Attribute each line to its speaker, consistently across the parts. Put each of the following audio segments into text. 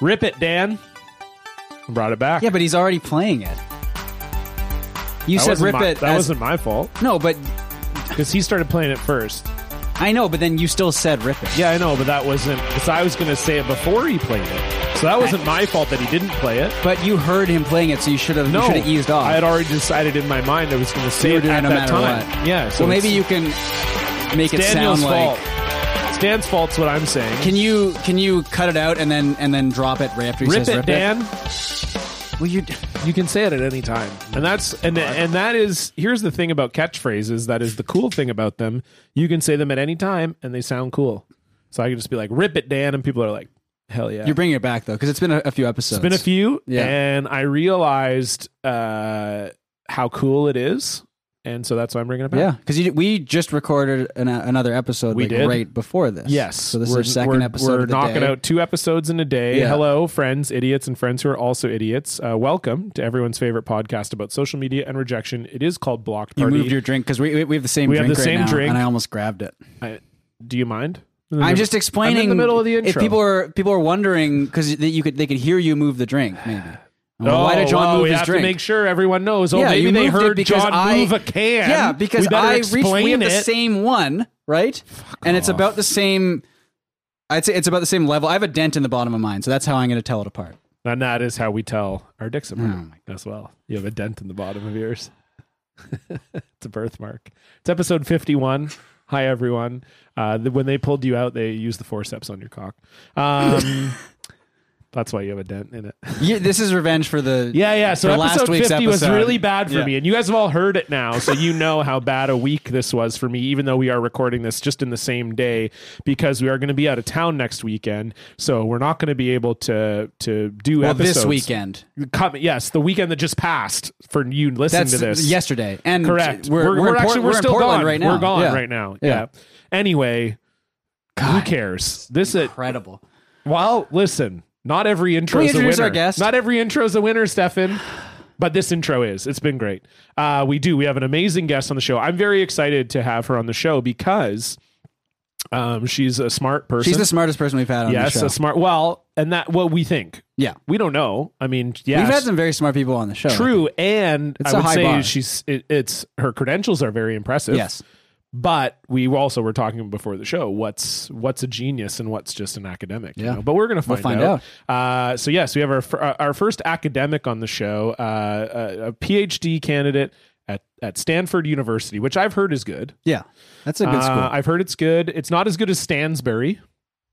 Speaker 1: Rip it, Dan. Brought it back.
Speaker 2: Yeah, but he's already playing it. You
Speaker 1: that
Speaker 2: said
Speaker 1: wasn't
Speaker 2: rip
Speaker 1: my,
Speaker 2: it.
Speaker 1: That
Speaker 2: as-
Speaker 1: wasn't my fault
Speaker 2: no, but
Speaker 1: because he started playing it first.
Speaker 2: I know. But then you still said rip it.
Speaker 1: Yeah, I know, but that wasn't because I was going to say it before he played it. So that wasn't my fault that he didn't play it.
Speaker 2: But you heard him playing it, so you should have
Speaker 1: No,
Speaker 2: you should have eased off.
Speaker 1: I had already decided in my mind I was going to say
Speaker 2: you were
Speaker 1: it
Speaker 2: doing
Speaker 1: at
Speaker 2: it no
Speaker 1: that
Speaker 2: matter
Speaker 1: time.
Speaker 2: what.
Speaker 1: Yeah, so
Speaker 2: well, maybe
Speaker 1: it's-
Speaker 2: you can make it
Speaker 1: it's Daniel's
Speaker 2: sound
Speaker 1: fault.
Speaker 2: like.
Speaker 1: It's Dan's fault's what I'm saying.
Speaker 2: Can you can you cut it out and then and then drop it right after he
Speaker 1: rip
Speaker 2: says
Speaker 1: it,
Speaker 2: rip
Speaker 1: Dan.
Speaker 2: it? Well, you
Speaker 1: You can say it at any time, and that's and and that is here's the thing about catchphrases. That is the cool thing about them. You can say them at any time, and they sound cool. So I could just be like, "Rip it, Dan," and people are like, "Hell yeah!"
Speaker 2: you're bringing it back though because it's been a, a few episodes.
Speaker 1: It's been a few,
Speaker 2: Yeah.
Speaker 1: and I realized uh, how cool it is, and so that's why I'm bringing it back.
Speaker 2: Yeah, because we just recorded an, another episode.
Speaker 1: We
Speaker 2: like,
Speaker 1: did?
Speaker 2: right before this.
Speaker 1: Yes.
Speaker 2: So this
Speaker 1: We're-
Speaker 2: is our 2nd
Speaker 1: we're-
Speaker 2: episode.
Speaker 1: We're
Speaker 2: of the
Speaker 1: knocking
Speaker 2: day.
Speaker 1: out two episodes in a day.
Speaker 2: Yeah.
Speaker 1: Hello, friends, idiots, and friends who are also idiots. Uh, welcome to everyone's favorite podcast about social media and rejection. It is called Blocked
Speaker 2: You
Speaker 1: Party.
Speaker 2: moved your drink because we, we we have the same
Speaker 1: We have
Speaker 2: drink
Speaker 1: the
Speaker 2: right
Speaker 1: same
Speaker 2: now,
Speaker 1: drink.
Speaker 2: and I almost grabbed it.
Speaker 1: I- do you mind?
Speaker 2: I'm just explaining.
Speaker 1: I'm in the middle of the intro.
Speaker 2: If people are people are wondering because you could they could hear you move the drink maybe. Well, why did John
Speaker 1: wow,
Speaker 2: move
Speaker 1: Oh, we
Speaker 2: his
Speaker 1: have to
Speaker 2: drink?
Speaker 1: make sure everyone knows. Oh,
Speaker 2: yeah,
Speaker 1: maybe
Speaker 2: you
Speaker 1: they
Speaker 2: moved it
Speaker 1: heard
Speaker 2: because
Speaker 1: John
Speaker 2: I,
Speaker 1: move a can.
Speaker 2: Yeah, because
Speaker 1: we better
Speaker 2: I reached.
Speaker 1: explain
Speaker 2: We have
Speaker 1: it.
Speaker 2: the same one, right? and it's about the same. I'd say it's about the same level. I have a dent in the bottom of mine, so that's how I'm going to tell it apart.
Speaker 1: And that is how we tell our dicks apart
Speaker 2: Oh my
Speaker 1: as well. You have a dent in the bottom of yours. it's a birthmark. It's episode 51. Hi, everyone. Uh, the, when they pulled you out, they used the forceps on your cock. Um, that's why you have a dent in it.
Speaker 2: Yeah, this is revenge for the
Speaker 1: Yeah, yeah. So
Speaker 2: for last
Speaker 1: episode 50
Speaker 2: week's
Speaker 1: was
Speaker 2: episode.
Speaker 1: really bad for
Speaker 2: Yeah.
Speaker 1: me. And you guys have all heard it now. So you know how bad a week this was for me, even though we are recording this just in the same day because we are going to be out of town next weekend. So we're not going to be able to to do
Speaker 2: Well,
Speaker 1: episodes.
Speaker 2: this weekend.
Speaker 1: Come, yes, the weekend that just passed for you listening
Speaker 2: That's
Speaker 1: to this.
Speaker 2: yesterday, and
Speaker 1: Correct.
Speaker 2: We're, we're, in Port-
Speaker 1: actually we're,
Speaker 2: in
Speaker 1: still
Speaker 2: Portland
Speaker 1: gone
Speaker 2: right now.
Speaker 1: We're gone
Speaker 2: Yeah.
Speaker 1: right now. Yeah.
Speaker 2: Yeah.
Speaker 1: Anyway, who
Speaker 2: God,
Speaker 1: cares? This it.
Speaker 2: incredible.
Speaker 1: Well, listen. Not every intro
Speaker 2: Can we
Speaker 1: is a
Speaker 2: introduce
Speaker 1: winner.
Speaker 2: our guest?
Speaker 1: Not every intro is a winner, Stefan. But this intro is. It's been great. Uh, we do. We have an amazing guest on the show. I'm very excited to have her on the show because um, she's a smart person.
Speaker 2: She's the smartest person we've had on
Speaker 1: yes,
Speaker 2: the show.
Speaker 1: a smart. Well, and that what we think.
Speaker 2: yeah,
Speaker 1: We don't know. I mean, yeah,
Speaker 2: we've had some very smart people on the show.
Speaker 1: true and
Speaker 2: It's
Speaker 1: i
Speaker 2: a
Speaker 1: would
Speaker 2: high
Speaker 1: say
Speaker 2: bar.
Speaker 1: she's it, it's her credentials are very impressive
Speaker 2: Yes.
Speaker 1: but we also were talking before the show what's what's a genius and what's just an academic you
Speaker 2: Yeah.
Speaker 1: know? but we're gonna
Speaker 2: We'll
Speaker 1: find,
Speaker 2: find
Speaker 1: out, Uh, so yes we have our fir- uh, our first academic on the show uh, a, a phd candidate at, at stanford university which i've heard is good,
Speaker 2: Yeah, that's a good
Speaker 1: Uh,
Speaker 2: school.
Speaker 1: i've heard it's good it's not as good as stansbury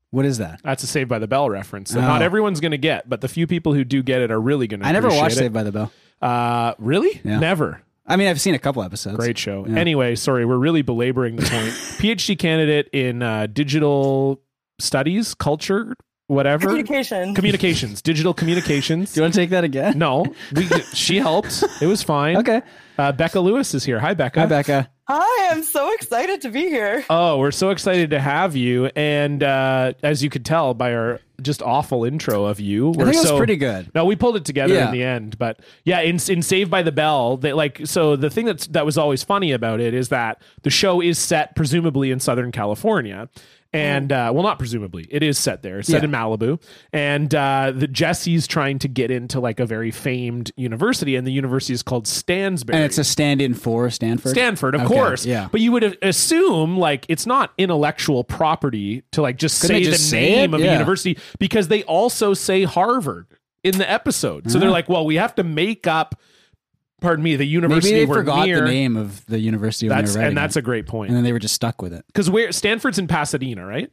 Speaker 2: what is that?
Speaker 1: that's a Saved by the Bell reference that
Speaker 2: Oh.
Speaker 1: not everyone's going to get, but the few people who do get it are really going to.
Speaker 2: I never watched
Speaker 1: it.
Speaker 2: Saved by the Bell.
Speaker 1: Uh, really?
Speaker 2: Yeah.
Speaker 1: Never.
Speaker 2: I mean, I've seen a couple episodes.
Speaker 1: Great show.
Speaker 2: Yeah.
Speaker 1: Anyway, sorry, we're really belaboring the point. PhD candidate in uh, digital studies, culture, whatever.
Speaker 3: Communication.
Speaker 1: communications, digital communications.
Speaker 2: Do you want to take that again?
Speaker 1: No, we, she helped. It was fine.
Speaker 2: Okay.
Speaker 1: Uh, Becca Lewis is here. Hi, Becca.
Speaker 2: Hi, Becca.
Speaker 3: Hi, I'm so excited to be here.
Speaker 1: Oh, we're so excited to have you. And uh, as you could tell by our just awful intro of you, we're
Speaker 2: I think it was
Speaker 1: so,
Speaker 2: pretty good.
Speaker 1: No, we pulled it together
Speaker 2: Yeah.
Speaker 1: in the end, but yeah, in in Saved by the Bell, they like so the thing that's that was always funny about it is that the show is set presumably in Southern California. And uh, well, not presumably, it is set there. It's set
Speaker 2: Mm-hmm. Yeah.
Speaker 1: in Malibu, and uh, the Jesse's trying to get into like a very famed university, and the university is called Stansbury.
Speaker 2: And it's a stand-in for Stanford.
Speaker 1: Stanford, of
Speaker 2: Okay,
Speaker 1: course.
Speaker 2: Yeah.
Speaker 1: But you would assume like it's not intellectual property to like just
Speaker 2: Couldn't
Speaker 1: say
Speaker 2: they
Speaker 1: the
Speaker 2: just say
Speaker 1: name
Speaker 2: it?
Speaker 1: of a
Speaker 2: Yeah.
Speaker 1: university because they also say Harvard in the episode. So they're like, well, we have to make up. Pardon me, the
Speaker 2: Mm-hmm. Maybe
Speaker 1: university
Speaker 2: they
Speaker 1: we're
Speaker 2: forgot
Speaker 1: near.
Speaker 2: the name of the university when
Speaker 1: That's
Speaker 2: they were writing
Speaker 1: and that's
Speaker 2: it.
Speaker 1: a great point
Speaker 2: and then they were just stuck with it.
Speaker 1: because where Stanford's in Pasadena, right?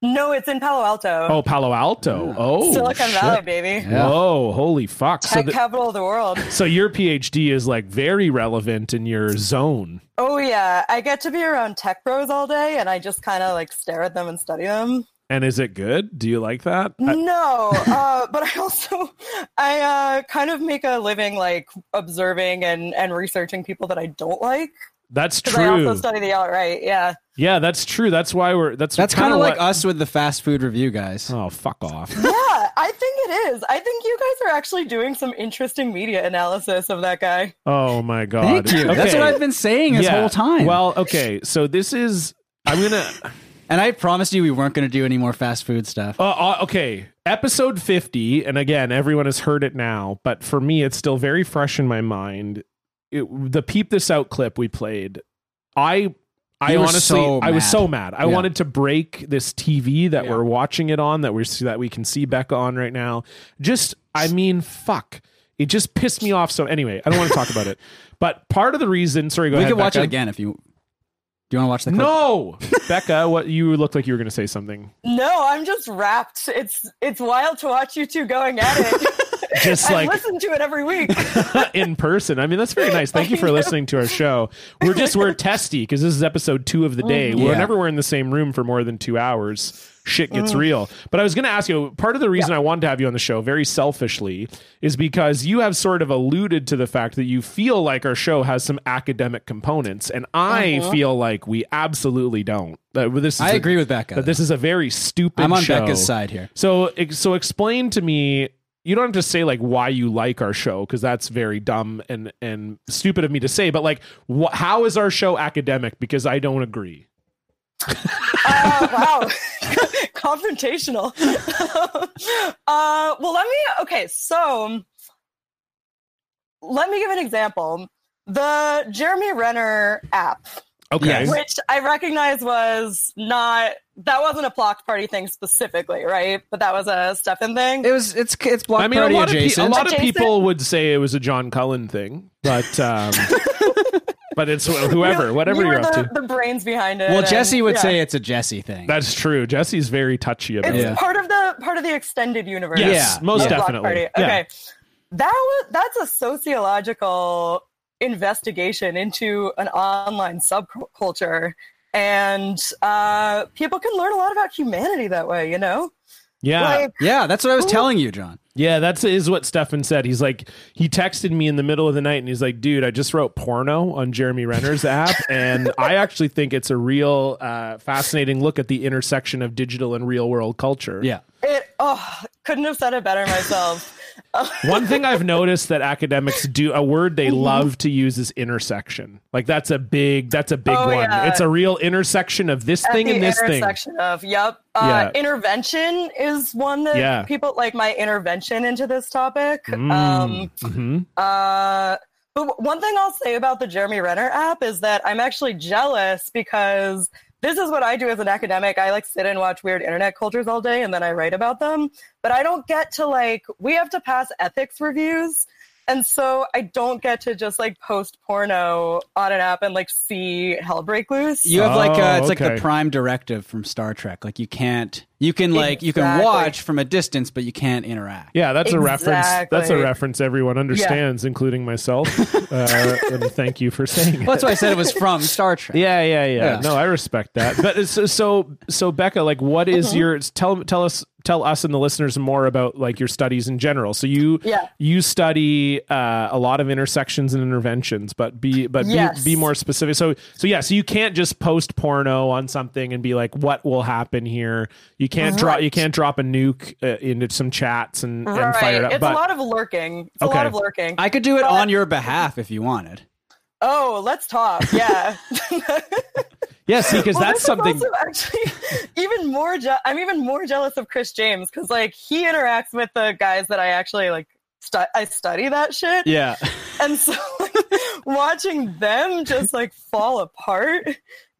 Speaker 3: No, it's in Palo Alto.
Speaker 1: Oh, Palo Alto. Oh,
Speaker 3: Silicon
Speaker 1: shit.
Speaker 3: Valley, baby.
Speaker 2: Yeah.
Speaker 1: Whoa, holy fuck! So,
Speaker 3: Tech
Speaker 1: the,
Speaker 3: capital of the world.
Speaker 1: so your PhD is like very relevant in your zone.
Speaker 3: Oh yeah, I get to be around tech bros all day, and I just kind of like stare at them and study them.
Speaker 1: And is it good? Do you like that?
Speaker 3: Mm-hmm.
Speaker 1: I-
Speaker 3: No, uh, but I also I uh, kind of make a living like observing and and researching people that I don't like
Speaker 1: that's
Speaker 3: because I also
Speaker 1: true.
Speaker 3: study the outright. Yeah,
Speaker 1: Yeah, that's true. That's why we're. That's
Speaker 2: That's kind of like
Speaker 1: what-
Speaker 2: us with the fast food review guys.
Speaker 1: Oh fuck off!
Speaker 3: yeah, I think it is. I think you guys are actually doing some interesting media analysis of that guy.
Speaker 1: Oh my god!
Speaker 2: Thank you. That's
Speaker 1: Okay.
Speaker 2: what I've been saying this
Speaker 1: Yeah.
Speaker 2: whole time.
Speaker 1: Well, okay. So this is. I'm gonna.
Speaker 2: And I promised you we weren't going to do any more fast food stuff.
Speaker 1: Uh, uh, okay, episode 50, and again, everyone has heard it now, but for me, it's still very fresh in my mind. It, the peep this out clip we played, I. I
Speaker 2: You were
Speaker 1: honestly,
Speaker 2: so
Speaker 1: I was
Speaker 2: mad.
Speaker 1: so mad. I
Speaker 2: Yeah.
Speaker 1: wanted to break this TV that
Speaker 2: Yeah.
Speaker 1: we're watching it on, that we're that we can see Becca on right now. Just, I mean, fuck, it just pissed me off. So anyway, I don't want to talk about it. But part of the reason, sorry, go
Speaker 2: we
Speaker 1: ahead.
Speaker 2: could watch
Speaker 1: Becca.
Speaker 2: it again if you. Do you want to watch the clip?
Speaker 1: No, Becca, what you looked like you were going to say something.
Speaker 3: No, I'm just wrapped. It's it's wild to watch you two going at it.
Speaker 1: Just
Speaker 3: I
Speaker 1: like-
Speaker 3: listen to it every week.
Speaker 1: in person. I mean, that's very nice. Thank you for listening to our show. We're just we're testy because this is episode two of the day.
Speaker 2: Mhm. Yeah.
Speaker 1: Whenever we're in the same room for more than two hours, shit gets
Speaker 2: Oh.
Speaker 1: real. But I was going to ask you. Part of the reason I wanted to have you on the show, very selfishly, is because you have sort of alluded to the fact that you feel like our show has some academic components, and I feel like we absolutely don't. That this is
Speaker 2: Uh-huh. I
Speaker 1: a-
Speaker 2: agree with Becca.
Speaker 1: That this is a very stupid.
Speaker 2: I'm on
Speaker 1: show.
Speaker 2: Becca's side here.
Speaker 1: So, ex- so explain to me. You don't have to say like why you like our show because that's very dumb and and stupid of me to say. But like, wh- how is our show academic? Because I don't agree.
Speaker 3: Uh, wow, confrontational. uh, well, let me. Okay, so let me give an example. The Jeremy Renner app,
Speaker 1: Okay.
Speaker 2: Yes.
Speaker 3: which I recognize was not that wasn't a blocked party thing specifically, right? But that was a Stefan thing.
Speaker 2: It was it's it's block
Speaker 1: I mean, a
Speaker 2: party
Speaker 1: lot, of, pe- a
Speaker 2: adjacent.
Speaker 1: lot of
Speaker 3: Adjacent?
Speaker 1: people would say it was a John Cullen thing, but um, but it's wh- whoever,
Speaker 3: You-
Speaker 1: whatever
Speaker 3: you
Speaker 1: you
Speaker 3: were
Speaker 1: are up
Speaker 3: the,
Speaker 1: to.
Speaker 3: the brains behind it.
Speaker 2: well,
Speaker 3: and-
Speaker 2: Jesse would
Speaker 3: yeah.
Speaker 2: say it's a Jesse thing.
Speaker 1: That's true. Jesse's very touchy about
Speaker 3: it's
Speaker 1: it.
Speaker 2: Yeah.
Speaker 3: part of the part of the extended universe.
Speaker 1: Yes,
Speaker 2: Yeah.
Speaker 1: most
Speaker 3: of Block
Speaker 1: definitely.
Speaker 3: Party.
Speaker 1: Yeah.
Speaker 3: Okay, that was that's a sociological investigation into an online subculture, and uh, people can learn a lot about humanity that way. You know,
Speaker 1: Yeah.
Speaker 3: like
Speaker 2: yeah, that's what I was telling you, John.
Speaker 1: Yeah, that's is what Stefan said. He's like, he texted me in the middle of the night and he's like, dude, I just wrote porno on Jeremy Renner's app. And I actually think it's a real uh, fascinating look at the intersection of digital and real world culture.
Speaker 2: Yeah.
Speaker 3: it. Oh, couldn't have said it better myself.
Speaker 1: One thing I've noticed that academics do a word
Speaker 3: Mm-hmm.
Speaker 1: they love to use is intersection. Like that's a big that's a big
Speaker 3: Oh,
Speaker 1: one.
Speaker 3: yeah.
Speaker 1: It's a real intersection of this
Speaker 3: At
Speaker 1: thing
Speaker 3: the
Speaker 1: and this thing.
Speaker 3: intersection of yep, uh,
Speaker 1: Yeah.
Speaker 3: intervention is one that
Speaker 1: Yeah.
Speaker 3: people like my intervention into this topic.
Speaker 1: Mm.
Speaker 3: Um,
Speaker 1: Mhm.
Speaker 3: Uh, but w- one thing I'll say about the Jeremy Renner app is that I'm actually jealous because this is what I do as an academic. I like sit and watch weird internet cultures all day and then I write about them. But I don't get to like, we have to pass ethics reviews. And so I don't get to just like post porno on an app and like see hell break loose.
Speaker 2: You have like
Speaker 1: Oh,
Speaker 2: uh it's like
Speaker 1: okay.
Speaker 2: the prime directive from Star Trek. Like you can't you can like you can
Speaker 3: Exactly.
Speaker 2: watch from a distance, but you can't interact.
Speaker 1: Yeah, that's a reference. That's a
Speaker 3: Exactly.
Speaker 1: reference everyone understands, including myself. Uh, and thank you for saying it.
Speaker 2: Well, that's why I said it was from Star Trek.
Speaker 1: Yeah, yeah, yeah,
Speaker 2: Yeah.
Speaker 1: No, I respect that. But it's- so, so, so Becca, like, what is
Speaker 3: Mm-hmm.
Speaker 1: your tell? Tell us, tell us and the listeners more about like your studies in general. So you,
Speaker 3: Yeah.
Speaker 1: you study uh, a lot of intersections and interventions, but be, but
Speaker 3: Yes.
Speaker 1: be, be more specific. So, so yeah, so you can't just post porno on something and be like, what will happen here? You can't drop,
Speaker 3: Right.
Speaker 1: you can't drop a nuke uh, into some chats and, and fire it up.
Speaker 3: It's
Speaker 1: but
Speaker 3: a lot of lurking. It's a
Speaker 1: Okay.
Speaker 3: lot of lurking.
Speaker 2: I could do it on your behalf if you wanted.
Speaker 3: oh, let's talk. Yeah.
Speaker 1: yeah, see, because
Speaker 3: Well,
Speaker 1: that's
Speaker 3: this is
Speaker 1: something.
Speaker 3: also actually even more. Je- I'm even more jealous of Chris James because like he interacts with the guys that I actually like. Stu- I study that shit,
Speaker 2: Yeah.
Speaker 3: and so like, watching them just like fall apart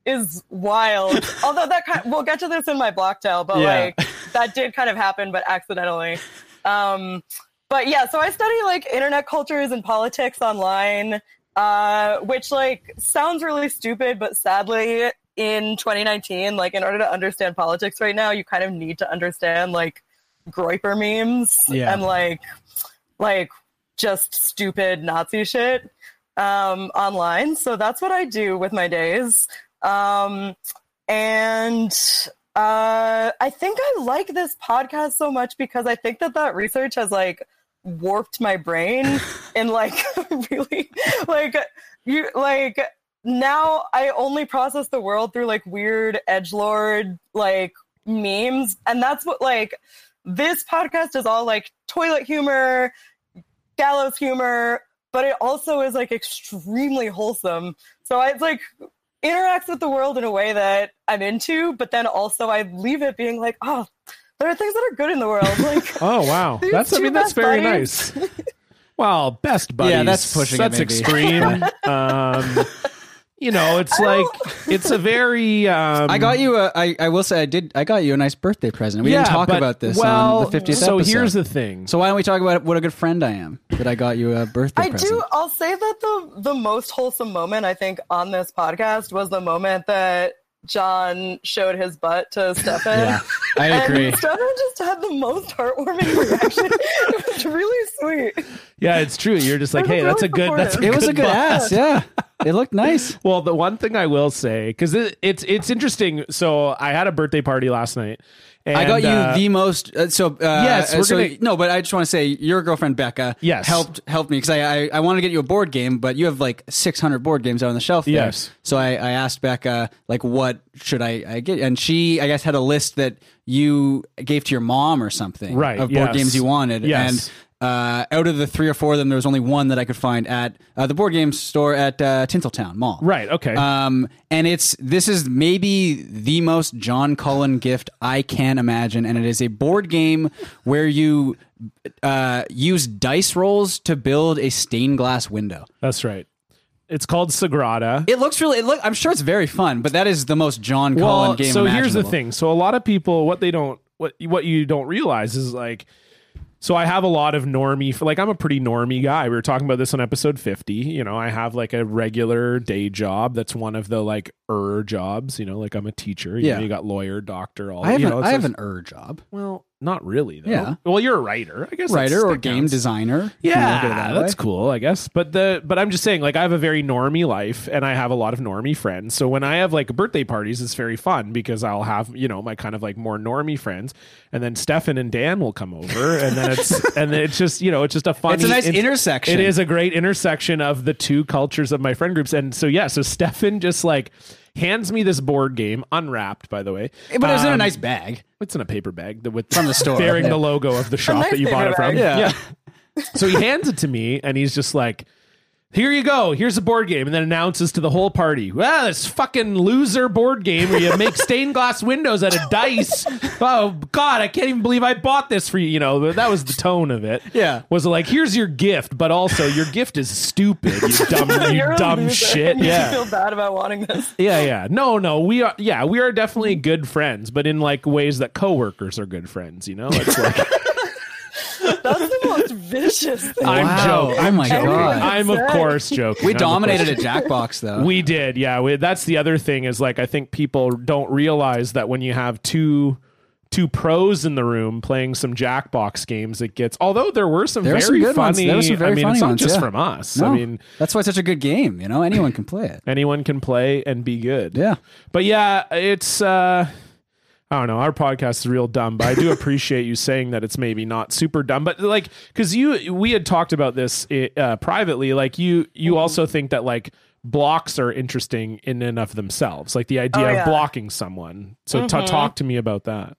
Speaker 3: is wild. Although that kind, we'll get to this in my block tale, but
Speaker 2: Yeah.
Speaker 3: like that did kind of happen, but accidentally. Um, but yeah, so I study like internet cultures and politics online, uh, which like sounds really stupid, but sadly in 2019, like in order to understand politics right now, you kind of need to understand like Groiper memes
Speaker 2: Yeah.
Speaker 3: and like like just stupid Nazi shit um, online. So that's what I do with my days. Um, and uh, I think I like this podcast so much because I think that that research has like warped my brain in like really like you like now I only process the world through like weird edge lord like memes and that's what like this podcast is all like toilet humor gallows humor but it also is like extremely wholesome so I, it's like interacts with the world in a way that I'm into, but then also I leave it being like, oh, there are things that are good in the world. Like,
Speaker 1: Oh wow,
Speaker 3: These
Speaker 1: that's I
Speaker 3: two
Speaker 1: mean that's
Speaker 3: best
Speaker 1: very
Speaker 3: buddies.
Speaker 1: nice. Well, best buddies.
Speaker 2: Yeah, that's pushing it,
Speaker 1: That's
Speaker 2: maybe.
Speaker 1: extreme. um, you know, it's like it's a very. Um,
Speaker 2: I got you a. I, I will say I did. I got you a nice birthday present. We didn't
Speaker 1: yeah,
Speaker 2: talk
Speaker 1: but-
Speaker 2: about this
Speaker 1: Well,
Speaker 2: on the fiftieth
Speaker 1: so
Speaker 2: episode.
Speaker 1: here's the thing.
Speaker 2: so why don't we talk about what a good friend I am that I got you a birthday
Speaker 3: I
Speaker 2: present?
Speaker 3: do. I'll say that the the most wholesome moment I think on this podcast was the moment that John showed his butt to Stefan.
Speaker 2: Yeah, I agree.
Speaker 3: And Stefan just had the most heartwarming reaction. it was really sweet.
Speaker 1: yeah, it's true. You're just like,
Speaker 3: That was
Speaker 1: hey, that's a
Speaker 3: really
Speaker 1: good. That's a
Speaker 2: It was a good
Speaker 1: buy.
Speaker 2: ass. Yeah, it looked nice.
Speaker 1: Well, the one thing I will say, because it, it's it's interesting. So I had a birthday party last night. And,
Speaker 2: I got you
Speaker 1: uh,
Speaker 2: the most. Uh, so uh,
Speaker 1: Yes, we're
Speaker 2: so-
Speaker 1: gonna-
Speaker 2: no, but I just want to say your girlfriend Becca.
Speaker 1: Yes.
Speaker 2: helped helped me because I, I I wanted to get you a board game, but you have like six hundred board games out on the shelf. there.
Speaker 1: Yes.
Speaker 2: So I, I asked Becca like what should I, I get, and she I guess had a list that you gave to your mom or something,
Speaker 1: Right,
Speaker 2: Of board
Speaker 1: yes.
Speaker 2: games you wanted,
Speaker 1: Yes.
Speaker 2: and. Uh, out of the three or four of them, there was only one that I could find at uh, the board game store at uh, Tinseltown Mall.
Speaker 1: Right, okay.
Speaker 2: Um, and it's this is maybe the most John Cullen gift I can imagine, and it is a board game where you uh, use dice rolls to build a stained glass window.
Speaker 1: That's right. It's called Sagrada.
Speaker 2: It looks really. It look, I'm sure it's very fun, but that is the most John Cullen game.
Speaker 1: so here's the
Speaker 2: imaginable.
Speaker 1: thing so a lot of people what they don't what what you don't realize is like so i have a lot of normie like i'm a pretty normie guy we were talking about this on episode 50 you know i have like a regular day job that's one of the like er jobs you know like i'm a teacher you
Speaker 2: Yeah.
Speaker 1: know, you got lawyer doctor all
Speaker 2: I have,
Speaker 1: you
Speaker 2: an,
Speaker 1: know
Speaker 2: I
Speaker 1: it's
Speaker 2: have
Speaker 1: like-
Speaker 2: an er job,
Speaker 1: well not really though
Speaker 2: Yeah.
Speaker 1: well you're a writer i guess that's-
Speaker 2: writer or
Speaker 1: that
Speaker 2: game
Speaker 1: counts.
Speaker 2: designer. if you wanna
Speaker 1: Yeah,
Speaker 2: look at it that
Speaker 1: that's
Speaker 2: way.
Speaker 1: cool, I guess. But the but I'm just saying, like, I have a very normie life, and I have a lot of normie friends. So when I have like birthday parties, it's very fun because I'll have you know my kind of like more normie friends, and then Stefan and Dan will come over, and then it's and then it's just you know it's just a fun.
Speaker 2: It's a nice intersection.
Speaker 1: It is a great intersection of the two cultures of my friend groups, and so yeah, so Stefan just like hands me this board game unwrapped, by the way.
Speaker 2: but it was in a
Speaker 1: Um,
Speaker 2: nice bag.
Speaker 1: It's in a paper bag that with
Speaker 2: From the store.
Speaker 1: bearing
Speaker 2: Yeah.
Speaker 1: the logo of the shop
Speaker 3: nice
Speaker 1: that you bought
Speaker 3: paper
Speaker 1: it from.
Speaker 3: bag.
Speaker 2: Yeah.
Speaker 1: so he hands it to me, and he's just like, "Here you go. Here's a board game," and then announces to the whole party, "Well, this fucking loser board game where you make stained glass windows out of dice. Oh God, I can't even believe I bought this for you." You know, that was the tone of it.
Speaker 2: Yeah.
Speaker 1: was like, "Here's your gift, but also your gift is stupid. You dumb,
Speaker 3: You're
Speaker 1: you
Speaker 3: a
Speaker 1: dumb
Speaker 3: loser.
Speaker 1: shit."
Speaker 3: You should
Speaker 1: Yeah,
Speaker 3: feel bad about wanting this.
Speaker 1: yeah, yeah. No, no, we are. Yeah, we are definitely good friends, but in like ways that coworkers are good friends. You know, it's like
Speaker 3: That's the most vicious thing.
Speaker 1: I'm
Speaker 2: Wow.
Speaker 1: joking.
Speaker 2: Oh my
Speaker 1: I'm joking.
Speaker 2: God.
Speaker 1: I'm of course joking.
Speaker 2: We
Speaker 1: I'm, of
Speaker 2: dominated at Jackbox though.
Speaker 1: We did, yeah. We, that's the other thing is like I think people don't realize that when you have two two pros in the room playing some Jackbox games, it gets. Although there were some
Speaker 2: There were
Speaker 1: very
Speaker 2: some good ones.
Speaker 1: funny.
Speaker 2: There were some very
Speaker 1: I mean,
Speaker 2: funny
Speaker 1: it's not
Speaker 2: ones,
Speaker 1: just
Speaker 2: yeah.
Speaker 1: from us.
Speaker 2: No,
Speaker 1: I mean,
Speaker 2: that's why it's such a good game. You know, anyone can play it.
Speaker 1: anyone can play and be good.
Speaker 2: Yeah.
Speaker 1: But yeah, it's. uh I don't know. Our podcast is real dumb, but I do appreciate you saying that it's maybe not super dumb. But like, because you, we had talked about this uh, privately. Like, you,
Speaker 3: Mm-hmm.
Speaker 1: you also think that like blocks are interesting in and of themselves. Like the idea
Speaker 3: Oh,
Speaker 1: of
Speaker 3: yeah. Mm-hmm.
Speaker 1: blocking someone. So ta- talk to me about that.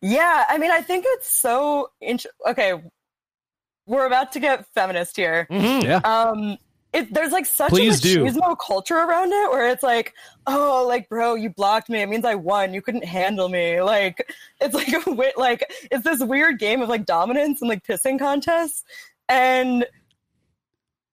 Speaker 3: Yeah, I mean, I think it's so. Int- okay, we're about to get feminist here.
Speaker 2: Yeah.
Speaker 3: um it, there's like such
Speaker 1: Please
Speaker 3: a
Speaker 1: do.
Speaker 3: machismo culture around it where it's like oh like bro you blocked me it means i won you couldn't handle me like it's like a wi- like it's this weird game of like dominance and like pissing contests and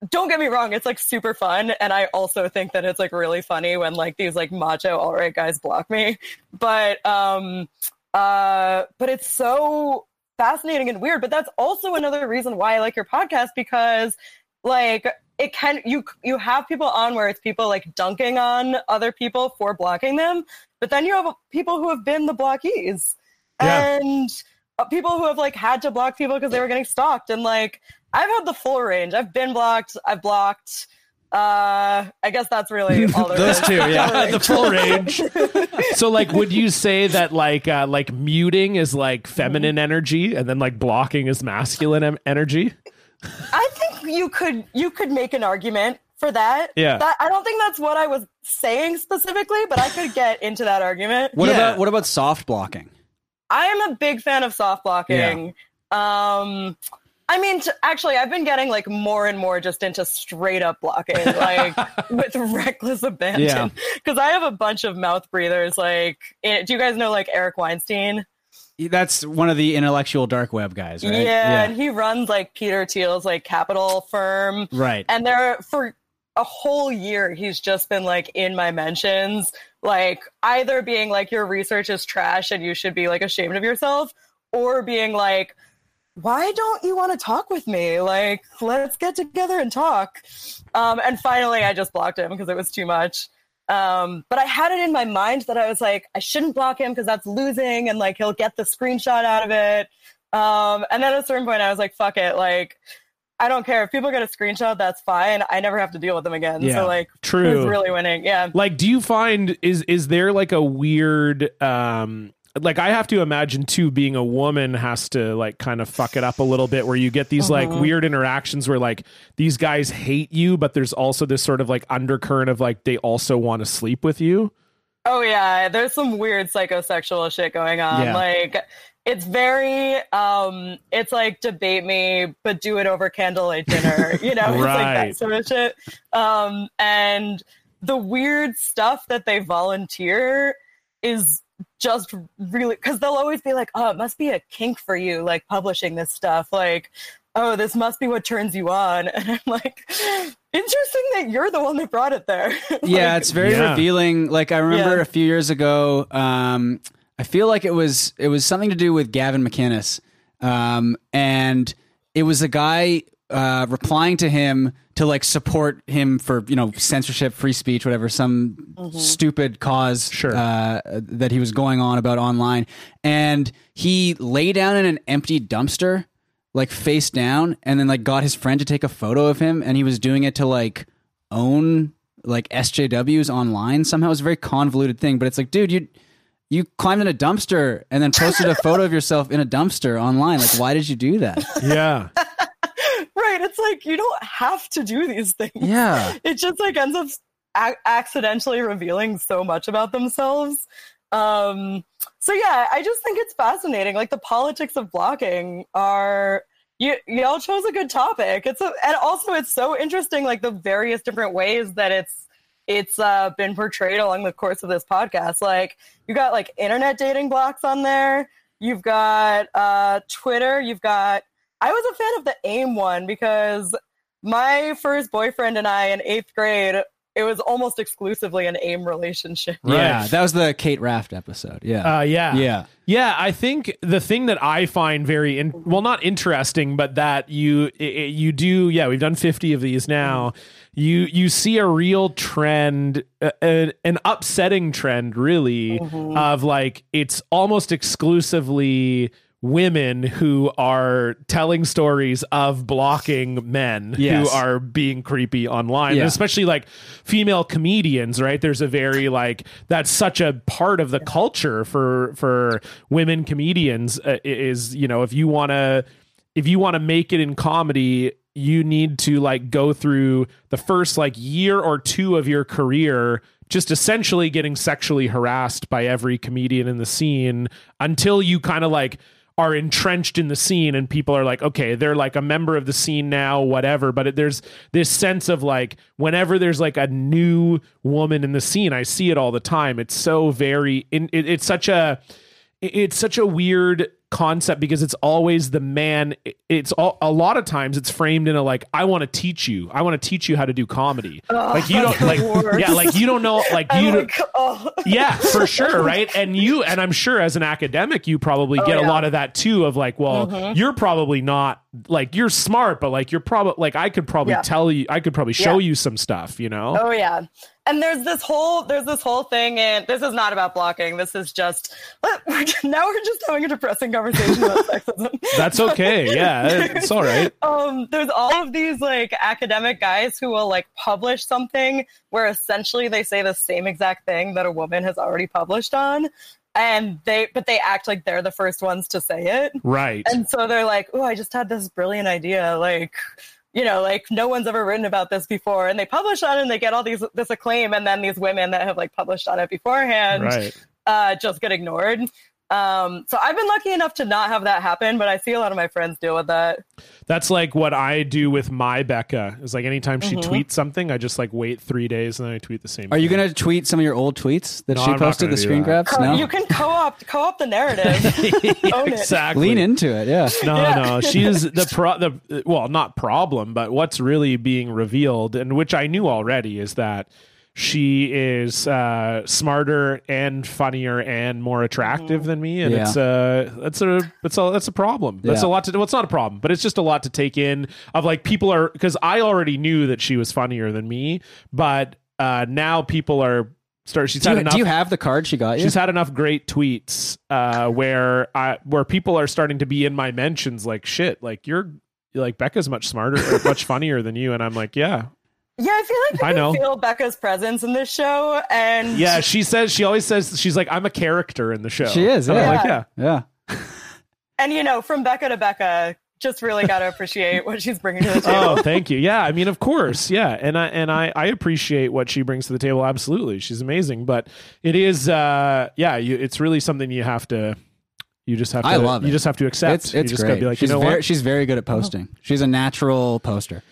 Speaker 3: don't get me wrong it's like super fun and i also think that it's like really funny when like these like macho all right guys block me but um uh but it's so fascinating and weird but that's also another reason why i like your podcast because like it can you you have people on where it's people like dunking on other people for blocking them but then you have people who have been the blockees
Speaker 1: Yeah.
Speaker 3: and uh, people who have like had to block people because they were getting stalked and like i've had the full range i've been blocked i've blocked uh i guess that's really all there
Speaker 2: Those
Speaker 3: is.
Speaker 2: two, yeah.
Speaker 1: the full range. so, like, would you say that like uh, like muting is like
Speaker 3: Mm-hmm.
Speaker 1: feminine energy, and then like blocking is masculine em- energy?
Speaker 3: I think you could you could make an argument for that.
Speaker 1: Yeah.
Speaker 3: That, I don't think that's what I was saying specifically, but I could get into that argument.
Speaker 2: What
Speaker 1: Yeah.
Speaker 2: about what about soft blocking?
Speaker 3: I am a big fan of soft blocking. Um I mean, t- actually, I've been getting like more and more just into straight up blocking, like with reckless abandon. Because I have a bunch of mouth breathers. Like, eh, do you guys know like Eric Weinstein?
Speaker 2: That's one of the intellectual dark web guys, right?
Speaker 3: Yeah, and he runs like Peter Thiel's like capital firm.
Speaker 2: Right.
Speaker 3: And there for a whole year, he's just been like in my mentions, like either being like your research is trash and you should be like ashamed of yourself, or being like, why don't you want to talk with me? Like, let's get together and talk. Um, and finally, I just blocked him because it was too much. Um, but I had it in my mind that I was like, I shouldn't block him because that's losing, and like he'll get the screenshot out of it. Um, and then at a certain point, I was like, fuck it, like. I don't care if people get a screenshot. That's fine. I never have to deal with them again.
Speaker 2: Yeah.
Speaker 3: So like,
Speaker 1: True.
Speaker 3: who's really winning? Yeah.
Speaker 1: like do you find is is there like a weird um like I have to imagine too being a woman has to like kind of fuck it up a little bit where you get these like weird interactions where like these guys hate you but there's also this sort of like undercurrent of like they also want to sleep with you.
Speaker 3: Oh yeah, there's some weird psychosexual shit going on.
Speaker 2: Yeah.
Speaker 3: Like it's very um it's like debate me but do it over candlelight dinner, you know, it's like
Speaker 1: Right.
Speaker 3: that sort of shit. Um and the weird stuff that they volunteer is just really cuz they'll always be like, "Oh, it must be a kink for you like publishing this stuff." Like Oh, this must be what turns you on. And I'm like, interesting that you're the one that brought it there.
Speaker 2: yeah, it's very
Speaker 1: Yeah.
Speaker 2: revealing. Like I remember
Speaker 3: Yeah.
Speaker 2: a few years ago, um, I feel like it was it was something to do with Gavin McInnes, um, and it was a guy uh, replying to him to like support him for you know censorship, free speech, whatever, some stupid cause
Speaker 1: Sure.
Speaker 2: uh, that he was going on about online, and he lay down in an empty dumpster. Like face down, and then like got his friend to take a photo of him, and he was doing it to like own like SJWs online somehow. It's a very convoluted thing, but it's like, dude, you you climbed in a dumpster and then posted a photo of yourself in a dumpster online. Like, why did you do that?
Speaker 1: Yeah.
Speaker 3: Right. It's like you don't have to do these things.
Speaker 2: Yeah.
Speaker 3: It just like ends up ac accidentally revealing so much about themselves. Um, so yeah, I just think it's fascinating. Like the politics of blocking are you y'all chose a good topic. It's a, and also it's so interesting. Like the various different ways that it's it's uh, been portrayed along the course of this podcast. Like you got like internet dating blocks on there. You've got uh, Twitter. You've got. I was a fan of the AIM one because my first boyfriend and I in eighth grade, it was almost exclusively an AIM relationship.
Speaker 1: Right.
Speaker 2: Yeah, that was the Kate Raft episode. Yeah,
Speaker 1: Uh yeah.
Speaker 2: yeah,
Speaker 1: Yeah, I think the thing that I find very in, well not interesting, but that you i- i- you do yeah we've done fifty of these now. You you see a real trend, uh, an, an upsetting trend really of like it's almost exclusively women who are telling stories of blocking men
Speaker 2: Yes.
Speaker 1: who are being creepy online
Speaker 2: Yeah.
Speaker 1: especially like female comedians right there's a very like that's such a part of the culture for for women comedians uh, is you know if you want to if you want to make it in comedy you need to like go through the first like year or two of your career just essentially getting sexually harassed by every comedian in the scene until you kind of like are entrenched in the scene and people are like okay they're like a member of the scene now whatever but it, there's this sense of like whenever there's like a new woman in the scene i see it all the time it's so very in, it, it's such a it- it's such a weird concept because it's always the man it- it's all, a lot of times it's framed in a like i want to teach you i want to teach you how to do comedy like you don't
Speaker 3: that's the
Speaker 1: like
Speaker 3: worst.
Speaker 1: yeah like you don't know like
Speaker 3: I'm
Speaker 1: you don't-
Speaker 3: like, oh,
Speaker 1: yeah, for sure, right? And you and I'm sure as an academic you probably get a
Speaker 3: Oh, yeah. Mm-hmm.
Speaker 1: lot of that too of like, well, you're probably not like you're smart, but like you're probably like I could probably
Speaker 3: Yeah.
Speaker 1: tell you I could probably show
Speaker 3: Yeah.
Speaker 1: you some stuff, you know?
Speaker 3: Oh yeah. And there's this whole there's this whole thing and this is not about blocking. This is just we're just- now we're just having a depressing conversation about sexism.
Speaker 1: That's okay. Yeah, it's all right.
Speaker 3: Um there's all of these like academic guys who will like publish something where essentially they say the same exact thing that a woman has already published on and they but they act like they're the first ones to say it.
Speaker 1: Right.
Speaker 3: And so they're like, oh, I just had this brilliant idea. Like, you know, like no one's ever written about this before. And they publish on it and they get all these this acclaim. And then these women that have like published on it beforehand
Speaker 1: Right.
Speaker 3: uh, just get ignored. Um, so I've been lucky enough to not have that happen, but I see a lot of my friends deal with that.
Speaker 1: That's like what I do with my Becca. Is like anytime she
Speaker 3: Mhm.
Speaker 1: tweets something, I just like wait three days and then I tweet the same.
Speaker 2: Are you
Speaker 1: thing.
Speaker 2: gonna tweet some of your old tweets that
Speaker 1: No,
Speaker 2: she
Speaker 1: I'm not
Speaker 2: posted?
Speaker 1: gonna do
Speaker 2: The screen
Speaker 1: that.
Speaker 2: grabs?
Speaker 3: Co-
Speaker 2: No.
Speaker 3: You can co-opt co-opt the narrative. Own it.
Speaker 1: exactly
Speaker 2: Lean into it. Yeah.
Speaker 1: No,
Speaker 3: Yeah.
Speaker 1: no, she's the pro. The well, not problem, but what's really being revealed, and which I knew already, is that she is uh, smarter and funnier and more attractive than me, and
Speaker 2: Mm-hmm. Yeah.
Speaker 1: it's uh, that's a that's a that's a problem. That's
Speaker 2: Yeah.
Speaker 1: a lot to. Well, it's not a problem, but it's just a lot to take in. Of like people are because I already knew that she was funnier than me, but uh, now people are start. She's
Speaker 2: Do
Speaker 1: had
Speaker 2: you,
Speaker 1: enough.
Speaker 2: do you have the card she got you?
Speaker 1: She's had enough great tweets uh, where I where people are starting to be in my mentions like shit. Like you're like Becca's much smarter, or much funnier than you, and I'm like, yeah,
Speaker 3: Yeah, I feel like
Speaker 1: I
Speaker 3: I
Speaker 1: know.
Speaker 3: feel Becca's presence in this show, and
Speaker 1: yeah. She says she always says she's like I'm a character in the show.
Speaker 2: She is,
Speaker 1: And I'm
Speaker 2: yeah.
Speaker 1: like, yeah.
Speaker 2: yeah.
Speaker 3: and you know, from Becca to Becca, just really got to appreciate what she's bringing to the table.
Speaker 1: Oh, thank you. Yeah, I mean, of course. Yeah, and I and I I appreciate what she brings to the table. Absolutely, she's amazing. But it is, uh, yeah, you, it's really something you have to. You just have to.
Speaker 2: I love
Speaker 1: You
Speaker 2: it.
Speaker 1: just have to accept.
Speaker 2: It's
Speaker 1: you
Speaker 2: it's
Speaker 1: just
Speaker 2: great.
Speaker 1: gotta be like,
Speaker 2: she's
Speaker 1: you know
Speaker 2: very,
Speaker 1: what? Oh.
Speaker 2: She's very good at posting. She's a natural poster.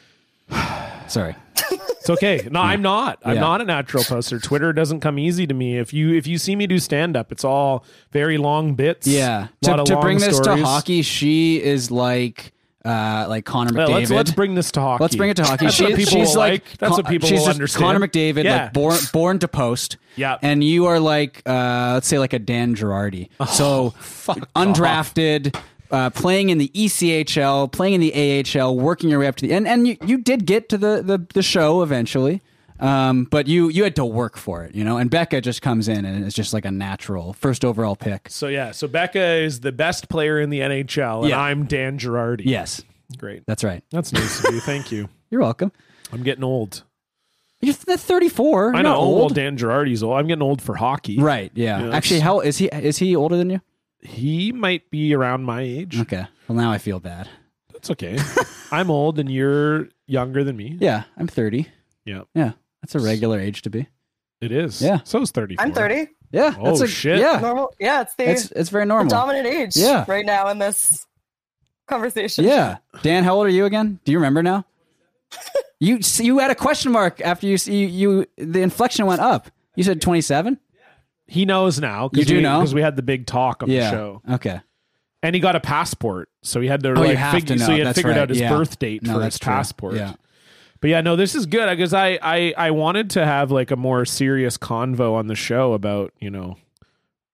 Speaker 2: Sorry.
Speaker 1: It's okay. No, I'm not. I'm
Speaker 2: Yeah.
Speaker 1: not a natural poster. Twitter doesn't come easy to me. If you if you see me do stand up, it's all very long bits.
Speaker 2: Yeah.
Speaker 1: A lot
Speaker 2: To,
Speaker 1: of
Speaker 2: to
Speaker 1: long
Speaker 2: bring this
Speaker 1: stories.
Speaker 2: to hockey, she is like uh like Connor
Speaker 1: Yeah,
Speaker 2: McDavid.
Speaker 1: let's let's bring this to hockey.
Speaker 2: Let's bring it to hockey.
Speaker 1: That's
Speaker 2: She-
Speaker 1: what people
Speaker 2: she's
Speaker 1: will
Speaker 2: like,
Speaker 1: like. That's what people
Speaker 2: she's
Speaker 1: will
Speaker 2: just
Speaker 1: understand.
Speaker 2: Connor McDavid,
Speaker 1: Yeah.
Speaker 2: like born born to post.
Speaker 1: Yeah.
Speaker 2: And you are like uh, let's say like a Dan Girardi.
Speaker 1: Oh,
Speaker 2: so undrafted. Uh, playing in the ECHL, playing in the AHL, working your way up to the end, and you, you did get to the, the, the show eventually, um, but you you had to work for it, you know. And Becca just comes in and it's just like a natural first overall pick.
Speaker 1: So yeah, so Becca is the best player in the NHL, and
Speaker 2: Yeah.
Speaker 1: I'm Dan Girardi.
Speaker 2: Yes,
Speaker 1: great.
Speaker 2: that's right.
Speaker 1: That's nice of you. Thank you.
Speaker 2: You're welcome.
Speaker 1: I'm getting old.
Speaker 2: You're th- 34. You're
Speaker 1: I
Speaker 2: not
Speaker 1: know. Well,
Speaker 2: old.
Speaker 1: Dan Girardi's old. I'm getting old for hockey.
Speaker 2: Right. Yeah.
Speaker 1: Yeah,
Speaker 2: Actually,
Speaker 1: that's-
Speaker 2: how is he? Is he older than you?
Speaker 1: He might be around my age.
Speaker 2: Okay. Well, now I feel bad.
Speaker 1: That's okay. I'm old, and you're younger than me.
Speaker 2: Yeah, I'm 30.
Speaker 1: Yeah.
Speaker 2: Yeah, that's a regular age to be.
Speaker 1: It is.
Speaker 2: Yeah.
Speaker 1: So is 34.
Speaker 3: I'm 30.
Speaker 2: Yeah.
Speaker 1: Oh,
Speaker 2: that's a,
Speaker 1: shit.
Speaker 2: Yeah,
Speaker 3: Normal. Yeah, it's the
Speaker 2: it's it's very
Speaker 3: the
Speaker 2: normal.
Speaker 3: dominant age
Speaker 2: Yeah.
Speaker 3: right now in this conversation.
Speaker 2: yeah. Dan, how old are you again? Do you remember now? you s- you had a question mark after you s- you, you the inflection went up. You said 27.
Speaker 1: He knows now. 'cause
Speaker 2: You do
Speaker 1: we,
Speaker 2: know?
Speaker 1: because we had the big talk on
Speaker 2: Yeah.
Speaker 1: the show,
Speaker 2: Okay.
Speaker 1: and he got a passport, so he had to
Speaker 2: Oh,
Speaker 1: like
Speaker 2: you have
Speaker 1: fig-
Speaker 2: to know.
Speaker 1: so he had
Speaker 2: That's
Speaker 1: figured
Speaker 2: right.
Speaker 1: out his
Speaker 2: Yeah.
Speaker 1: birth date
Speaker 2: No,
Speaker 1: for
Speaker 2: that's
Speaker 1: his
Speaker 2: true.
Speaker 1: passport.
Speaker 2: Yeah.
Speaker 1: But yeah, no, this is good because I, I I wanted to have like a more serious convo on the show about you know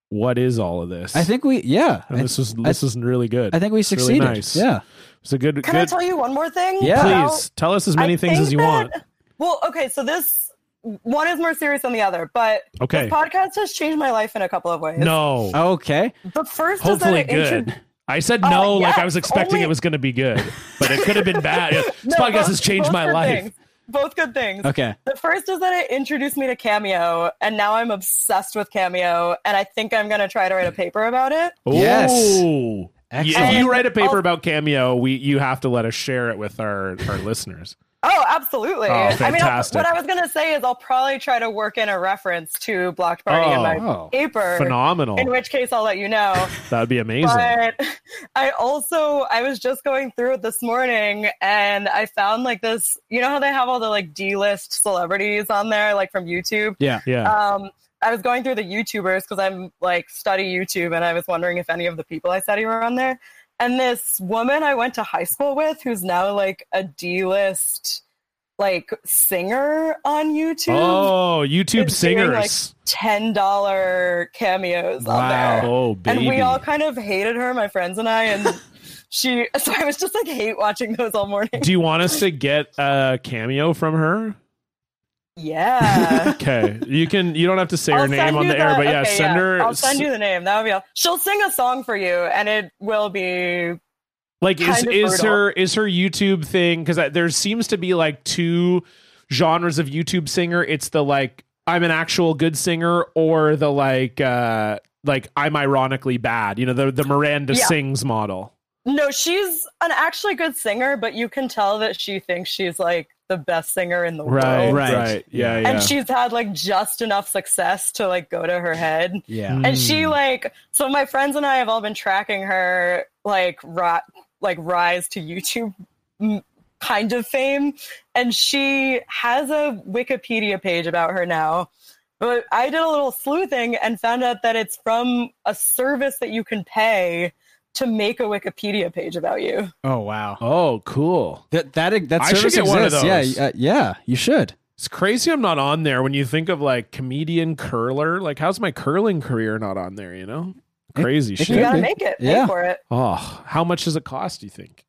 Speaker 1: what is all of this.
Speaker 2: I think we yeah.
Speaker 1: and
Speaker 2: I,
Speaker 1: this was this is really good.
Speaker 2: I think we
Speaker 1: It's really
Speaker 2: succeeded.
Speaker 1: nice.
Speaker 2: Yeah.
Speaker 1: it's a good
Speaker 3: Can I
Speaker 1: good.
Speaker 3: tell you one more thing?
Speaker 2: Yeah.
Speaker 3: about-
Speaker 1: please tell us as many
Speaker 3: I
Speaker 1: things as
Speaker 3: think
Speaker 1: you
Speaker 3: that-
Speaker 1: want.
Speaker 3: Well, okay, so this one is more serious than the other, but
Speaker 1: Okay.
Speaker 3: this podcast has changed my life in a couple of ways.
Speaker 1: No,
Speaker 2: Okay.
Speaker 3: The first
Speaker 1: hopefully
Speaker 3: is that it intro-
Speaker 1: good. I said no,
Speaker 3: Oh,
Speaker 1: like I
Speaker 3: yes,
Speaker 1: was expecting
Speaker 3: only-
Speaker 1: it was going to be good, but it could have been bad. This
Speaker 3: No,
Speaker 1: podcast
Speaker 3: both-
Speaker 1: has changed
Speaker 3: both
Speaker 1: my
Speaker 3: good
Speaker 1: life.
Speaker 3: things. Both good things.
Speaker 2: Okay.
Speaker 3: The first is that it introduced me to Cameo, and now I'm obsessed with Cameo, and I think I'm going to try to write a paper about it.
Speaker 2: Yes.
Speaker 1: Oh.
Speaker 2: Excellent.
Speaker 1: If you write a paper
Speaker 3: Oh.
Speaker 1: about Cameo, we you have to let us share it with our, our listeners.
Speaker 3: Oh, absolutely.
Speaker 1: Oh,
Speaker 3: I mean, I'll-
Speaker 1: fantastic.
Speaker 3: what I was going to say is I'll probably try to work in a reference to Blocked Party in my
Speaker 2: Oh.
Speaker 3: paper,
Speaker 1: Phenomenal.
Speaker 3: in which case I'll let you know.
Speaker 1: That would be amazing.
Speaker 3: but I also I was just going through it this morning and I found like this you know how they have all the like D list celebrities on there like from YouTube.
Speaker 2: Yeah.
Speaker 1: yeah.
Speaker 3: Um I was going through the YouTubers because I'm like study YouTube and I was wondering if any of the people I study were on there. And this woman I went to high school with who's now like a D list like singer on YouTube.
Speaker 1: oh, YouTube
Speaker 3: is doing, like,
Speaker 1: singers.
Speaker 3: Ten dollar cameos on there.
Speaker 1: oh, baby.
Speaker 3: And we all kind of hated her, my friends and I, and she. So I was just like hate watching those all morning.
Speaker 1: Do you want us to get a cameo from her?
Speaker 3: Yeah.
Speaker 1: Okay. You can you don't have to say her
Speaker 3: I'll
Speaker 1: name
Speaker 3: send
Speaker 1: on
Speaker 3: you
Speaker 1: the air, but yeah,
Speaker 3: okay,
Speaker 1: send her
Speaker 3: I'll send you the name. That would be. All. She'll sing a song for you, and it will be.
Speaker 1: like is
Speaker 3: kind of
Speaker 1: is
Speaker 3: brutal.
Speaker 1: her is her YouTube thing cuz there seems to be like two genres of YouTube singer. It's the like I'm an actual good singer or the like uh like I'm ironically bad. You know, the the Miranda
Speaker 3: Yeah.
Speaker 1: sings model.
Speaker 3: No, she's an actually good singer, but you can tell that she thinks she's like the best singer in the
Speaker 1: Right,
Speaker 3: world.
Speaker 2: Right.
Speaker 1: right, Yeah, yeah.
Speaker 3: And she's had like just enough success to like go to her head.
Speaker 2: Yeah.
Speaker 3: And she
Speaker 1: Mm.
Speaker 3: like so my friends and I have all been tracking her like ri- like rise to YouTube mm, kind of fame and she has a Wikipedia page about her now. But I did a little sleuthing and found out that it's from a service that you can pay to make a Wikipedia page about you.
Speaker 2: Oh wow.
Speaker 1: Oh, cool.
Speaker 2: That e, that that
Speaker 1: I should
Speaker 2: service
Speaker 1: get
Speaker 2: exists.
Speaker 1: one of those.
Speaker 2: Yeah, uh, yeah, you should.
Speaker 1: It's crazy I'm not on there when you think of like comedian curler. Like, how's my curling career not on there, you know? Crazy
Speaker 2: it
Speaker 1: shit.
Speaker 3: You
Speaker 2: Could
Speaker 3: gotta
Speaker 2: be.
Speaker 3: make it.
Speaker 2: Yeah.
Speaker 3: Pay for it.
Speaker 1: Oh, how much does it cost, do you think?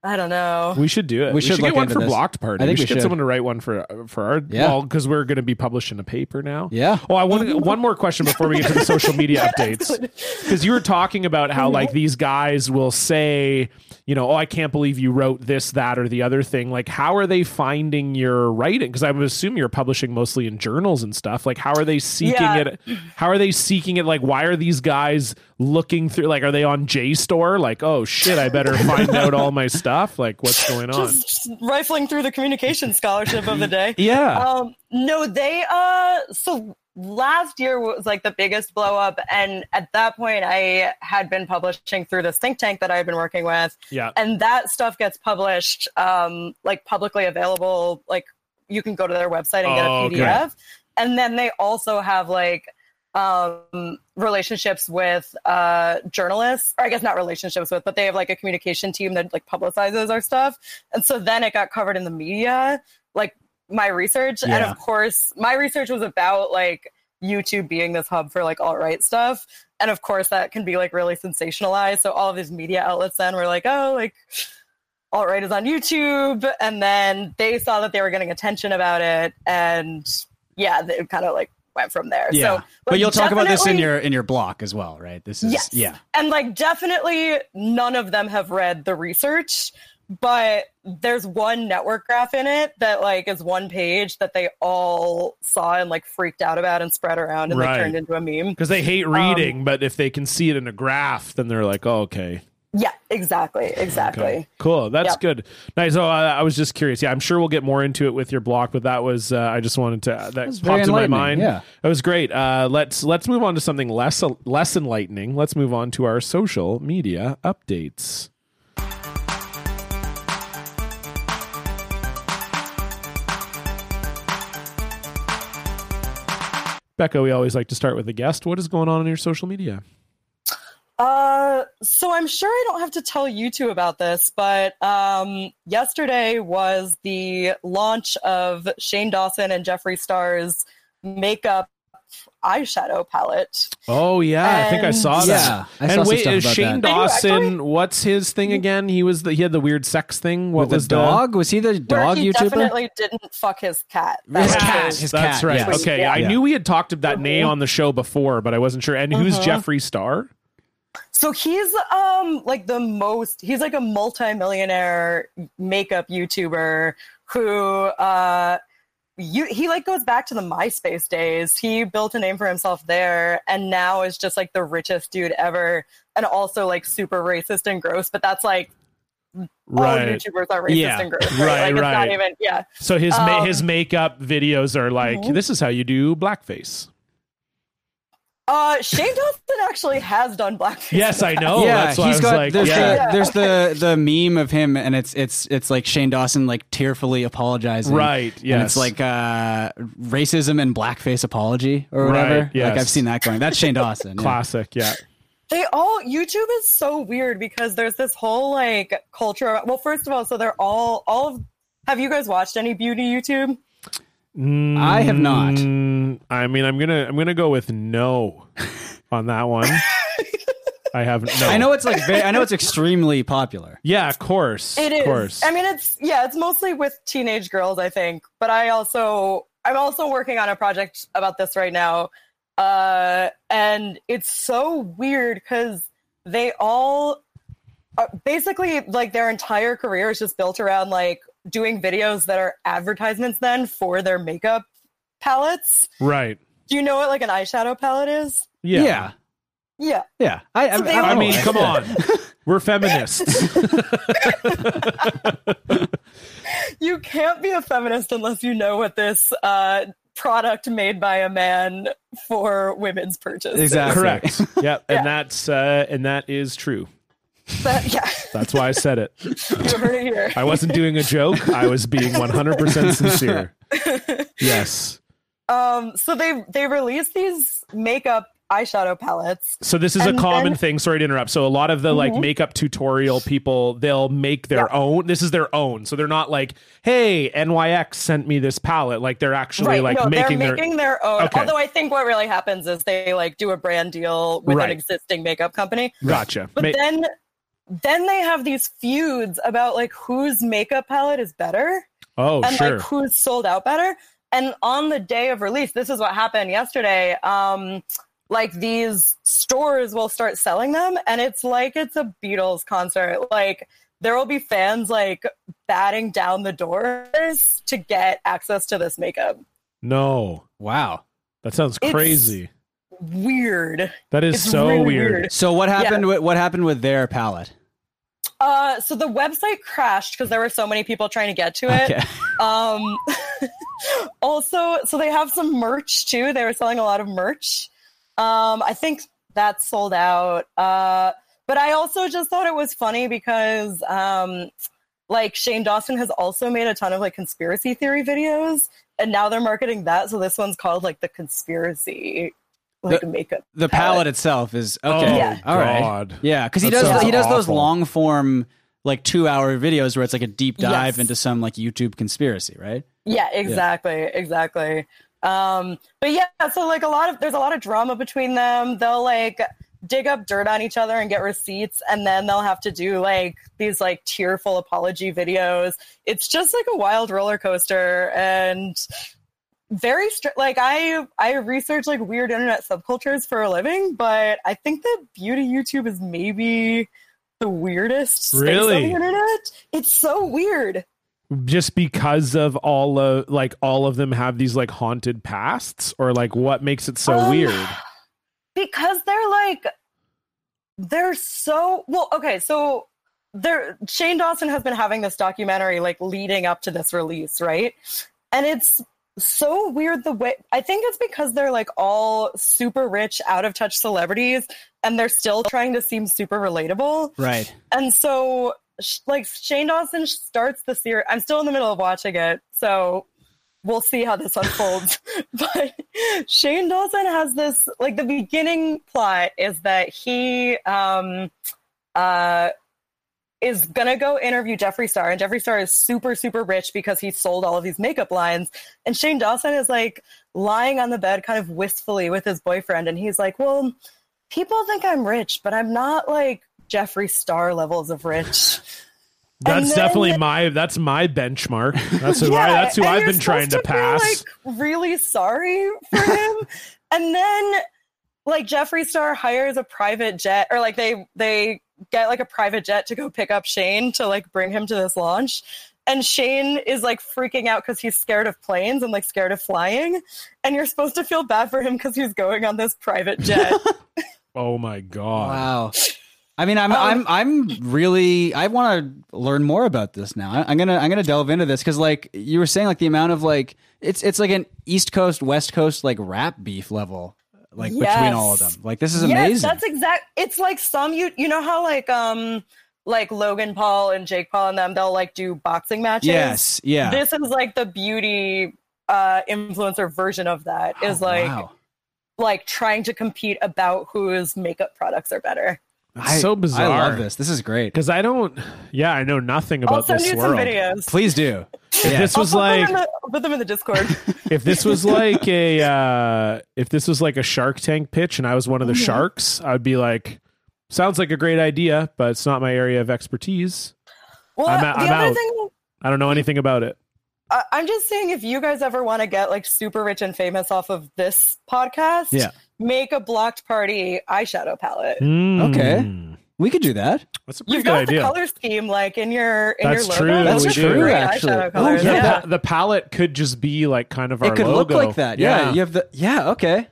Speaker 3: I don't know.
Speaker 1: We should do it.
Speaker 2: We should
Speaker 1: get
Speaker 2: look
Speaker 1: one
Speaker 2: into
Speaker 1: for
Speaker 2: this.
Speaker 1: Blocked Party.
Speaker 2: I think
Speaker 1: we
Speaker 2: we
Speaker 1: should get
Speaker 2: should.
Speaker 1: someone to write one for for our
Speaker 2: Yeah.
Speaker 1: well, because we're gonna be publishing a paper now.
Speaker 2: Yeah.
Speaker 1: Oh, I want one more question before we get to the social media updates. Because you were talking about how like these guys will say, you know, oh, I can't believe you wrote this, that, or the other thing. Like, how are they finding your writing? Because I would assume you're publishing mostly in journals and stuff. Like, how are they seeking
Speaker 3: Yeah.
Speaker 1: it? How are they seeking it? Like, why are these guys looking through? Like, are they on JSTOR? Like, oh shit, I better find out all my stuff. Like, what's going on?
Speaker 3: Just rifling through the communication scholarship of the day.
Speaker 1: yeah.
Speaker 3: Um, no, they uh so last year was like the biggest blow up and at that point I had been publishing through this think tank that I had been working with
Speaker 1: yeah.
Speaker 3: and that stuff gets published um like publicly available like you can go to their website and get a
Speaker 1: Oh, okay.
Speaker 3: PDF and then they also have like um relationships with uh journalists or i guess not relationships with but they have like a communication team that like publicizes our stuff and so then it got covered in the media like my research and
Speaker 2: Yeah.
Speaker 3: of course my research was about like youtube being this hub for like alt-right stuff and of course that can be like really sensationalized so all of these media outlets then were like oh like all right is on youtube and then they saw that they were getting attention about it and yeah it kind of like went from there
Speaker 2: Yeah.
Speaker 3: so
Speaker 2: but
Speaker 3: like,
Speaker 2: you'll talk about this in
Speaker 3: definitely-
Speaker 2: your in your block as well, right? This is
Speaker 3: Yes.
Speaker 2: yeah.
Speaker 3: and like definitely none of them have read the research but there's one network graph in it that like is one page that they all saw and like freaked out about and spread around and
Speaker 1: Right.
Speaker 3: like turned into a meme
Speaker 1: Because they
Speaker 3: um,
Speaker 1: hate reading, but if they can see it in a graph, then they're like, oh, okay.
Speaker 3: yeah exactly exactly
Speaker 1: Okay. Cool. That's
Speaker 3: Yep.
Speaker 1: good. Nice. Oh, I, I was just curious. Yeah, I'm sure we'll get more into it with your block, but that was uh, I just wanted to that
Speaker 2: was very
Speaker 1: popped in my
Speaker 2: enlightening,
Speaker 1: mind.
Speaker 2: yeah.
Speaker 1: that was great. Uh, let's let's move on to something less less enlightening. Let's move on to our social media updates. Becca, we always like to start with a guest. What is going on in your social media?
Speaker 3: Uh, so I'm sure I don't have to tell you two about this, but um, yesterday was the launch of Shane Dawson and Jeffree Star's makeup eyeshadow palette.
Speaker 1: Oh yeah, I think I
Speaker 3: And-
Speaker 1: saw that.
Speaker 2: Yeah, I
Speaker 1: and
Speaker 2: saw some
Speaker 1: wait,
Speaker 2: stuff
Speaker 1: is
Speaker 2: about
Speaker 1: Shane
Speaker 3: Are you
Speaker 1: Dawson?
Speaker 3: actually-
Speaker 1: What's his thing again? He was the he had the weird sex thing. What
Speaker 2: With
Speaker 1: was
Speaker 2: the dog? Was he the
Speaker 3: Where
Speaker 2: dog
Speaker 3: he
Speaker 2: YouTuber?
Speaker 3: definitely didn't fuck his cat.
Speaker 2: His
Speaker 1: The
Speaker 3: was
Speaker 2: cat,
Speaker 3: his-
Speaker 2: his
Speaker 1: That's
Speaker 2: cat,
Speaker 1: right.
Speaker 2: yes.
Speaker 1: Okay, I
Speaker 2: Yeah.
Speaker 1: knew we had talked about that name on the show before, but I wasn't sure. And who's
Speaker 3: Uh-huh.
Speaker 1: Jeffree Star?
Speaker 3: So he's um like the most he's like a multimillionaire makeup YouTuber who uh you he like goes back to the MySpace days. He built a name for himself there and now is just like the richest dude ever and also like super racist and gross, but that's like all
Speaker 1: Right.
Speaker 3: YouTubers are racist
Speaker 2: Yeah.
Speaker 3: and gross.
Speaker 1: Right,
Speaker 3: Like it's
Speaker 1: right.
Speaker 3: not even yeah.
Speaker 1: So his ma-
Speaker 3: Um,
Speaker 1: his makeup videos are like
Speaker 3: Mhm.
Speaker 1: this is how you do blackface.
Speaker 3: Uh Shane Dawson actually has done blackface.
Speaker 1: Yes, I know.
Speaker 2: yeah,
Speaker 1: that's why I
Speaker 2: he's
Speaker 1: was
Speaker 2: got.
Speaker 1: like,
Speaker 2: there's
Speaker 1: yeah.
Speaker 2: the there's the the meme of him, and it's it's it's like Shane Dawson like tearfully apologizing,
Speaker 1: Right.
Speaker 2: And
Speaker 1: Yes.
Speaker 2: it's like uh, racism and blackface apology or
Speaker 1: Right,
Speaker 2: whatever.
Speaker 1: yes.
Speaker 2: Like I've seen that going. That's Shane Dawson. yeah.
Speaker 1: classic. Yeah.
Speaker 3: They all YouTube is so weird because there's this whole like culture. Well, first of all, so they're all all of. Have you guys watched any beauty YouTube?
Speaker 2: I have not.
Speaker 1: Mm, I mean, I'm gonna I'm gonna go with no on that one. I have no.
Speaker 2: I know it's like very, I know it's extremely popular.
Speaker 1: Yeah, of course.
Speaker 3: It is.
Speaker 1: Of course.
Speaker 3: I mean, it's yeah, it's mostly with teenage girls, I think. But I also I'm also working on a project about this right now, uh, and it's so weird because they all are basically like their entire career is just built around like doing videos that are advertisements then for their makeup palettes.
Speaker 1: right.
Speaker 3: Do you know what like an eyeshadow palette is?
Speaker 1: Yeah.
Speaker 2: yeah.
Speaker 3: Yeah.
Speaker 2: yeah. I,
Speaker 3: So they
Speaker 1: I mean,
Speaker 3: Oh,
Speaker 1: come on. We're feminists.
Speaker 3: You you can't be a feminist unless you know what this uh, product made by a man for women's purchase. is.
Speaker 2: Exactly.
Speaker 1: Correct. yep.
Speaker 3: Yeah.
Speaker 1: And that's uh, and that is true.
Speaker 3: That- yeah,
Speaker 1: That's why I said it.
Speaker 3: you heard it here.
Speaker 1: I wasn't doing a joke. I was being 100% sincere. Yes.
Speaker 3: Um, so they they released these makeup eyeshadow palettes.
Speaker 1: So this is
Speaker 3: And
Speaker 1: a common
Speaker 3: then- Mm-hmm.
Speaker 1: thing. Sorry to interrupt. So a lot of the like makeup tutorial people, they'll make their own. This is their own. So they're not like, "Hey, NYX sent me this palette." Like they're actually
Speaker 3: Right,
Speaker 1: like
Speaker 3: no,
Speaker 1: making
Speaker 3: they're
Speaker 1: their
Speaker 3: making their, own.
Speaker 1: Okay.
Speaker 3: Although I think what really happens is they like do a brand deal with
Speaker 1: Right.
Speaker 3: an existing makeup company.
Speaker 1: gotcha.
Speaker 3: But
Speaker 1: Ma-
Speaker 3: then then they have these feuds about like whose makeup palette is better
Speaker 1: oh,
Speaker 3: and
Speaker 1: sure.
Speaker 3: like who's sold out better. And on the day of release, this is what happened yesterday. Um like these stores will start selling them and it's like it's a Beatles concert. Like there will be fans like batting down the doors to get access to this makeup.
Speaker 1: no.
Speaker 2: Wow.
Speaker 1: That sounds
Speaker 3: It's-
Speaker 1: crazy.
Speaker 3: Weird.
Speaker 1: That is
Speaker 3: It's
Speaker 1: so
Speaker 3: really
Speaker 1: weird.
Speaker 3: weird.
Speaker 2: So what happened? With, what happened with their palette?
Speaker 3: Uh, so the website crashed because there were so many people trying to get to it.
Speaker 2: Okay.
Speaker 3: Um, also, so they have some merch too. They were selling a lot of merch. Um, I think that sold out. Uh, but I also just thought it was funny because, um, like, Shane Dawson has also made a ton of like conspiracy theory videos, and now they're marketing that. So this one's called like the conspiracy like
Speaker 2: The-
Speaker 3: makeup.
Speaker 2: The palette itself is okay.
Speaker 1: Oh,
Speaker 3: Yeah.
Speaker 2: All right.
Speaker 1: God.
Speaker 2: Yeah, because he
Speaker 1: That
Speaker 2: does
Speaker 1: sounds
Speaker 2: he does those
Speaker 1: awful.
Speaker 2: long form like two hour videos where it's like a deep dive
Speaker 3: Yes.
Speaker 2: into some like YouTube conspiracy, right?
Speaker 3: Yeah, exactly, exactly. Um, but yeah, so like a lot of there's a lot of drama between them. They'll like dig up dirt on each other and get receipts, and then they'll have to do like these like tearful apology videos. It's just like a wild roller coaster and very str- like I I research like weird internet subcultures for a living, but I think that beauty YouTube is maybe the weirdest space on
Speaker 1: Really?
Speaker 3: the internet. It's so weird.
Speaker 1: Just because of all of like all of them have these like haunted pasts or like what makes it so
Speaker 3: Um,
Speaker 1: weird?
Speaker 3: because they're like they're so well okay so there shane dawson has been having this documentary like leading up to this release right and it's so weird the way i think it's because they're like all super rich out of touch celebrities and they're still trying to seem super relatable
Speaker 2: Right.
Speaker 3: and so sh- like shane dawson starts the series i'm still in the middle of watching it so we'll see how this unfolds but shane dawson has this like the beginning plot is that he um uh is gonna go interview Jeffree Star, and Jeffree Star is super, super rich because he sold all of these makeup lines. And Shane Dawson is like lying on the bed, kind of wistfully with his boyfriend, and he's like, "Well, people think I'm rich, but I'm not like Jeffree Star levels of rich." And
Speaker 1: That's
Speaker 3: then-
Speaker 1: definitely my that's my benchmark. That's who I,
Speaker 3: Yeah,
Speaker 1: that's who
Speaker 3: and
Speaker 1: I've
Speaker 3: you're
Speaker 1: been trying to
Speaker 3: supposed feel,
Speaker 1: pass.
Speaker 3: like really sorry for him, and then like Jeffree Star hires a private jet, or like they they get like a private jet to go pick up Shane to like bring him to this launch. And Shane is like freaking out because he's scared of planes and like scared of flying. And you're supposed to feel bad for him because he's going on this private jet.
Speaker 1: oh my god.
Speaker 2: Wow. I mean, I'm I'm I'm really I want to learn more about this now. I- I'm gonna I'm gonna delve into this because like you were saying, like the amount of like it's it's like an East Coast West Coast like rap beef level like between
Speaker 3: Yes.
Speaker 2: all of them. Like this is amazing.
Speaker 3: Yes, that's exact. It's like some you you know how like um like Logan Paul and Jake Paul and them they'll like do boxing matches.
Speaker 2: yes. Yeah.
Speaker 3: This is like the beauty uh influencer version of that is
Speaker 2: Oh,
Speaker 3: like
Speaker 2: wow.
Speaker 3: like trying to compete about whose makeup products are better.
Speaker 1: That's
Speaker 2: I-
Speaker 1: so bizarre.
Speaker 2: I love this. This is great.
Speaker 1: Cuz I don't yeah, I know nothing
Speaker 3: I'll
Speaker 1: about
Speaker 3: send
Speaker 1: this
Speaker 3: you
Speaker 1: world.
Speaker 3: some videos.
Speaker 2: Please do. Yeah.
Speaker 1: This
Speaker 3: I'll
Speaker 1: was
Speaker 3: put them in
Speaker 1: like
Speaker 3: the- I'll put them in the Discord.
Speaker 1: if this was like a uh if this was like a Shark Tank pitch and I was one
Speaker 3: Mm-hmm.
Speaker 1: of the sharks, I'd be like sounds like a great idea, but it's not my area of expertise.
Speaker 3: Well,
Speaker 1: I'm out-
Speaker 3: the
Speaker 1: I'm
Speaker 3: other
Speaker 1: out.
Speaker 3: thing
Speaker 1: I don't know anything about it.
Speaker 3: I- I'm just saying, if you guys ever want to get like super rich and famous off of this podcast,
Speaker 2: Yeah.
Speaker 3: make a blocked party eyeshadow palette.
Speaker 1: Mm.
Speaker 2: Okay. we could do that.
Speaker 1: That's a pretty
Speaker 3: You've
Speaker 1: good
Speaker 3: got
Speaker 1: idea.
Speaker 3: the color scheme like in your in
Speaker 1: That's
Speaker 3: your
Speaker 1: true,
Speaker 3: logo.
Speaker 1: That's
Speaker 3: Those are
Speaker 1: true,
Speaker 3: great
Speaker 2: actually.
Speaker 3: eyeshadow
Speaker 2: Oh,
Speaker 3: uh, colors.
Speaker 1: yeah,
Speaker 3: yeah.
Speaker 1: The, the palette could just be like kind of our
Speaker 2: it could
Speaker 1: logo.
Speaker 2: look like that. Yeah, You have the yeah. Okay.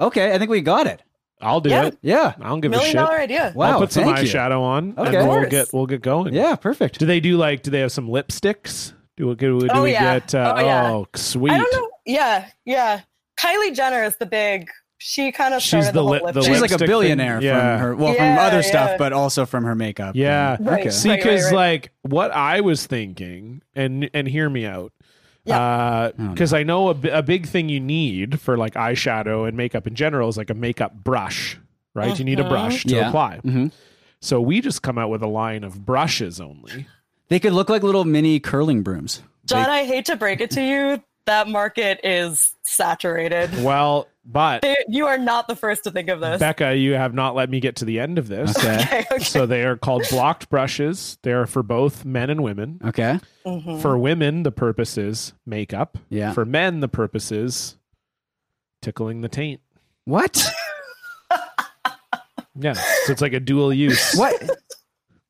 Speaker 2: Okay. I think we got it.
Speaker 1: I'll do
Speaker 3: Yeah.
Speaker 1: it.
Speaker 2: Yeah.
Speaker 1: I don't give a
Speaker 3: Million
Speaker 1: shit.
Speaker 3: dollar idea.
Speaker 2: Wow.
Speaker 1: I'll put some
Speaker 2: thank you.
Speaker 1: eyeshadow on
Speaker 2: Okay.
Speaker 1: and we'll
Speaker 3: Of
Speaker 1: get
Speaker 3: course.
Speaker 1: we'll get going.
Speaker 2: Yeah. Perfect.
Speaker 1: Do they do like do they have some lipsticks? Do we, do we, do
Speaker 3: Oh,
Speaker 1: we
Speaker 3: yeah.
Speaker 1: get? Uh,
Speaker 3: Oh, yeah.
Speaker 1: sweet.
Speaker 3: I don't know. Yeah, yeah. Kylie Jenner is the big. She kind of
Speaker 1: She's
Speaker 3: started
Speaker 1: the
Speaker 3: the, whole
Speaker 1: lip-
Speaker 3: lip,
Speaker 1: the
Speaker 3: thing.
Speaker 2: She's like a
Speaker 1: lipstick
Speaker 2: billionaire
Speaker 1: thing. Yeah.
Speaker 2: from her, well, from
Speaker 3: Yeah,
Speaker 2: other stuff,
Speaker 3: yeah.
Speaker 2: but also from her makeup.
Speaker 1: Yeah.
Speaker 3: Right,
Speaker 2: Okay.
Speaker 1: See,
Speaker 3: right,
Speaker 1: because
Speaker 3: right.
Speaker 1: like what I was thinking, and and hear me out,
Speaker 3: Yeah.
Speaker 2: no.
Speaker 1: because I know a, bi- a big thing you need for like eyeshadow and makeup in general is like a makeup brush, right? You need a
Speaker 3: Mhm.
Speaker 1: brush to
Speaker 2: Yeah.
Speaker 1: apply.
Speaker 2: Mhm.
Speaker 1: So we just come out with a line of brushes only.
Speaker 2: They could look like little mini curling brooms.
Speaker 3: John, I hate to break it to you, that market is saturated.
Speaker 1: Well, but
Speaker 3: They- you are not the first to think of this.
Speaker 1: Becca, you have not let me get to the end of this.
Speaker 2: Okay.
Speaker 3: okay, okay.
Speaker 1: So they are called blocked brushes. They are for both men and women.
Speaker 2: Okay.
Speaker 3: Mhm.
Speaker 1: For women, the purpose is makeup.
Speaker 2: Yeah.
Speaker 1: For men, the purpose is tickling the taint.
Speaker 2: What?
Speaker 1: Yeah. So it's like a dual use.
Speaker 2: What?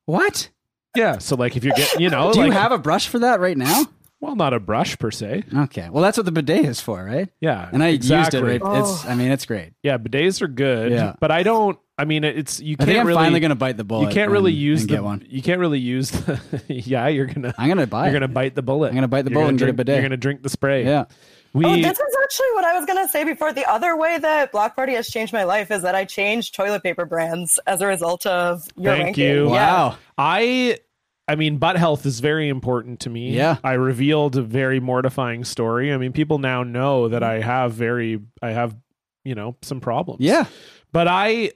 Speaker 2: What?
Speaker 1: Yeah. So like if you're getting, you know,
Speaker 2: Do you
Speaker 1: Oh, like-
Speaker 2: have a brush for that right now?
Speaker 1: well, not a brush per se.
Speaker 2: Okay. Well, that's what the bidet is for, right?
Speaker 1: Yeah.
Speaker 2: And I
Speaker 1: exactly.
Speaker 2: used it. Right? It's. I mean, it's great.
Speaker 1: Yeah. Bidets are good.
Speaker 2: Yeah.
Speaker 1: But I don't. I mean, it's you
Speaker 2: I
Speaker 1: can't
Speaker 2: think I'm
Speaker 1: really.
Speaker 2: finally gonna bite the bullet.
Speaker 1: you can't really
Speaker 2: and-
Speaker 1: use
Speaker 2: and
Speaker 1: the.
Speaker 2: get one.
Speaker 1: You can't really use. The, yeah, you're gonna.
Speaker 2: I'm gonna buy.
Speaker 1: You're
Speaker 2: it.
Speaker 1: gonna bite the bullet.
Speaker 2: I'm gonna bite the
Speaker 1: You're
Speaker 2: bullet
Speaker 1: gonna
Speaker 2: and get a
Speaker 1: drink-
Speaker 2: bidet.
Speaker 1: You're gonna drink the spray.
Speaker 2: Yeah.
Speaker 1: We.
Speaker 3: Oh, this is actually what I was going to say before. The other way that Block Party has changed my life is that I changed toilet paper brands as a result of your
Speaker 1: Thank
Speaker 3: ranking.
Speaker 1: you.
Speaker 3: Yeah.
Speaker 2: Wow.
Speaker 1: I I mean butt health is very important to me.
Speaker 2: Yeah.
Speaker 1: I revealed a very mortifying story. I mean people now know that I have very I have you know some problems.
Speaker 2: Yeah.
Speaker 1: But I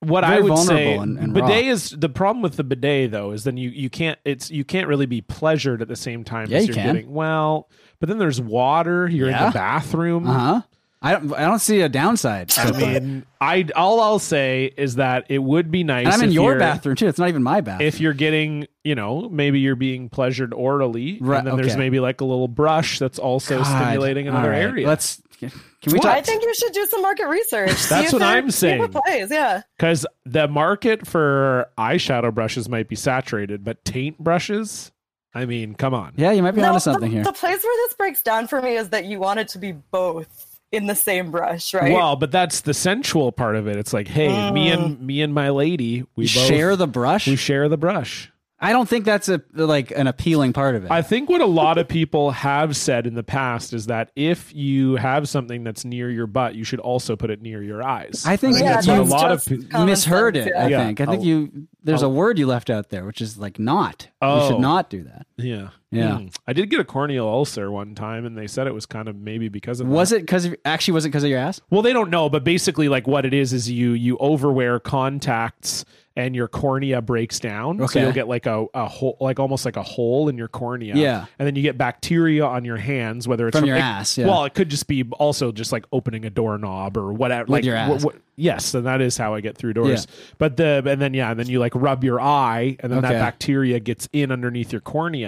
Speaker 1: what I
Speaker 2: Very
Speaker 1: would
Speaker 2: vulnerable
Speaker 1: say
Speaker 2: and- and
Speaker 1: bidet
Speaker 2: raw.
Speaker 1: is the problem with the bidet though is then you you can't it's you can't really be pleasured at the same time
Speaker 2: Yeah,
Speaker 1: as
Speaker 2: you
Speaker 1: are
Speaker 2: can.
Speaker 1: getting well but then there's water you're in
Speaker 2: Yeah.
Speaker 1: the bathroom
Speaker 2: Uh huh. I don't. I don't see a downside.
Speaker 1: I mean I all I'll say is that it would be nice
Speaker 2: and I'm in
Speaker 1: if
Speaker 2: your
Speaker 1: you're-
Speaker 2: bathroom too. It's not even my bathroom.
Speaker 1: if you're getting, you know, maybe you're being pleasured orally,
Speaker 2: Right,
Speaker 1: and then there's
Speaker 2: okay.
Speaker 1: maybe like a little brush that's also
Speaker 2: God.
Speaker 1: stimulating
Speaker 2: All
Speaker 1: another
Speaker 2: right.
Speaker 1: area.
Speaker 2: Let's. Can we
Speaker 3: I
Speaker 2: talk?
Speaker 3: think you should do some market research. See
Speaker 1: That's
Speaker 3: if
Speaker 1: what
Speaker 3: it-
Speaker 1: I'm
Speaker 3: see if it
Speaker 1: saying.
Speaker 3: plays, yeah.
Speaker 1: Because the market for eyeshadow brushes might be saturated, but taint brushes, I mean, come on.
Speaker 2: Yeah, you might be
Speaker 3: No,
Speaker 2: onto
Speaker 3: the-
Speaker 2: something here.
Speaker 3: The place where this breaks down for me is that you want it to be both in the same brush, right?
Speaker 1: Well, but that's the sensual part of it. It's like, hey, me and me and my lady, we
Speaker 2: Oh. You
Speaker 1: both-
Speaker 2: share the brush.
Speaker 1: we share the brush.
Speaker 2: I don't think that's a like an appealing part of it.
Speaker 1: I think what a lot of people have said in the past is that if you have something that's near your butt, you should also put it near your eyes.
Speaker 2: I think
Speaker 1: I think
Speaker 2: Yeah,
Speaker 1: that's what a
Speaker 2: that's
Speaker 1: lot of
Speaker 3: just
Speaker 1: people.
Speaker 2: You
Speaker 3: common
Speaker 2: misheard
Speaker 3: sense,
Speaker 2: it.
Speaker 3: yeah.
Speaker 2: I
Speaker 1: Yeah.
Speaker 2: think. I think
Speaker 1: I'll-
Speaker 2: you. There's a word you left out there, which is like not. You
Speaker 1: Oh.
Speaker 2: should not do that.
Speaker 1: Yeah.
Speaker 2: Yeah.
Speaker 1: Mm. I did get a corneal ulcer one time and they said it was kind of maybe because of
Speaker 2: Was
Speaker 1: that.
Speaker 2: it because actually was it because of your ass?
Speaker 1: Well, they don't know, but basically like what it is is you you overwear contacts and your cornea breaks down. So
Speaker 2: Okay.
Speaker 1: you'll get like a, a hole like almost like a hole in your cornea.
Speaker 2: Yeah.
Speaker 1: And then you get bacteria on your hands, whether it's
Speaker 2: From your
Speaker 1: it-
Speaker 2: ass, yeah.
Speaker 1: Well, it could just be also just like opening a doorknob or whatever. like
Speaker 2: your ass.
Speaker 1: yes, and that is how I get through doors. But the and then yeah, and then you like rub your eye and then that
Speaker 2: Okay.
Speaker 1: bacteria gets in underneath your cornea.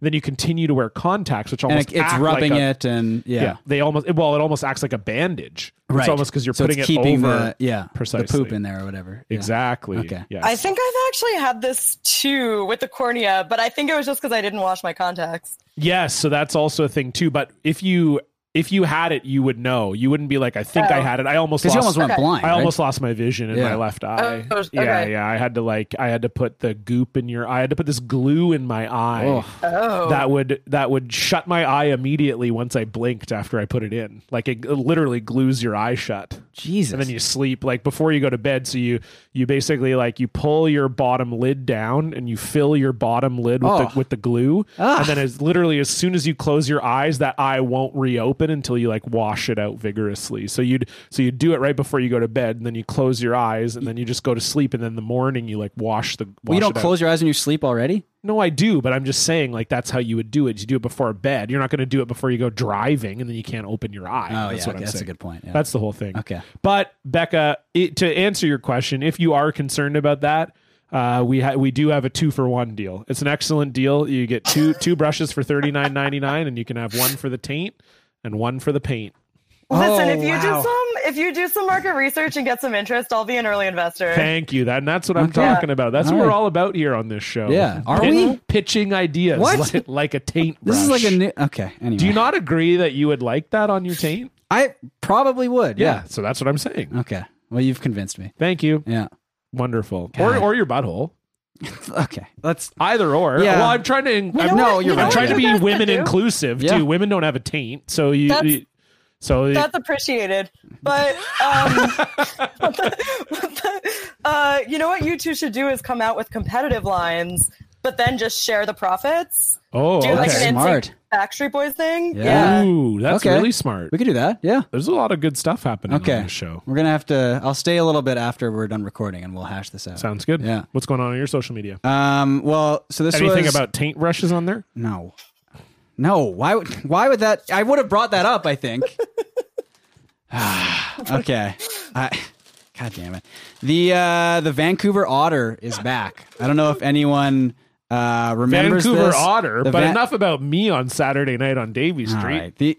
Speaker 1: And then you continue to wear contacts, which
Speaker 2: And
Speaker 1: almost
Speaker 2: it, it's
Speaker 1: act
Speaker 2: rubbing
Speaker 1: like a-
Speaker 2: it, and yeah,
Speaker 1: yeah. they almost well it almost acts like a bandage it's
Speaker 2: right.
Speaker 1: almost because you're
Speaker 2: So it's
Speaker 1: putting it
Speaker 2: keeping
Speaker 1: over
Speaker 2: the yeah the
Speaker 1: precisely.
Speaker 2: poop in there or whatever. Yeah.
Speaker 1: exactly
Speaker 2: Okay.
Speaker 1: yes.
Speaker 3: I think I've actually had this too with the cornea, but I think it was just because I didn't wash my contacts.
Speaker 1: yes so that's also a thing too but if you if you had it you would know you wouldn't be like i think i
Speaker 3: Oh.
Speaker 1: had it i almost lost
Speaker 2: Because you almost went
Speaker 3: Okay.
Speaker 2: blind.
Speaker 1: I
Speaker 2: right?
Speaker 1: almost lost my vision in
Speaker 2: Yeah.
Speaker 1: my left eye.
Speaker 3: Oh, okay.
Speaker 1: Yeah, yeah. I had to like, I had to put the goop in your. I had to put this glue in my eye
Speaker 2: Oh.
Speaker 3: Oh,
Speaker 1: that would that would shut my eye immediately once I blinked after I put it in. Like it literally glues your eye shut.
Speaker 2: Jesus.
Speaker 1: and then you sleep like before you go to bed so you you basically like you pull your bottom lid down and you fill your bottom lid with,
Speaker 2: Oh.
Speaker 1: the, with the glue
Speaker 2: Ah.
Speaker 1: and then as literally as soon as you close your eyes that eye won't reopen until you like wash it out vigorously so you'd so you do it right before you go to bed and then you close your eyes and then you just go to sleep and then in the morning you like wash the wash
Speaker 2: well, you don't
Speaker 1: it out.
Speaker 2: close your eyes when you sleep already.
Speaker 1: no i do but i'm just saying like that's how you would do it you do it before bed you're not going to do it before you go driving and then you can't open your eye that's
Speaker 2: Oh yeah,
Speaker 1: what
Speaker 2: okay,
Speaker 1: i'm
Speaker 2: that's
Speaker 1: saying
Speaker 2: a good point. Yeah.
Speaker 1: that's the whole thing
Speaker 2: okay.
Speaker 1: but Becca, it, to answer your question, if you are concerned about that, uh, we ha- we do have a two for one deal. It's an excellent deal. You get two two brushes for thirty nine ninety nine, and you can have one for the taint and one for the paint.
Speaker 3: Listen,
Speaker 2: Oh,
Speaker 3: if you
Speaker 2: wow.
Speaker 3: do some if you do some market research and get some interest, I'll be an early investor.
Speaker 1: Thank you. That, and that's what I'm
Speaker 2: Okay.
Speaker 1: talking about. That's
Speaker 2: All
Speaker 1: what we're
Speaker 2: right.
Speaker 1: all about here on this show.
Speaker 2: Yeah. Are
Speaker 1: Pit-
Speaker 2: we?
Speaker 1: pitching ideas
Speaker 2: What?
Speaker 1: Like, like a taint brush?
Speaker 2: This is like a new. Okay. Anyway,
Speaker 1: do you not agree that you would like that on your taint?
Speaker 2: I probably would. Yeah.
Speaker 1: So that's what I'm saying.
Speaker 2: Okay. Well, you've convinced me.
Speaker 1: Thank you.
Speaker 2: Yeah.
Speaker 1: Wonderful. Or
Speaker 2: God.
Speaker 1: or your butthole.
Speaker 2: okay, let's.
Speaker 1: Either or.
Speaker 2: Yeah.
Speaker 1: Well, I'm trying to. in-
Speaker 2: know
Speaker 1: I'm,
Speaker 2: No,
Speaker 3: what-
Speaker 2: you're
Speaker 3: know
Speaker 1: I'm
Speaker 2: right.
Speaker 3: what
Speaker 1: trying to
Speaker 3: you
Speaker 1: be
Speaker 3: guys could
Speaker 1: women
Speaker 3: do?
Speaker 1: inclusive
Speaker 2: Yeah.
Speaker 1: too. Women don't have a taint, so you.
Speaker 3: That's-
Speaker 1: you- so
Speaker 3: That's appreciated. But um, what the- what the- uh, you know what you two should do is come out with competitive lines, but then just share the profits.
Speaker 1: oh,
Speaker 3: Do like
Speaker 1: okay.
Speaker 3: an
Speaker 2: Smart.
Speaker 3: NSYNC Backstreet Boys thing.
Speaker 2: Yeah.
Speaker 3: Yeah.
Speaker 1: Ooh, that's
Speaker 2: Okay.
Speaker 1: really smart.
Speaker 2: We could do that. Yeah.
Speaker 1: There's a lot of good stuff happening
Speaker 2: Okay.
Speaker 1: on this show.
Speaker 2: We're gonna have to. I'll stay a little bit after we're done recording, and we'll hash this out.
Speaker 1: Sounds good.
Speaker 2: Yeah.
Speaker 1: What's going on on your social media?
Speaker 2: Um. Well, so this
Speaker 1: Anything
Speaker 2: was
Speaker 1: about taint rushes on there?
Speaker 2: no, no. Why would why would that? I would have brought that up. I think. okay. I, God damn it. The uh, the Vancouver Otter is back. I don't know if anyone uh, remembers
Speaker 1: Vancouver
Speaker 2: this.
Speaker 1: Otter,
Speaker 2: The
Speaker 1: but
Speaker 2: Va-
Speaker 1: enough about me on Saturday night on Davy
Speaker 2: All
Speaker 1: Street.
Speaker 2: right. The,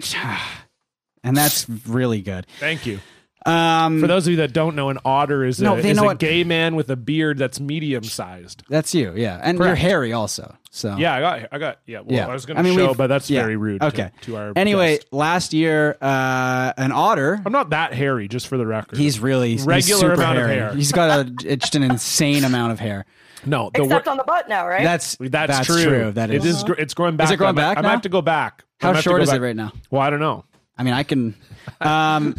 Speaker 2: and that's really good.
Speaker 1: Thank you.
Speaker 2: Um,
Speaker 1: For those of you that don't know, an otter is,
Speaker 2: No,
Speaker 1: a,
Speaker 2: they
Speaker 1: is
Speaker 2: know
Speaker 1: a
Speaker 2: what-
Speaker 1: gay man with a beard that's medium sized.
Speaker 2: that's you. Yeah, and
Speaker 1: Correct.
Speaker 2: you're hairy also. So
Speaker 1: Yeah, I got, I got, yeah. Well,
Speaker 2: yeah.
Speaker 1: I was going to
Speaker 2: mean,
Speaker 1: show,
Speaker 2: we've-
Speaker 1: but that's
Speaker 2: yeah.
Speaker 1: very rude. to-
Speaker 2: Okay.
Speaker 1: To, our
Speaker 2: anyway,
Speaker 1: guest.
Speaker 2: last year, uh, an otter.
Speaker 1: I'm not that hairy, just for the record.
Speaker 2: He's really he's
Speaker 1: Regular
Speaker 2: super
Speaker 1: amount of
Speaker 2: hairy.
Speaker 1: hair.
Speaker 2: He's got a it's just an insane amount of hair.
Speaker 1: no, the
Speaker 3: Except
Speaker 1: wor-
Speaker 3: on the butt now, right?
Speaker 2: That's
Speaker 1: that's, true.
Speaker 2: That
Speaker 1: it
Speaker 2: is.
Speaker 1: is. gr- It's growing back.
Speaker 2: it
Speaker 1: I
Speaker 2: growing
Speaker 1: might-
Speaker 2: back
Speaker 1: I might
Speaker 2: now?
Speaker 1: have to go back. I might
Speaker 2: How
Speaker 1: have to
Speaker 2: short
Speaker 1: go
Speaker 2: is it
Speaker 1: back.
Speaker 2: right now?
Speaker 1: Well, I don't know.
Speaker 2: I mean, I can. Um,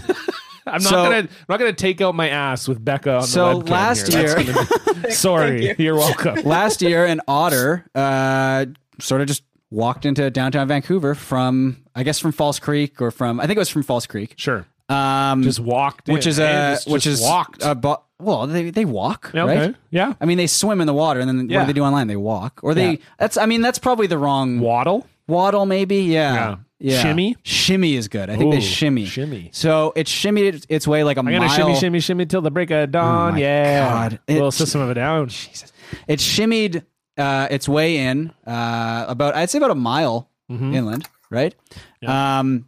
Speaker 1: I'm not
Speaker 2: So-
Speaker 1: gonna. I'm not gonna take out my ass with Becca. On
Speaker 2: So
Speaker 1: the webcam
Speaker 2: last
Speaker 1: here. That's
Speaker 2: year-
Speaker 1: gonna be- sorry,
Speaker 3: Thank
Speaker 1: you. are welcome.
Speaker 2: last year, an otter uh, sort of just walked into downtown Vancouver from, I guess, from False Creek or from, I think it was from False Creek.
Speaker 1: Sure,
Speaker 2: Um,
Speaker 1: just walked.
Speaker 2: which
Speaker 1: in,
Speaker 2: is
Speaker 1: eh?
Speaker 2: a
Speaker 1: Just-
Speaker 2: which
Speaker 1: just
Speaker 2: is
Speaker 1: walked.
Speaker 2: A, bo- well, they they walk,
Speaker 1: Yeah, okay.
Speaker 2: right?
Speaker 1: Yeah,
Speaker 2: I mean, they swim in the water, and then what
Speaker 1: Yeah.
Speaker 2: do they do online? They walk, or they. That's. I mean, that's probably the wrong
Speaker 1: waddle.
Speaker 2: waddle, maybe.
Speaker 1: Yeah.
Speaker 2: Yeah.
Speaker 1: Shimmy?
Speaker 2: Shimmy is good. I think they
Speaker 1: Ooh,
Speaker 2: shimmy.
Speaker 1: shimmy.
Speaker 2: So it shimmied its way like a
Speaker 1: I'm gonna
Speaker 2: mile. Oh
Speaker 1: shimmy, shimmy, shimmy till the break of dawn.
Speaker 2: my
Speaker 1: yeah,
Speaker 2: God. It-
Speaker 1: little system of a down.
Speaker 2: It shimmied uh, its way in uh, about I'd say about a mile
Speaker 1: Mm-hmm.
Speaker 2: inland, right? Um,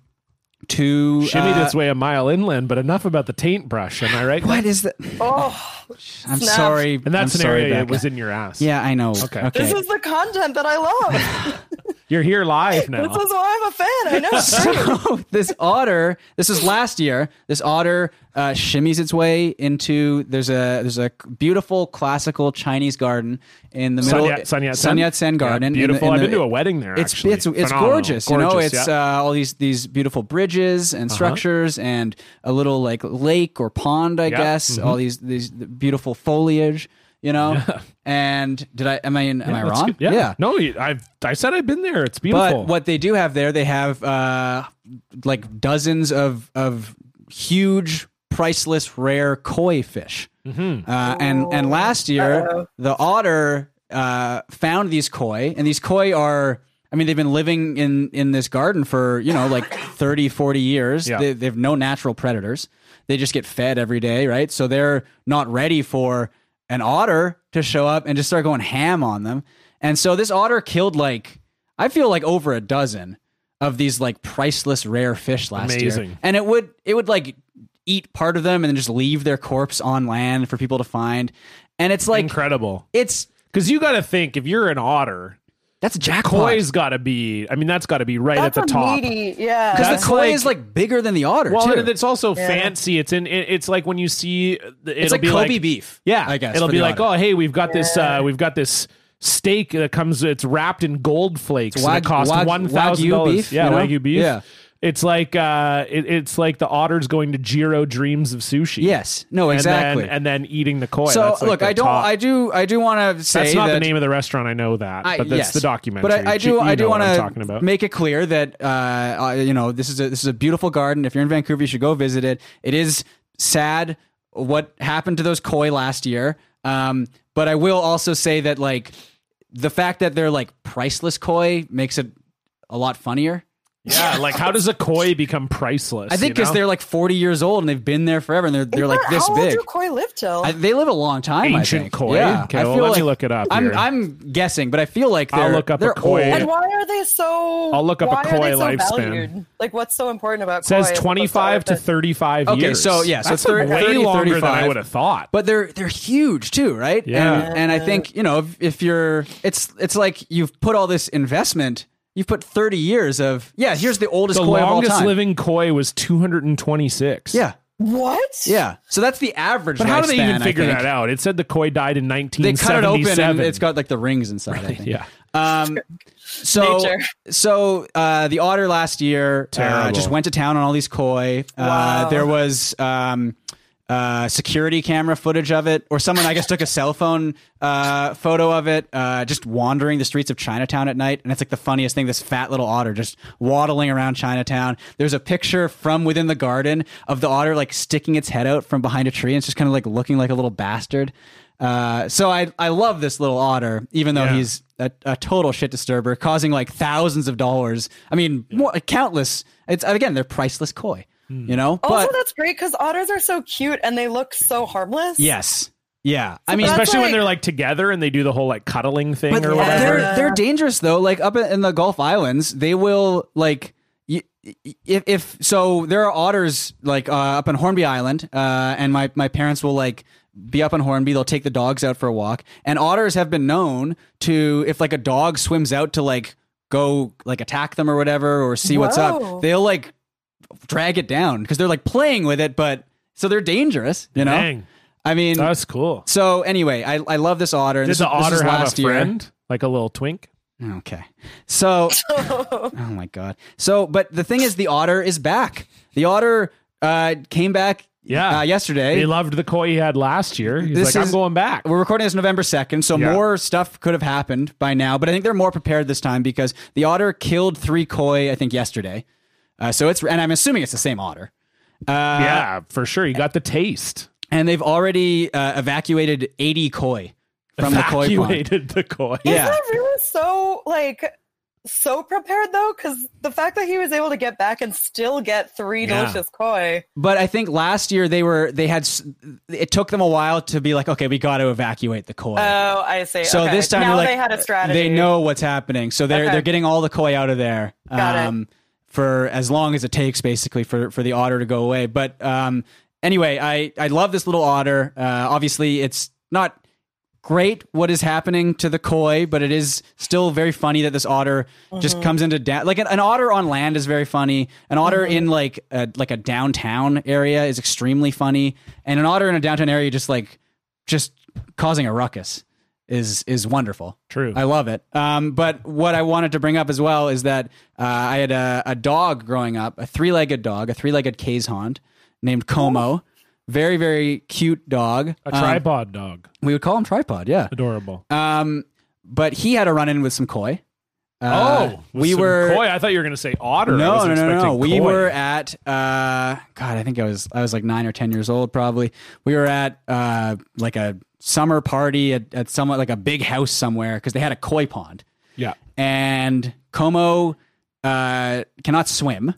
Speaker 2: to
Speaker 1: Shimmy
Speaker 2: uh,
Speaker 1: this way a mile inland, but enough about the taint brush. Am I right?
Speaker 2: What is that?
Speaker 3: oh,
Speaker 2: I'm
Speaker 3: Snap.
Speaker 2: sorry.
Speaker 1: And that
Speaker 2: I'm
Speaker 1: scenario
Speaker 2: sorry,
Speaker 1: it
Speaker 2: Becca.
Speaker 1: was in your ass.
Speaker 2: Yeah, I know.
Speaker 1: Okay.
Speaker 2: Okay.
Speaker 3: this is the content that I love.
Speaker 1: you're here live now.
Speaker 3: this is why I'm a fan. I know. it's great.
Speaker 2: So this otter, this is last year. This otter uh, shimmies its way into there's a there's a beautiful classical Chinese garden in the middle.
Speaker 1: Sun Yat- Sun Yat-sen?
Speaker 2: Sun Yat-sen garden. in the-
Speaker 1: beautiful.
Speaker 2: in
Speaker 1: I've
Speaker 2: the-
Speaker 1: been to a wedding there.
Speaker 2: It's
Speaker 1: actually.
Speaker 2: it's it's
Speaker 1: Phenomenal.
Speaker 2: gorgeous, you know.
Speaker 1: Gorgeous,
Speaker 2: It's
Speaker 1: yeah. Uh-huh.
Speaker 2: uh, all these these beautiful bridges and structures and a little like lake or pond, I
Speaker 1: Yeah. mm-hmm.
Speaker 2: guess. All these these beautiful foliage, you know. And did I am I in, am I
Speaker 1: That's
Speaker 2: wrong?
Speaker 1: good. Yeah. No, you- I've I said I've been there. It's beautiful.
Speaker 2: But what they do have there, they have uh, like dozens of of huge, priceless, rare koi fish.
Speaker 1: Mm-hmm.
Speaker 2: Uh, and and last year, the otter uh, found these koi, and these koi are. I mean, they've been living in, in this garden for, you know, like 30, 40 years.
Speaker 1: Yeah.
Speaker 2: They, they have no natural predators. They just get fed every day, right? So they're not ready for an otter to show up and just start going ham on them. And so this otter killed like I feel like over a dozen of these like priceless rare fish last
Speaker 1: Amazing.
Speaker 2: year. And it would it would like eat part of them and then just leave their corpse on land for people to find. And it's like
Speaker 1: Incredible.
Speaker 2: it's
Speaker 1: Because you got to think if you're an otter,
Speaker 2: that's a jackpot.
Speaker 1: koi's got to be. I mean, that's got to be right
Speaker 3: That's
Speaker 1: at the
Speaker 3: a
Speaker 1: top.
Speaker 3: meaty. Yeah.
Speaker 2: because
Speaker 1: that's
Speaker 2: the koi
Speaker 1: like-
Speaker 2: is like bigger than the otter
Speaker 1: Well,
Speaker 2: too.
Speaker 1: and it's also fancy. It's in. It, it's like when you see. the- It'll
Speaker 2: it's like
Speaker 1: be
Speaker 2: Kobe
Speaker 1: like,
Speaker 2: beef.
Speaker 1: Yeah,
Speaker 2: I guess
Speaker 1: it'll
Speaker 2: for
Speaker 1: be
Speaker 2: the
Speaker 1: like,
Speaker 2: otter.
Speaker 1: oh, hey, we've got this. Uh, we've got this steak that comes. It's wrapped in gold flakes.
Speaker 2: It's
Speaker 1: and
Speaker 2: wag-
Speaker 1: it costs
Speaker 2: wag-
Speaker 1: one thousand
Speaker 2: wagyu
Speaker 1: dollars.
Speaker 2: beef,
Speaker 1: Yeah,
Speaker 2: you know?
Speaker 1: wagyu beef.
Speaker 2: Yeah.
Speaker 1: It's like uh, it, it's like the otters going to Jiro Dreams of sushi.
Speaker 2: Yes. No,
Speaker 1: And
Speaker 2: exactly.
Speaker 1: then, and then eating the koi.
Speaker 2: so
Speaker 1: That's like
Speaker 2: look,
Speaker 1: the
Speaker 2: I don't
Speaker 1: top.
Speaker 2: I do I do want to say
Speaker 1: That's not
Speaker 2: that,
Speaker 1: the name of the restaurant. I know that,
Speaker 2: I-
Speaker 1: but that's
Speaker 2: yes.
Speaker 1: the documentary.
Speaker 2: But I, I
Speaker 1: You-
Speaker 2: do,
Speaker 1: you
Speaker 2: I do
Speaker 1: know what
Speaker 2: want
Speaker 1: I'm talking
Speaker 2: to
Speaker 1: about.
Speaker 2: make it clear that uh, uh, you know this is a this is a beautiful garden. If you're in Vancouver, you should go visit it. It is sad what happened to those koi last year, um, but I will also say that like the fact that they're like priceless koi makes it a lot funnier.
Speaker 1: yeah, like how does a koi become priceless?
Speaker 2: I think because they're like 40 years old and they've been there forever and they're they're like this
Speaker 3: How old
Speaker 2: big.
Speaker 3: do koi live till?
Speaker 2: I, they live a long time. I
Speaker 1: ancient
Speaker 2: think.
Speaker 1: koi.
Speaker 2: Yeah,
Speaker 1: okay,
Speaker 2: I
Speaker 1: well,
Speaker 2: feel
Speaker 1: let me
Speaker 2: like-
Speaker 1: look it up.
Speaker 2: I'm
Speaker 1: here.
Speaker 2: I'm guessing, but I feel like
Speaker 1: I'll
Speaker 2: they're
Speaker 1: look up a
Speaker 2: they're
Speaker 1: koi.
Speaker 2: old.
Speaker 3: and why are they so?
Speaker 1: I'll look up a
Speaker 3: why are
Speaker 1: koi
Speaker 3: they so
Speaker 1: lifespan.
Speaker 3: Valued? Like, what's so important about
Speaker 1: It says
Speaker 3: koi?
Speaker 1: 25 to 35
Speaker 2: Okay,
Speaker 1: years.
Speaker 2: so, yeah, so
Speaker 1: That's
Speaker 2: thir-
Speaker 1: way
Speaker 2: 30,
Speaker 1: longer than I
Speaker 2: 35.
Speaker 1: would have thought.
Speaker 2: but they're they're huge too, right?
Speaker 1: Yeah.
Speaker 2: And, and I think you know if, if you're, it's it's like you've put all this investment. You've put thirty years of yeah. Here's the oldest
Speaker 1: the
Speaker 2: koi of all
Speaker 1: longest
Speaker 2: time.
Speaker 1: living koi was 226.
Speaker 2: yeah,
Speaker 3: What?
Speaker 2: Yeah. So that's the average.
Speaker 1: But how do they
Speaker 2: lifespan,
Speaker 1: even
Speaker 2: I
Speaker 1: figure
Speaker 2: think.
Speaker 1: that out? It said the koi died in
Speaker 2: They cut it open
Speaker 1: 1977.
Speaker 2: and it's got like the rings inside. I think.
Speaker 1: yeah.
Speaker 2: Um, so
Speaker 3: Nature.
Speaker 2: so uh, the otter last year uh,
Speaker 1: Terrible.
Speaker 2: just went to town on all these koi. Uh,
Speaker 3: Wow.
Speaker 2: there was um, uh, security camera footage of it, or someone I guess took a cell phone uh, photo of it, uh, just wandering the streets of Chinatown at night. And it's like the funniest thing: this fat little otter just waddling around Chinatown. There's a picture from within the garden of the otter like sticking its head out from behind a tree, and it's just kind of like looking like a little bastard. Uh, so I I love this little otter, even though
Speaker 1: Yeah.
Speaker 2: he's a, a total shit disturber, causing like thousands of dollars. I mean, more, countless. It's again, they're priceless koi, you know.
Speaker 3: Also,
Speaker 2: but
Speaker 3: that's great because otters are so cute and they look so harmless.
Speaker 2: yes, yeah. I mean,
Speaker 3: that's
Speaker 1: Especially when
Speaker 3: like-
Speaker 1: they're like together and they do the whole like cuddling thing
Speaker 2: but
Speaker 1: or
Speaker 3: yeah,
Speaker 1: whatever.
Speaker 2: they're they're dangerous though. Like up in the Gulf Islands, they will like. y- y- If, if so, there are otters like uh, up on Hornby Island, uh, and my, my parents will like be up on Hornby. They'll take the dogs out for a walk, and otters have been known to if like a dog swims out to like go like attack them or whatever or see what's
Speaker 3: Whoa.
Speaker 2: up, they'll like drag it down because they're like playing with it. But so they're dangerous, you know.
Speaker 1: Dang,
Speaker 2: I mean,
Speaker 1: that's cool.
Speaker 2: so anyway, I I love this otter.
Speaker 1: Does
Speaker 2: this,
Speaker 1: the
Speaker 2: was- this was
Speaker 1: otter have a
Speaker 2: last year.
Speaker 1: friend? Like a little twink?
Speaker 2: Okay. So, oh my God. So, but the thing is, the otter is back. The otter uh, came back
Speaker 1: Yeah.
Speaker 2: uh, yesterday.
Speaker 1: They loved the koi he had last year. He's
Speaker 2: This
Speaker 1: like,
Speaker 2: is-
Speaker 1: I'm going back.
Speaker 2: We're recording this November 2nd, so
Speaker 1: Yeah.
Speaker 2: more stuff could have happened by now, but I think they're more prepared this time because the otter killed three koi, I think, yesterday. Uh, so it's, and I'm assuming it's the same otter. uh,
Speaker 1: yeah, for sure. You got the taste.
Speaker 2: And they've already uh, evacuated 80 koi from the koi pond.
Speaker 1: Evacuated the koi.
Speaker 2: Yeah.
Speaker 3: Is that really so like so prepared though? Because the fact that he was able to get back and still get three
Speaker 1: Yeah.
Speaker 3: delicious koi.
Speaker 2: But I think last year they were, they had, s- it took them a while to be like, okay, we got to evacuate the koi.
Speaker 3: Oh, I see.
Speaker 2: So
Speaker 3: Okay.
Speaker 2: this time
Speaker 3: now
Speaker 2: they're like, uh,
Speaker 3: they had a strategy.
Speaker 2: They know what's happening, so they're
Speaker 3: Okay.
Speaker 2: they're getting all the koi out of there. um,
Speaker 3: Got it.
Speaker 2: For as long as it takes, basically, for for the otter to go away. But um, anyway, I I love this little otter. Uh, obviously, it's not great what is happening to the koi, but it is still very funny that this otter
Speaker 3: Mm-hmm.
Speaker 2: just comes into da- like an, an otter on land is very funny. An otter
Speaker 3: Mm-hmm.
Speaker 2: in like a, like a downtown area is extremely funny, and an otter in a downtown area just like just causing a ruckus is is wonderful.
Speaker 1: True.
Speaker 2: I love it. Um, but what I wanted to bring up as well is that uh, I had a, a dog growing up, a three legged dog, a three legged Kay's hound named Como. Very, very cute dog.
Speaker 1: a
Speaker 2: Um,
Speaker 1: tripod dog.
Speaker 2: we would call him tripod, yeah.
Speaker 1: Adorable.
Speaker 2: Um, but he had a run in with some koi. Uh,
Speaker 1: oh, with
Speaker 2: we
Speaker 1: some
Speaker 2: were
Speaker 1: koi. I thought you were going to say otter. I
Speaker 2: no, no,
Speaker 1: wasn't
Speaker 2: no, no, no.
Speaker 1: expecting
Speaker 2: We
Speaker 1: koi.
Speaker 2: were at uh, God, I think I was I was like nine or ten years old probably. We were at uh, like a summer party at, at somewhat like a big house somewhere because they had a koi pond
Speaker 1: Yeah.
Speaker 2: and Como uh, cannot swim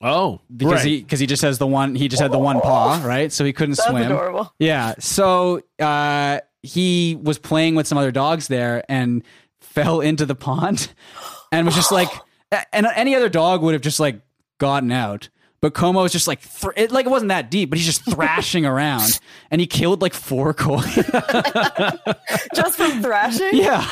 Speaker 1: Oh,
Speaker 2: because
Speaker 1: right.
Speaker 2: he because he just has the one he just had the one paw right, so he couldn't
Speaker 3: that's
Speaker 2: swim.
Speaker 3: adorable.
Speaker 2: Yeah. So uh, he was playing with some other dogs there and fell into the pond and was just like, and any other dog would have just like gotten out. But Como was just like, thr it, like it wasn't that deep, but he's just thrashing around and he killed like four koi.
Speaker 3: Just from thrashing,
Speaker 2: yeah.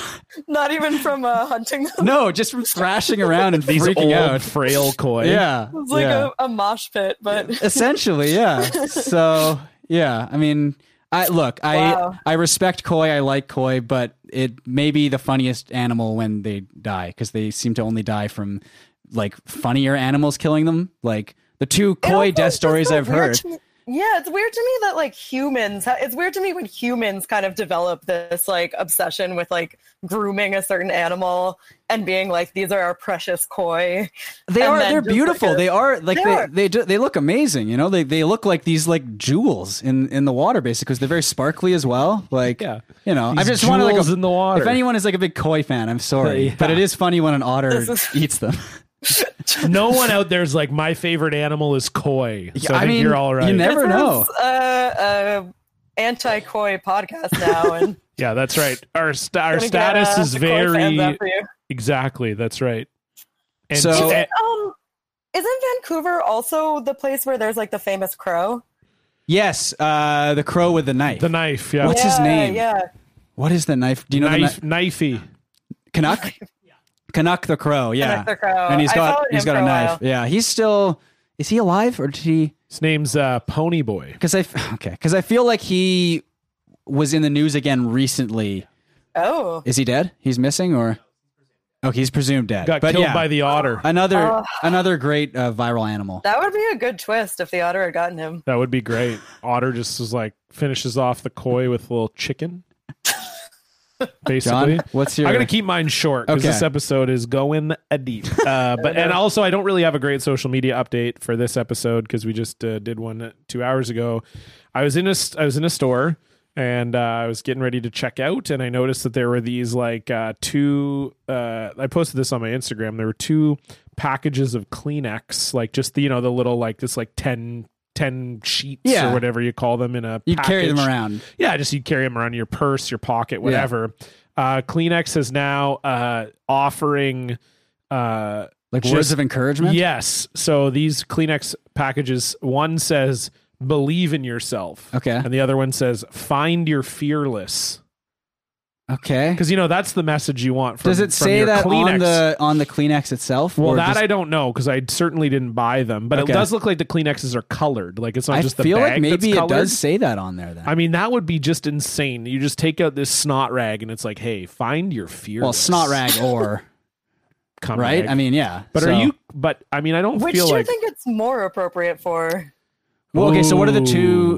Speaker 3: not even from uh, hunting them.
Speaker 2: No, just from thrashing around and
Speaker 1: These
Speaker 2: freaking
Speaker 1: old eh?
Speaker 2: out.
Speaker 1: frail koi.
Speaker 2: Yeah.
Speaker 3: It's like
Speaker 2: yeah.
Speaker 3: a, a mosh pit, but
Speaker 2: essentially yeah so yeah i mean i look i
Speaker 3: Wow.
Speaker 2: i respect koi i like koi but it may be the funniest animal when they die because they seem to only die from like funnier animals killing them like the two
Speaker 3: It also
Speaker 2: koi
Speaker 3: is
Speaker 2: death
Speaker 3: just
Speaker 2: stories
Speaker 3: so
Speaker 2: i've
Speaker 3: weird
Speaker 2: heard
Speaker 3: to me- Yeah, it's weird to me that like humans. ha- It's weird to me when humans kind of develop this like obsession with like grooming a certain animal and being like, these are our precious koi.
Speaker 2: they
Speaker 3: and
Speaker 2: are
Speaker 3: then
Speaker 2: they're
Speaker 3: just
Speaker 2: beautiful
Speaker 3: like a-
Speaker 2: they are like
Speaker 3: They
Speaker 2: they
Speaker 3: are.
Speaker 2: they, do, they look amazing you know they they look like these like jewels in in the water basically because they're very sparkly as well like
Speaker 1: Yeah.
Speaker 2: you know i
Speaker 1: These
Speaker 2: just wanted like
Speaker 1: jewels
Speaker 2: a,
Speaker 1: in the water.
Speaker 2: if anyone is like a big koi fan i'm sorry
Speaker 1: Yeah.
Speaker 2: but it is funny when an otter
Speaker 3: This is-
Speaker 2: eats them
Speaker 1: no one out there's like my favorite animal is koi. So
Speaker 2: I
Speaker 1: I, think
Speaker 2: mean,
Speaker 1: you're all
Speaker 2: you
Speaker 1: right.
Speaker 2: never-
Speaker 3: This
Speaker 2: know.
Speaker 3: is, Uh, uh, anti koi podcast now, and
Speaker 1: yeah, that's right. Our st- our
Speaker 3: gonna get,
Speaker 1: status
Speaker 3: uh,
Speaker 1: is
Speaker 3: the koi fans
Speaker 1: very
Speaker 3: after you.
Speaker 1: exactly. That's right. And
Speaker 2: So-
Speaker 1: and-
Speaker 3: Um, isn't Vancouver also the place where there's like the famous crow?
Speaker 2: Yes, uh, the crow with the knife.
Speaker 1: the knife, yeah,
Speaker 2: What's his
Speaker 3: Yeah,
Speaker 2: name?
Speaker 3: Yeah.
Speaker 2: what is the knife? Do you know
Speaker 1: knife,
Speaker 2: the kni-
Speaker 1: knifey.
Speaker 2: Canuck? Canuck the crow. Yeah,
Speaker 3: Canuck the crow.
Speaker 2: And he's
Speaker 3: I
Speaker 2: got
Speaker 3: followed
Speaker 2: he's
Speaker 3: him
Speaker 2: got
Speaker 3: for
Speaker 2: a
Speaker 3: a
Speaker 2: knife.
Speaker 3: while.
Speaker 2: Yeah, he's still Is he alive or did he?
Speaker 1: His name's uh, Pony Boy.
Speaker 2: Because I f- okay, because I feel like he was in the news again recently.
Speaker 3: Oh,
Speaker 2: Is he dead? He's missing or? Oh, he's presumed dead.
Speaker 1: Got
Speaker 2: but
Speaker 1: killed
Speaker 2: yeah,
Speaker 1: by the otter.
Speaker 2: another
Speaker 3: Oh.
Speaker 2: another great uh, viral animal.
Speaker 3: that would be a good twist if the otter had gotten him.
Speaker 1: That would be great. Otter just was like finishes off the koi with a little chicken. Basically.
Speaker 2: John, what's your?
Speaker 1: I'm gonna keep mine short because
Speaker 2: Okay.
Speaker 1: this episode is going a deep. Uh, but and also, I don't really have a great social media update for this episode because we just uh, did one two hours ago. I was in a st- I was in a store and uh, I was getting ready to check out, and I noticed that there were these like uh, two. Uh, I posted this on my Instagram. There were two packages of Kleenex, like just the, you know the little like this like 10, 10 sheets
Speaker 2: Yeah.
Speaker 1: or whatever you call them in a.
Speaker 2: you carry them
Speaker 1: package.
Speaker 2: around.
Speaker 1: Yeah, just you carry them around in your purse, your pocket, whatever. Uh, Kleenex is now uh, offering. Uh,
Speaker 2: Like
Speaker 1: Just-
Speaker 2: words of encouragement.
Speaker 1: yes, so these Kleenex packages. One says "Believe in yourself,"
Speaker 2: Okay.
Speaker 1: and the other one says "Find your fearless."
Speaker 2: Okay.
Speaker 1: Because you know that's the message you want. From,
Speaker 2: Does it
Speaker 1: from
Speaker 2: say
Speaker 1: your
Speaker 2: that
Speaker 1: Kleenex.
Speaker 2: on the on the Kleenex itself?
Speaker 1: Well,
Speaker 2: or
Speaker 1: that
Speaker 2: just-
Speaker 1: I don't know because I certainly didn't buy them, but
Speaker 2: Okay.
Speaker 1: it does look like the Kleenexes are colored. Like it's not
Speaker 2: I
Speaker 1: just the
Speaker 2: feel
Speaker 1: bag
Speaker 2: like maybe
Speaker 1: that's
Speaker 2: it
Speaker 1: colored.
Speaker 2: does say that on there. Then
Speaker 1: I mean, that would be just insane. You just take out this snot rag and it's like, hey, find your fear.
Speaker 2: well, snot rag or right? I mean, yeah.
Speaker 1: but
Speaker 2: So-
Speaker 1: are you? But I mean, I don't
Speaker 3: Which do
Speaker 1: feel
Speaker 3: you
Speaker 1: like
Speaker 3: think it's more appropriate for?
Speaker 2: Well, okay. So what are the
Speaker 1: Ooh.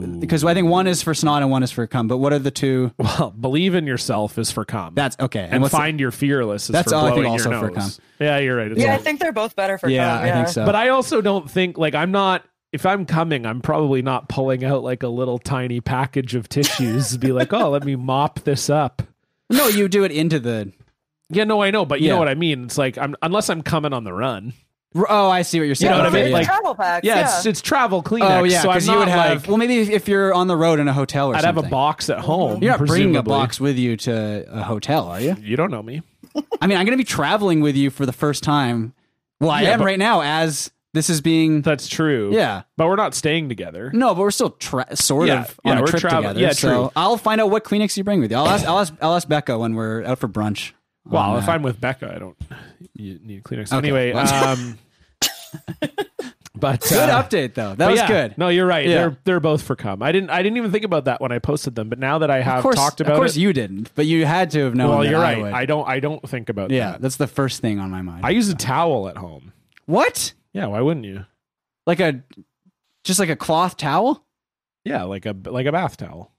Speaker 2: two? Because I think one is for snot and one is for cum. But what are the two?
Speaker 1: well, believe in yourself is for calm.
Speaker 2: That's okay. And,
Speaker 1: and
Speaker 2: what's the-
Speaker 1: find your fearless is
Speaker 2: That's
Speaker 1: for
Speaker 2: all I think
Speaker 1: blowing
Speaker 2: also
Speaker 1: your
Speaker 2: for
Speaker 1: nose.
Speaker 2: cum.
Speaker 1: Yeah, you're right. It's all-
Speaker 3: Yeah, I think they're both better for.
Speaker 2: yeah,
Speaker 3: cum,
Speaker 2: I think so.
Speaker 1: But I also don't think like I'm not. If I'm coming, I'm probably not pulling out like a little tiny package of tissues. to be like, oh, let me mop this up.
Speaker 2: no, you do it into the.
Speaker 1: Yeah, no, I know, but you
Speaker 2: Yeah.
Speaker 1: know what I mean. It's like I'm unless I'm coming on the run.
Speaker 2: Oh, I see what you're saying.
Speaker 1: know what I
Speaker 2: Okay,
Speaker 1: mean?
Speaker 2: yeah.
Speaker 1: Like-
Speaker 3: travel packs.
Speaker 1: Yeah,
Speaker 3: Yeah,
Speaker 1: It's, it's travel Kleenex.
Speaker 2: oh, yeah.
Speaker 1: so I'm
Speaker 2: Because you would
Speaker 1: not,
Speaker 2: have.
Speaker 1: like-
Speaker 2: well, maybe if, if you're on the road in a hotel or
Speaker 1: I'd
Speaker 2: something.
Speaker 1: have a box at home.
Speaker 2: You're not bringing a
Speaker 1: presumably.
Speaker 2: box with you to a hotel, are you?
Speaker 1: You don't know me.
Speaker 2: I mean, I'm going to be traveling with you for the first time. Well, I
Speaker 1: Yeah,
Speaker 2: am
Speaker 1: but-
Speaker 2: right now as this is being.
Speaker 1: That's true.
Speaker 2: Yeah. Mm.
Speaker 1: but we're not staying together.
Speaker 2: No, but we're still tra- sort
Speaker 1: Yeah,
Speaker 2: of
Speaker 1: yeah,
Speaker 2: on a
Speaker 1: we're
Speaker 2: trip
Speaker 1: travel-
Speaker 2: together.
Speaker 1: yeah,
Speaker 2: so
Speaker 1: true.
Speaker 2: I'll find out what Kleenex you bring with you. I'll ask, I'll ask, I'll ask Becca when we're out for brunch.
Speaker 1: Well,
Speaker 2: on
Speaker 1: if
Speaker 2: that.
Speaker 1: I'm with Becca, I don't you need Kleenex.
Speaker 2: Oh, Okay,
Speaker 1: Anyway,
Speaker 2: well-
Speaker 1: um, but
Speaker 2: Good
Speaker 1: uh,
Speaker 2: update though. That
Speaker 1: but
Speaker 2: was
Speaker 1: yeah,
Speaker 2: good.
Speaker 1: No, you're right.
Speaker 2: Yeah.
Speaker 1: They're they're both for cum. I didn't I didn't even think about that when I posted them, but now that I have
Speaker 2: of course,
Speaker 1: talked about
Speaker 2: of course
Speaker 1: it,
Speaker 2: you didn't, but you had to have known.
Speaker 1: well,
Speaker 2: that
Speaker 1: you're
Speaker 2: I
Speaker 1: right.
Speaker 2: would.
Speaker 1: I don't I don't think about
Speaker 2: yeah,
Speaker 1: that.
Speaker 2: that's the first thing on my mind.
Speaker 1: I use a towel at home.
Speaker 2: what?
Speaker 1: Yeah, why wouldn't you?
Speaker 2: Like a, just like a cloth towel?
Speaker 1: Yeah, like a like a bath towel.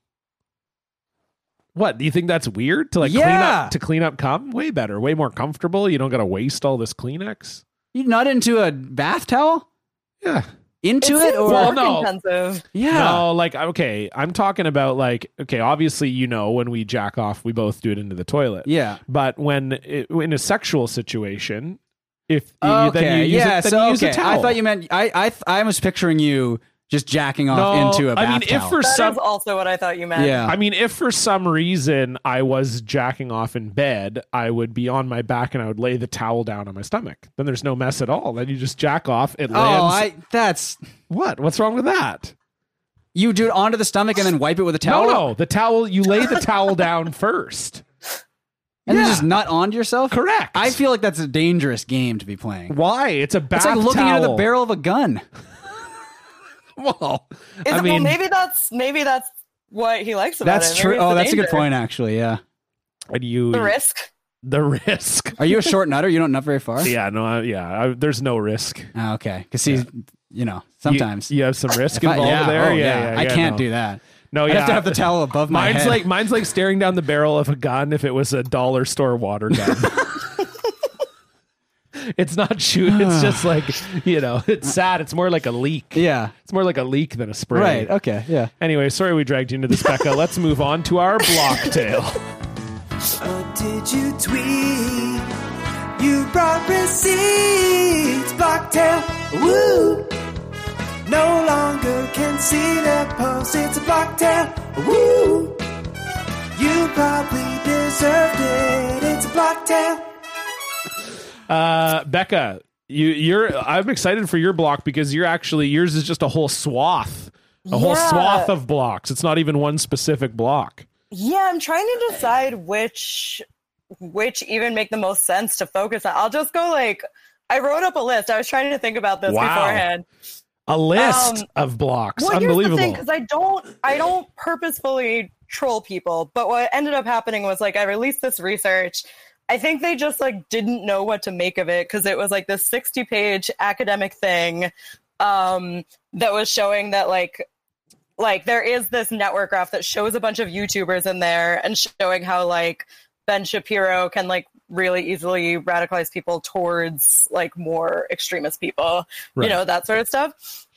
Speaker 1: What do you think that's weird to like clean
Speaker 2: Yeah.
Speaker 1: up to clean up cum? Way better, way more comfortable. You don't got to waste all this Kleenex.
Speaker 2: You not into a bath towel?
Speaker 1: Yeah.
Speaker 2: Into
Speaker 3: seems
Speaker 2: it, or
Speaker 1: Well,
Speaker 3: work
Speaker 1: no.
Speaker 3: intensive.
Speaker 2: yeah?
Speaker 1: No, like okay, I'm talking about like okay, obviously you know when we jack off, we both do it into the toilet.
Speaker 2: Yeah.
Speaker 1: But when it, in a sexual situation, if you- then you
Speaker 2: Okay.
Speaker 1: use
Speaker 2: Yeah.
Speaker 1: it, then
Speaker 2: so
Speaker 1: you use
Speaker 2: okay.
Speaker 1: a towel.
Speaker 2: I thought you meant I. I. th- I was picturing you just jacking
Speaker 1: no,
Speaker 2: off into a bath
Speaker 1: I mean,
Speaker 2: towel.
Speaker 1: if for
Speaker 3: That is
Speaker 1: some
Speaker 3: also what I thought you meant.
Speaker 2: yeah.
Speaker 1: I mean, if for some reason I was jacking off in bed, I would be on my back and I would lay the towel down on my stomach. Then there's no mess at all. Then you just jack off. It
Speaker 2: oh,
Speaker 1: lands.
Speaker 2: I. That's
Speaker 1: what? What's wrong with that?
Speaker 2: you do it onto the stomach and then wipe it with a towel.
Speaker 1: No, no. The towel. You lay the towel down first.
Speaker 2: And then
Speaker 1: Yeah.
Speaker 2: just nut onto yourself.
Speaker 1: Correct.
Speaker 2: I feel like that's a dangerous game to be playing.
Speaker 1: Why? It's a bath
Speaker 2: It's like looking
Speaker 1: towel.
Speaker 2: into the barrel of a gun.
Speaker 1: Well,
Speaker 3: Is
Speaker 1: I
Speaker 3: it,
Speaker 1: mean,
Speaker 3: well, maybe that's maybe that's what he likes about it.
Speaker 2: That's
Speaker 3: Maybe
Speaker 2: true.
Speaker 3: it's
Speaker 2: Oh,
Speaker 3: the
Speaker 2: that's a good
Speaker 3: danger.
Speaker 2: point, actually. Yeah.
Speaker 1: and you
Speaker 3: The risk.
Speaker 1: The risk.
Speaker 2: Are you a short nutter? You don't nut very far.
Speaker 1: yeah. No. I, yeah. I, there's no risk.
Speaker 2: Ah, okay. Because he's, you know, sometimes.
Speaker 1: you, you have some risk
Speaker 2: If I-
Speaker 1: involved there.
Speaker 2: oh,
Speaker 1: yeah, yeah,
Speaker 2: I
Speaker 1: yeah,
Speaker 2: can't
Speaker 1: no.
Speaker 2: do that.
Speaker 1: No.
Speaker 2: I
Speaker 1: yeah.
Speaker 2: have to have the towel above my
Speaker 1: Mine's
Speaker 2: head.
Speaker 1: like mine's like staring down the barrel of a gun if it was a dollar store water gun. it's not shooting. It's just like you know. It's sad. It's more like a leak.
Speaker 2: yeah.
Speaker 1: It's more like a leak than a spray.
Speaker 2: Right. Okay. Yeah.
Speaker 1: Anyway, sorry we dragged you into this, Becca. Let's move on to our block tale.
Speaker 4: What did you tweet? You brought receipts, Blocktail. Woo! No longer can see the post. It's a Blocktail. Woo! You probably deserved it. It's a Blocktail.
Speaker 1: Uh, Becca, you, you're. I'm excited for your block because you're actually yours is just a whole swath, a whole
Speaker 3: Yeah.
Speaker 1: swath of blocks. It's not even one specific block.
Speaker 3: Yeah, I'm trying to decide which which even make the most sense to focus on. I'll just go like I wrote up a list. I was trying to think about this
Speaker 1: Wow.
Speaker 3: beforehand.
Speaker 1: a list
Speaker 3: Um,
Speaker 1: of blocks.
Speaker 3: Well, here's the
Speaker 1: Unbelievable.
Speaker 3: thing, because I don't, I don't purposefully troll people. But what ended up happening was like I released this research. I think they just like didn't know what to make of it because it was like this sixty-page academic thing um, that was showing that like, like there is this network graph that shows a bunch of YouTubers in there and showing how like Ben Shapiro can like really easily radicalize people towards like more extremist people,
Speaker 1: Right.
Speaker 3: you know that sort of stuff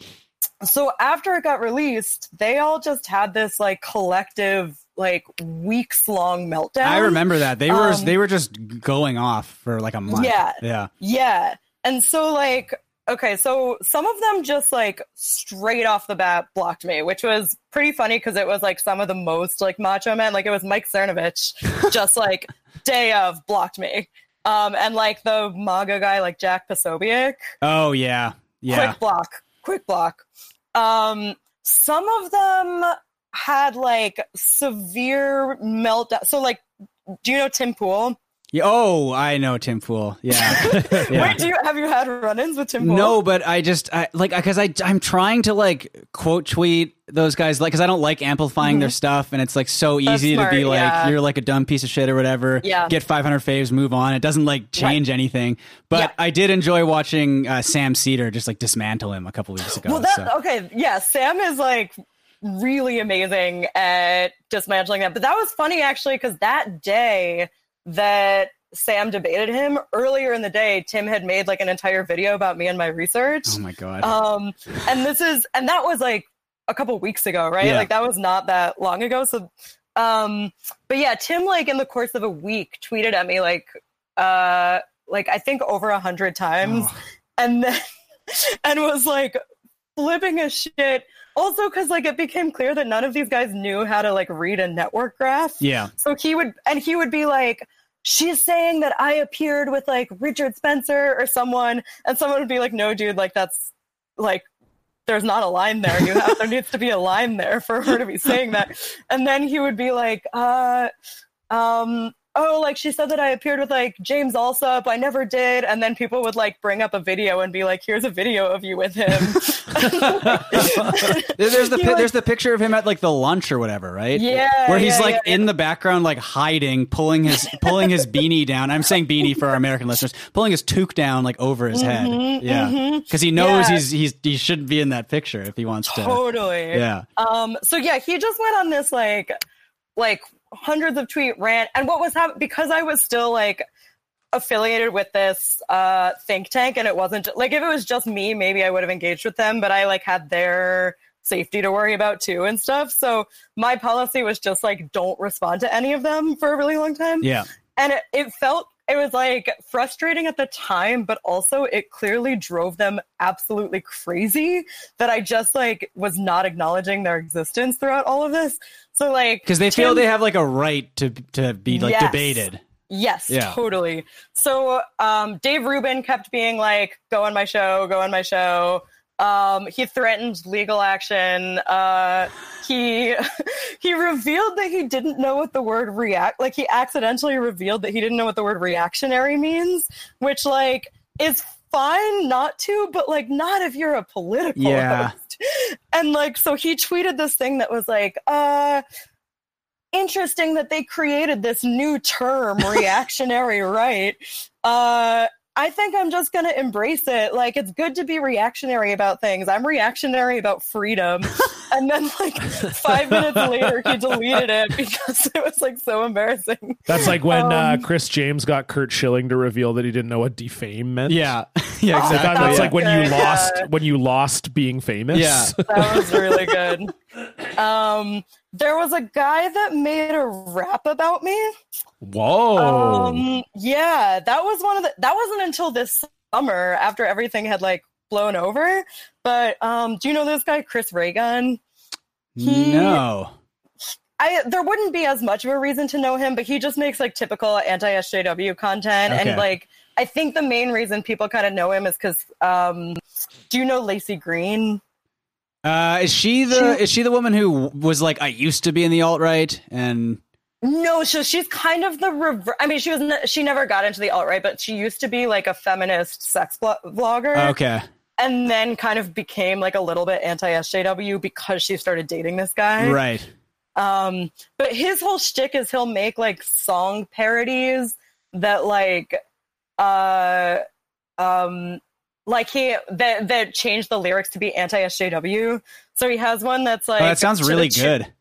Speaker 3: so after it got released, they all just had this like collective, like weeks long meltdown.
Speaker 2: I remember that they were
Speaker 3: Um,
Speaker 2: they were just going off for like a month.
Speaker 3: Yeah.
Speaker 2: yeah.
Speaker 3: Yeah. And so, like, okay, so some of them just like straight off the bat blocked me, which was pretty funny because it was like some of the most like macho men. Like, it was Mike Cernovich, just like day of blocked me. Um, and like the MAGA guy, like Jack Posobiec,
Speaker 2: Oh yeah, yeah.
Speaker 3: quick block quick block um some of them had like severe meltdown so like do you know tim pool
Speaker 2: Yeah, Oh, I know Tim Pool. Yeah, yeah.
Speaker 3: wait do you have you had run-ins with tim pool
Speaker 2: No, but I just I, like because I I'm trying to like quote tweet those guys like because I don't like amplifying their stuff and it's like so
Speaker 3: Mm-hmm. That's
Speaker 2: easy
Speaker 3: smart,
Speaker 2: to be like
Speaker 3: yeah.
Speaker 2: you're like a dumb piece of shit or whatever.
Speaker 3: Yeah.
Speaker 2: Get 500 faves, move on. It doesn't like change anything. But
Speaker 3: Yeah.
Speaker 2: I did enjoy watching uh, Sam Cedar just like dismantle him a couple weeks ago.
Speaker 3: well that
Speaker 2: so.
Speaker 3: okay yeah sam is like really amazing at dismantling that but that was funny actually because that day that sam debated him earlier in the day tim had made like an entire video about me and my research
Speaker 2: oh my god.
Speaker 3: um and this is and that was like a couple weeks ago right
Speaker 2: Yeah.
Speaker 3: like that was not that long ago so um but yeah tim like in the course of a week tweeted at me like uh like i think over a hundred times
Speaker 2: Oh.
Speaker 3: and then and was like flipping a shit also because like it became clear that none of these guys knew how to like read a network graph
Speaker 2: yeah.
Speaker 3: so he would, and he would be like, she's saying that I appeared with like Richard Spencer or someone. And someone would be like, no, dude, like that's like, there's not a line there. You have, there needs to be a line there for her to be saying that. And then he would be like, uh, um, oh, like she said that I appeared with like James Alsop. I never did. And then people would like bring up a video and be like, here's a video of you with him.
Speaker 2: There- There's the
Speaker 3: He,
Speaker 2: pi-
Speaker 3: like-
Speaker 2: there's the picture of him at like the lunch or whatever, right?
Speaker 3: Yeah,
Speaker 2: where he's
Speaker 3: yeah,
Speaker 2: like
Speaker 3: yeah.
Speaker 2: in the background, like hiding, pulling his pulling his beanie down. I'm saying beanie for our American listeners, pulling his toque down like over his head. Yeah, because he knows
Speaker 3: Mm-hmm, Yeah.
Speaker 2: he's he's he shouldn't be in that picture if he wants to.
Speaker 3: totally.
Speaker 2: Yeah,
Speaker 3: Um, so yeah, he just went on this like like hundreds of tweet rant. And what was happening because I was still like affiliated with this uh think tank and it wasn't like if it was just me, maybe I would have engaged with them, but I like had their safety to worry about too and stuff. So my policy was just like don't respond to any of them for a really long time
Speaker 2: yeah.
Speaker 3: and it, it felt it was like frustrating at the time but also it clearly drove them absolutely crazy that i just like was not acknowledging their existence throughout all of this so like
Speaker 2: Because they feel
Speaker 3: Tim-
Speaker 2: they have like a right to to be like
Speaker 3: Yes.
Speaker 2: debated.
Speaker 3: Yes,
Speaker 2: Yeah.
Speaker 3: totally. So um, Dave Rubin kept being like, "Go on my show, go on my show." Um, he threatened legal action. Uh, he he revealed that he didn't know what the word react like he accidentally revealed that he didn't know what the word reactionary means, which like is fine not to, but like not if you're a political
Speaker 2: Yeah.
Speaker 3: host. And like so he tweeted this thing that was like, uh interesting that they created this new term reactionary right uh i think i'm just gonna embrace it like it's good to be reactionary about things i'm reactionary about freedom and then like five minutes later he deleted it because it was like so embarrassing
Speaker 1: That's like when uh,
Speaker 3: Um,
Speaker 1: Chris James got Kurt Schilling to reveal that he didn't know what defame meant.
Speaker 2: Yeah, yeah,
Speaker 1: Like, Oh, that-
Speaker 2: exactly.
Speaker 1: that's
Speaker 3: was
Speaker 2: yeah.
Speaker 1: like when you
Speaker 3: good,
Speaker 1: lost
Speaker 3: yeah.
Speaker 1: when you lost being famous.
Speaker 2: Yeah.
Speaker 3: that was really good um there was a guy that made a rap about me
Speaker 1: Whoa.
Speaker 3: Um, yeah, that was one of the. That wasn't until this summer after everything had like blown over. But um, do you know this guy Chris Raygun? he-
Speaker 2: no.
Speaker 3: I there wouldn't be as much of a reason to know him, but he just makes like typical anti SJW content,
Speaker 2: Okay.
Speaker 3: and like I think the main reason people kind of know him is because um, do you know Lacey Green?
Speaker 2: Uh, is she the
Speaker 3: She-
Speaker 2: is she the woman who was like I used to be in the alt right and
Speaker 3: No, so she's kind of the reverse. I mean, she was n- she never got into the alt right, but she used to be like a feminist sex blo- blogger.
Speaker 2: okay
Speaker 3: and then kind of became like a little bit anti SJW because she started dating this guy.
Speaker 2: Right.
Speaker 3: Um, but his whole shtick is he'll make like song parodies that like uh um like he that that changed the lyrics to be anti SJW. So he has one that's like
Speaker 2: Oh, that sounds
Speaker 3: to the
Speaker 2: really
Speaker 3: tu-
Speaker 2: good.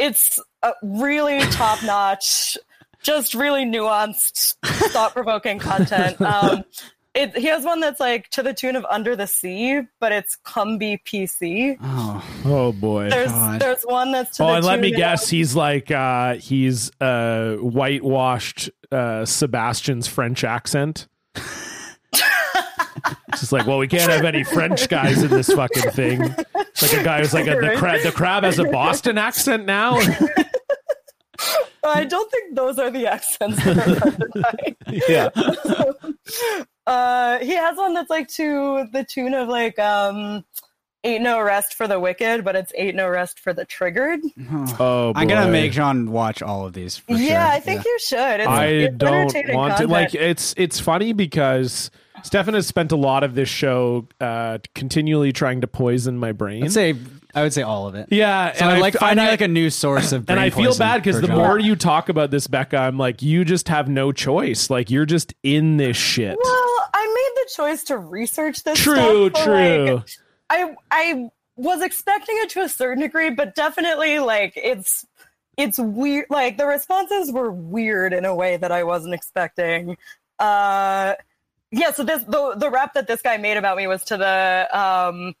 Speaker 3: It's uh, really top notch, just really nuanced, thought provoking content. Um, it, he has one that's like to the tune of Under the Sea, but it's Cumby PC.
Speaker 2: Oh,
Speaker 1: Oh boy.
Speaker 3: There's
Speaker 2: God.
Speaker 3: there's one that's to
Speaker 1: Oh,
Speaker 3: the
Speaker 1: and let me
Speaker 3: tune
Speaker 1: guess,
Speaker 3: of-
Speaker 1: he's like uh he's uh whitewashed uh Sebastian's French accent. It's Just like, well, we can't have any French guys in this fucking thing. It's like a guy who's like, the, cra- the crab has a Boston accent now.
Speaker 3: I don't think those are the accents. That are identified.
Speaker 1: yeah.
Speaker 3: uh, he has one that's like to the tune of like um, "Ain't No Rest for the Wicked," but it's "Ain't No Rest for the Triggered."
Speaker 1: Oh, boy.
Speaker 2: I'm gonna make John watch all of these. For
Speaker 3: yeah,
Speaker 2: sure.
Speaker 3: I think you should. It's,
Speaker 1: I
Speaker 3: it's
Speaker 1: don't
Speaker 3: entertaining
Speaker 1: want to.
Speaker 3: content.
Speaker 1: Like, it's it's funny because Stefan has spent a lot of this show uh continually trying to poison my brain.
Speaker 2: I'd say I would say all of it.
Speaker 1: yeah,
Speaker 2: So I like
Speaker 1: f-
Speaker 2: finding like a new source of.
Speaker 1: and
Speaker 2: brain
Speaker 1: I feel
Speaker 2: poison
Speaker 1: bad because
Speaker 2: for
Speaker 1: the
Speaker 2: John.
Speaker 1: more you talk about this, Becca, I'm like, you just have no choice. Like, you're just in this shit.
Speaker 3: Well, I made the choice to research this.
Speaker 1: True,
Speaker 3: stuff, but,
Speaker 1: true.
Speaker 3: like, I I was expecting it to a certain degree, but definitely like it's it's weird. Like the responses were weird in a way that I wasn't expecting. Uh, yeah. So this the the rap that this guy made about me was to the um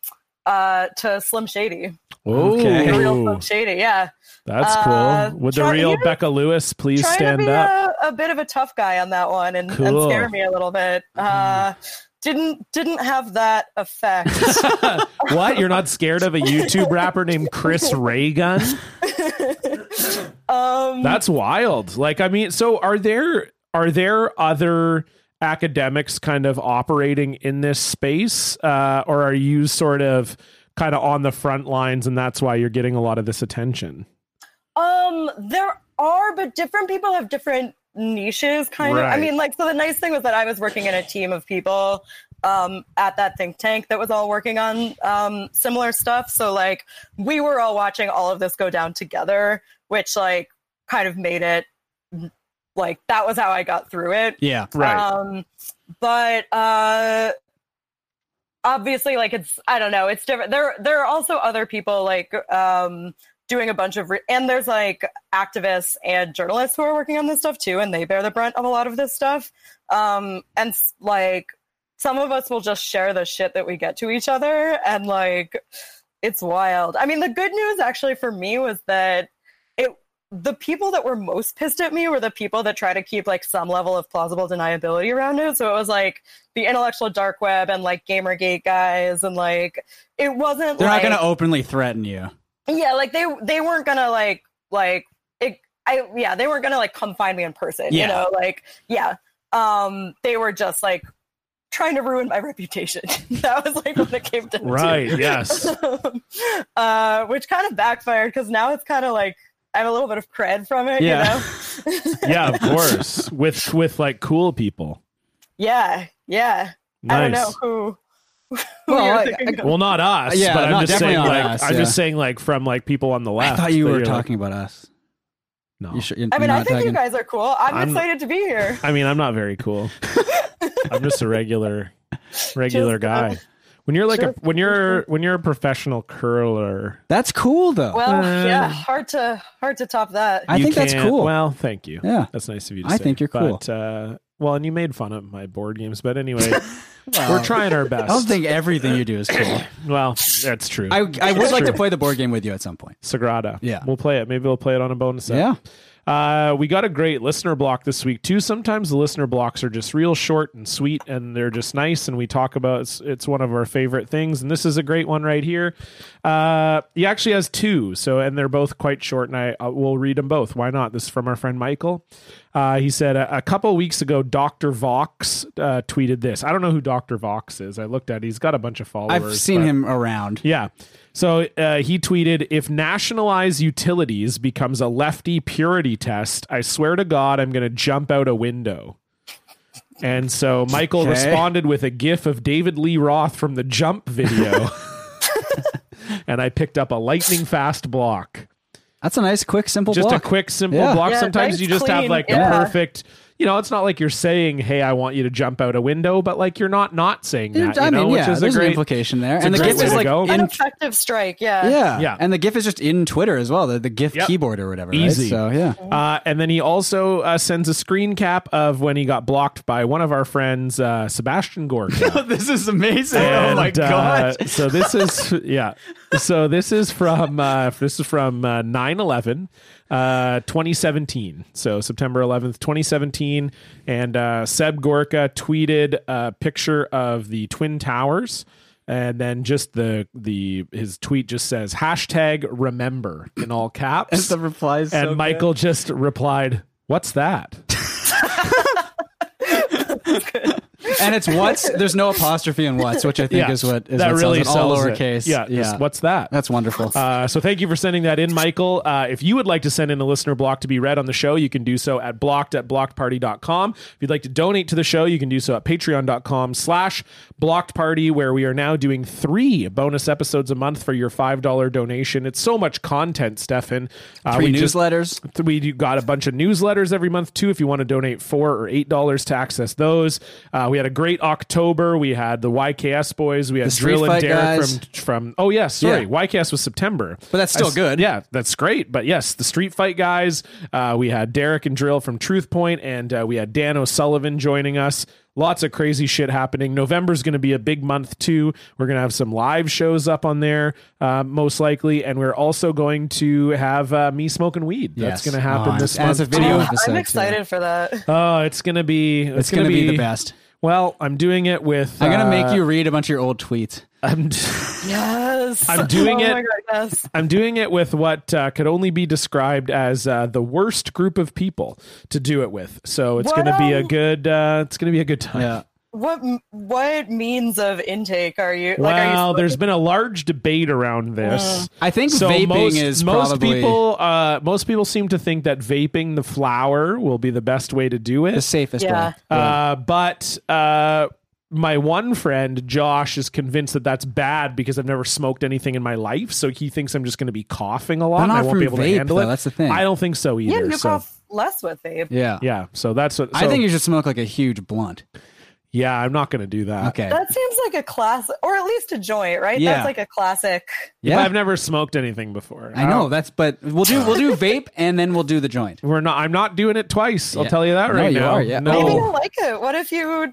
Speaker 3: uh to Slim Shady,
Speaker 2: Okay.
Speaker 3: the
Speaker 1: Oh,
Speaker 3: real Slim Shady. Yeah,
Speaker 1: that's
Speaker 3: Uh,
Speaker 1: cool. Would the
Speaker 3: try-
Speaker 1: real
Speaker 3: you know,
Speaker 1: Becca Lewis please
Speaker 3: trying
Speaker 1: stand
Speaker 3: to be
Speaker 1: up?
Speaker 3: A, a bit of a tough guy on that one and, and
Speaker 1: Cool. Mm-hmm.
Speaker 3: scare me a little bit. Uh, didn't didn't have that effect.
Speaker 1: what? You're not scared of a YouTube rapper named Chris Raygun?
Speaker 3: Um,
Speaker 1: That's wild. Like, I mean, so are there are there other academics kind of operating in this space, uh, or are you sort of kind of on the front lines, and that's why you're getting a lot of this attention?
Speaker 3: um, there are, but different people have different niches, kind of. I
Speaker 1: Right.
Speaker 3: mean, like, so the nice thing was that I was working in a team of people um, at that think tank that was all working on um, similar stuff. So, like, we were all watching all of this go down together, which, like, kind of made it like that was how I got through it.
Speaker 2: Yeah.
Speaker 3: Um, but uh, obviously, like it's I don't know, it's different. There there are also other people like um, doing a bunch of re- and there's like activists and journalists who are working on this stuff too, and they bear the brunt of a lot of this stuff. Um, and s- like some of us will just share the shit that we get to each other, and like it's wild. I mean, the good news actually for me was that it the people that were most pissed at me were the people that try to keep like some level of plausible deniability around it. So it was like the intellectual dark web and like Gamergate guys and like it wasn't
Speaker 2: They're
Speaker 3: like
Speaker 2: not gonna openly threaten you.
Speaker 3: yeah, like they they weren't gonna like like it, I yeah they weren't gonna like come find me in person.
Speaker 2: Yeah.
Speaker 3: You know, like yeah, um, they were just like trying to ruin my reputation. that was like when it came down to
Speaker 1: Right. Yes.
Speaker 3: uh, which kind of backfired because now it's kind of like I have a little bit of cred from it,
Speaker 2: Yeah.
Speaker 3: you know?
Speaker 1: yeah, of course. With with like cool people.
Speaker 3: Yeah, yeah.
Speaker 1: Nice.
Speaker 3: I don't know who. who
Speaker 2: Well,
Speaker 3: you're
Speaker 2: I-
Speaker 3: thinking of.
Speaker 1: Well, not us.
Speaker 2: Yeah,
Speaker 1: but I'm
Speaker 2: no,
Speaker 1: just
Speaker 2: definitely
Speaker 1: saying.
Speaker 2: not
Speaker 1: Like,
Speaker 2: us,
Speaker 1: I'm
Speaker 2: yeah.
Speaker 1: just saying, like from like people on the left.
Speaker 2: I thought you
Speaker 1: that
Speaker 2: were
Speaker 1: you're like,
Speaker 2: talking about us.
Speaker 1: no.
Speaker 2: You sure, you're
Speaker 3: I mean,
Speaker 2: not
Speaker 3: I think
Speaker 2: talking-
Speaker 3: you guys are cool. I'm,
Speaker 1: I'm-
Speaker 3: excited to be here.
Speaker 1: I mean, I'm not very cool. I'm just a regular, regular
Speaker 3: Just, uh,
Speaker 1: guy. When you're like a
Speaker 3: just-
Speaker 1: when you're when you're a professional curler,
Speaker 2: That's cool though.
Speaker 3: Well,
Speaker 1: Uh,
Speaker 3: yeah, hard to hard to top that.
Speaker 2: I
Speaker 1: you
Speaker 2: think that's
Speaker 1: can't-
Speaker 2: cool.
Speaker 1: Well, thank you.
Speaker 2: Yeah.
Speaker 1: that's nice of you. to
Speaker 2: I
Speaker 1: say.
Speaker 2: think you're cool.
Speaker 1: But, uh, well, and you made fun of my board games, but anyway, we're trying our best.
Speaker 2: I don't think everything you do is cool.
Speaker 1: Well, that's true.
Speaker 2: I, I would
Speaker 1: It's
Speaker 2: like to
Speaker 1: true.
Speaker 2: play the board game with you at some point.
Speaker 1: Sagrada.
Speaker 2: Yeah.
Speaker 1: We'll play it. Maybe we'll play it on a bonus. app.
Speaker 2: Yeah.
Speaker 1: Uh, we got a great listener block this week too. Sometimes the listener blocks are just real short and sweet, and they're just nice, and we talk about it's, it's one of our favorite things. And this is a great one right here. Uh, he actually has two, so and they're both quite short, and I uh, will read them both. Why not? This is from our friend Michael. Uh, he said a, a couple weeks ago, Doctor Vox uh, tweeted this. I don't know who Doctor Vox is. I looked at. it. He's got a bunch of followers.
Speaker 2: I've seen
Speaker 1: but-
Speaker 2: him around.
Speaker 1: yeah. So uh, he tweeted If nationalize utilities becomes a lefty purity test, I swear to God, I'm going to jump out a window. And so Michael
Speaker 2: Okay.
Speaker 1: responded with a gif of David Lee Roth from the jump video. and I picked up a lightning fast block.
Speaker 2: That's a nice, quick, simple
Speaker 1: Just
Speaker 2: block.
Speaker 1: a quick, simple
Speaker 2: Yeah.
Speaker 1: block.
Speaker 3: Yeah,
Speaker 1: Sometimes
Speaker 3: nice,
Speaker 1: you just have
Speaker 3: clean,
Speaker 1: like the
Speaker 3: yeah.
Speaker 1: perfect, you know, it's not like you're saying, hey, I want you to jump out a window, but like you're not not saying that.
Speaker 2: I
Speaker 1: you know,
Speaker 2: mean,
Speaker 1: which
Speaker 2: yeah,
Speaker 1: is a
Speaker 2: there's an
Speaker 1: great,
Speaker 2: implication there,
Speaker 1: a
Speaker 2: and the
Speaker 1: great
Speaker 2: gift
Speaker 1: way
Speaker 2: is
Speaker 1: to
Speaker 2: like
Speaker 1: go.
Speaker 2: in,
Speaker 3: An effective strike, yeah.
Speaker 2: yeah,
Speaker 1: Yeah.
Speaker 2: and the gift is just in Twitter as well, the, the gift
Speaker 1: Yep.
Speaker 2: keyboard or whatever. right?
Speaker 1: Easy.
Speaker 2: So yeah,
Speaker 1: Uh, and then he also uh, sends a screen cap of when he got blocked by one of our friends, uh, Sebastian Gorka.
Speaker 2: this is amazing. Oh
Speaker 1: And, uh, so this is yeah. So this is from uh, this is from uh, 9/11, uh, 2017. So September 11th, 2017, and uh, Seb Gorka tweeted a picture of the Twin Towers. And then just the the his tweet just says hashtag remember in all caps.
Speaker 2: the replies
Speaker 1: And Michael just replied, "What's that?"
Speaker 2: and it's what's. There's no apostrophe in what's, which I think is what is
Speaker 1: that
Speaker 2: what
Speaker 1: really
Speaker 2: sells it, all
Speaker 1: sells it.
Speaker 2: lowercase.
Speaker 1: Yeah,
Speaker 2: yeah.
Speaker 1: just, what's that?
Speaker 2: That's wonderful.
Speaker 1: Uh, so thank you for sending that in, Michael. Uh, if you would like to send in a listener block to be read on the show, you can do so at blocked at blockedparty.com. If you'd like to donate to the show, you can do so at patreon.com slash blocked party, where we are now doing three bonus episodes a month for your $5 donation. It's so much content, Stefan. Uh,
Speaker 2: Three
Speaker 1: we just-
Speaker 2: newsletters.
Speaker 1: we do got a bunch of newsletters every month too. If you want to donate four or eight dollars to access those, uh, we had a great October. We had the YKS boys. We had
Speaker 2: The Street
Speaker 1: Drill and
Speaker 2: Fight
Speaker 1: Dare
Speaker 2: guys.
Speaker 1: from from. Oh yeah, sorry,
Speaker 2: Yeah.
Speaker 1: YKS was September,
Speaker 2: But that's still
Speaker 1: I s-
Speaker 2: good.
Speaker 1: Yeah, that's great. But yes, the Street Fight guys. Uh, we had Derek and Drill from Truth Point, and uh, we had Dan O'Sullivan joining us. Lots of crazy shit happening. November's going to be a big month too. We're going to have some live shows up on there, uh, most likely, and we're also going to have uh, me smoking weed. That's
Speaker 2: Yes.
Speaker 1: going to happen
Speaker 2: Oh,
Speaker 1: this
Speaker 2: and it's
Speaker 1: month.
Speaker 2: a video
Speaker 1: too.
Speaker 2: episode.
Speaker 3: I'm
Speaker 2: too.
Speaker 3: excited for that.
Speaker 1: Oh, it's going to be. It's,
Speaker 2: It's gonna be the best.
Speaker 1: Well, I'm doing it with.
Speaker 2: I'm gonna
Speaker 1: uh,
Speaker 2: make you read a bunch of your old tweets.
Speaker 1: I'm.
Speaker 3: Yes.
Speaker 1: I'm doing
Speaker 3: oh
Speaker 1: it-
Speaker 3: my God, yes.
Speaker 1: I'm doing it with what uh, could only be described as uh, the worst group of people to do it with. So it's going to be a
Speaker 3: Well-
Speaker 1: good. Uh, it's going to be a good time.
Speaker 2: Yeah.
Speaker 3: What what means of intake are you? like, are you
Speaker 1: Well,
Speaker 3: supposed
Speaker 1: there's
Speaker 3: to-
Speaker 1: been a large debate around this.
Speaker 2: I think
Speaker 1: so
Speaker 2: vaping
Speaker 1: most,
Speaker 2: is
Speaker 1: most
Speaker 2: probably
Speaker 1: people uh, most people seem to think that vaping the flower will be the best way to do it.
Speaker 2: the safest
Speaker 3: Yeah.
Speaker 2: way.
Speaker 1: Uh, but uh, my one friend, Josh, is convinced that that's bad because I've never smoked anything in my life. So he thinks I'm just going to be coughing a lot
Speaker 2: They're
Speaker 1: and I
Speaker 2: not
Speaker 1: won't be able
Speaker 2: from
Speaker 1: to
Speaker 2: vape,
Speaker 1: handle
Speaker 2: though,
Speaker 1: it.
Speaker 2: that's the thing.
Speaker 1: I don't think so
Speaker 3: yeah,
Speaker 1: either.
Speaker 3: you
Speaker 1: so.
Speaker 3: cough less with vape.
Speaker 2: yeah.
Speaker 1: Yeah, so that's what
Speaker 2: I
Speaker 1: so-
Speaker 2: think you should smoke like a huge blunt.
Speaker 1: Yeah, I'm not going to do that.
Speaker 2: Okay.
Speaker 3: That seems like a class, or at least a joint, right?
Speaker 2: Yeah.
Speaker 3: That's like a classic.
Speaker 1: Yeah,
Speaker 2: Yeah.
Speaker 1: I've never smoked anything before. Uh,
Speaker 2: I know that's, but we'll do we'll do vape and then we'll do the joint.
Speaker 1: We're not. I'm not doing it twice. I'll
Speaker 2: Yeah.
Speaker 1: tell you that
Speaker 2: No,
Speaker 1: right
Speaker 2: you
Speaker 1: now.
Speaker 2: are, yeah.
Speaker 3: Maybe
Speaker 2: Oh.
Speaker 1: No,
Speaker 3: you'll like it. What if you would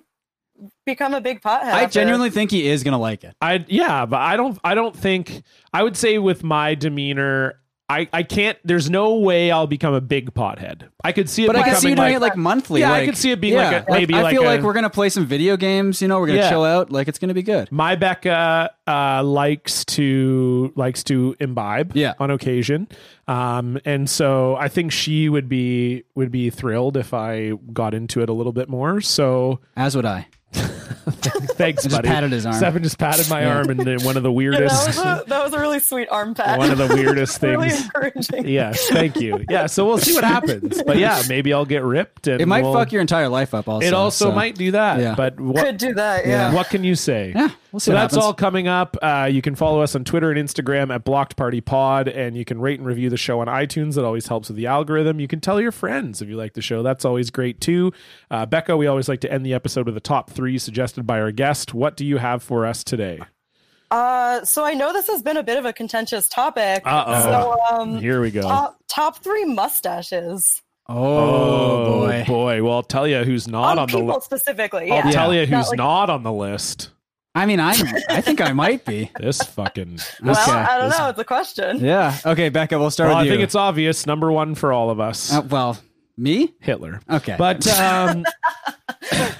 Speaker 3: become a big pothead?
Speaker 2: I
Speaker 3: after?
Speaker 2: genuinely think he is gonna like it.
Speaker 1: I yeah, but I don't. I don't think. I would say with my demeanor, I I can't. There's no way I'll become a big pothead. I could see it.
Speaker 2: But I
Speaker 1: becoming
Speaker 2: can see you doing
Speaker 1: like,
Speaker 2: it like monthly.
Speaker 1: Yeah, I
Speaker 2: like-
Speaker 1: could see it being like a- maybe
Speaker 2: I
Speaker 1: like
Speaker 2: feel
Speaker 1: a-
Speaker 2: like we're gonna play some video games. You know, we're gonna
Speaker 1: Yeah.
Speaker 2: chill out. Like it's gonna be good.
Speaker 1: my Becca uh, likes to likes to imbibe
Speaker 2: Yeah.
Speaker 1: on occasion, um, and so I think she would be would be thrilled if I got into it a little bit more. So
Speaker 2: As would I.
Speaker 1: thanks,
Speaker 2: Just
Speaker 1: buddy.
Speaker 2: patted his arm.
Speaker 1: Stefan just patted my
Speaker 2: Yeah.
Speaker 1: arm, and then one of the
Speaker 3: Yeah, that was
Speaker 1: weirdest,
Speaker 3: a that was a really sweet arm pat.
Speaker 1: one of the weirdest
Speaker 3: really
Speaker 1: things.
Speaker 3: encouraging.
Speaker 1: Yes, thank you. Yeah, so we'll see what happens. But yeah, maybe I'll get ripped, and
Speaker 2: It might
Speaker 1: we'll-
Speaker 2: fuck your entire life up. Also,
Speaker 1: It also
Speaker 2: so-
Speaker 1: might do that.
Speaker 2: Yeah.
Speaker 1: But what,
Speaker 3: Could do that. Yeah.
Speaker 2: Yeah.
Speaker 1: what can you say?
Speaker 2: Yeah, we'll see
Speaker 1: so
Speaker 2: what
Speaker 1: that's
Speaker 2: happens.
Speaker 1: all coming up. Uh, you can follow us on Twitter and Instagram at Blocked Party Pod, and you can rate and review the show on iTunes. That always helps with the algorithm. You can tell your friends if you like the show. That's always great too. Uh, Becca, we always like to end the episode with the top three suggested by our guest. What do you have for us today?
Speaker 3: Uh, so I know this has been a bit of a contentious topic.
Speaker 1: Uh-oh.
Speaker 3: So um,
Speaker 1: Here we go.
Speaker 3: top, top three mustaches
Speaker 2: Oh, boy.
Speaker 1: Well, I'll tell you who's not
Speaker 3: on,
Speaker 1: on, the
Speaker 3: people
Speaker 1: list.
Speaker 3: specifically.
Speaker 1: I'll
Speaker 3: Yeah.
Speaker 1: tell you who's
Speaker 3: like-
Speaker 1: not on the list.
Speaker 2: I mean, I I think I might be.
Speaker 1: This fucking.
Speaker 3: Well,
Speaker 2: Okay.
Speaker 3: I don't know. It's a question.
Speaker 2: Yeah. Okay, Becca. We'll start
Speaker 1: Well,
Speaker 2: with
Speaker 1: I
Speaker 2: you.
Speaker 1: think it's obvious. Number one for all of us.
Speaker 2: Uh, well, me.
Speaker 1: Hitler.
Speaker 2: Okay.
Speaker 1: But um,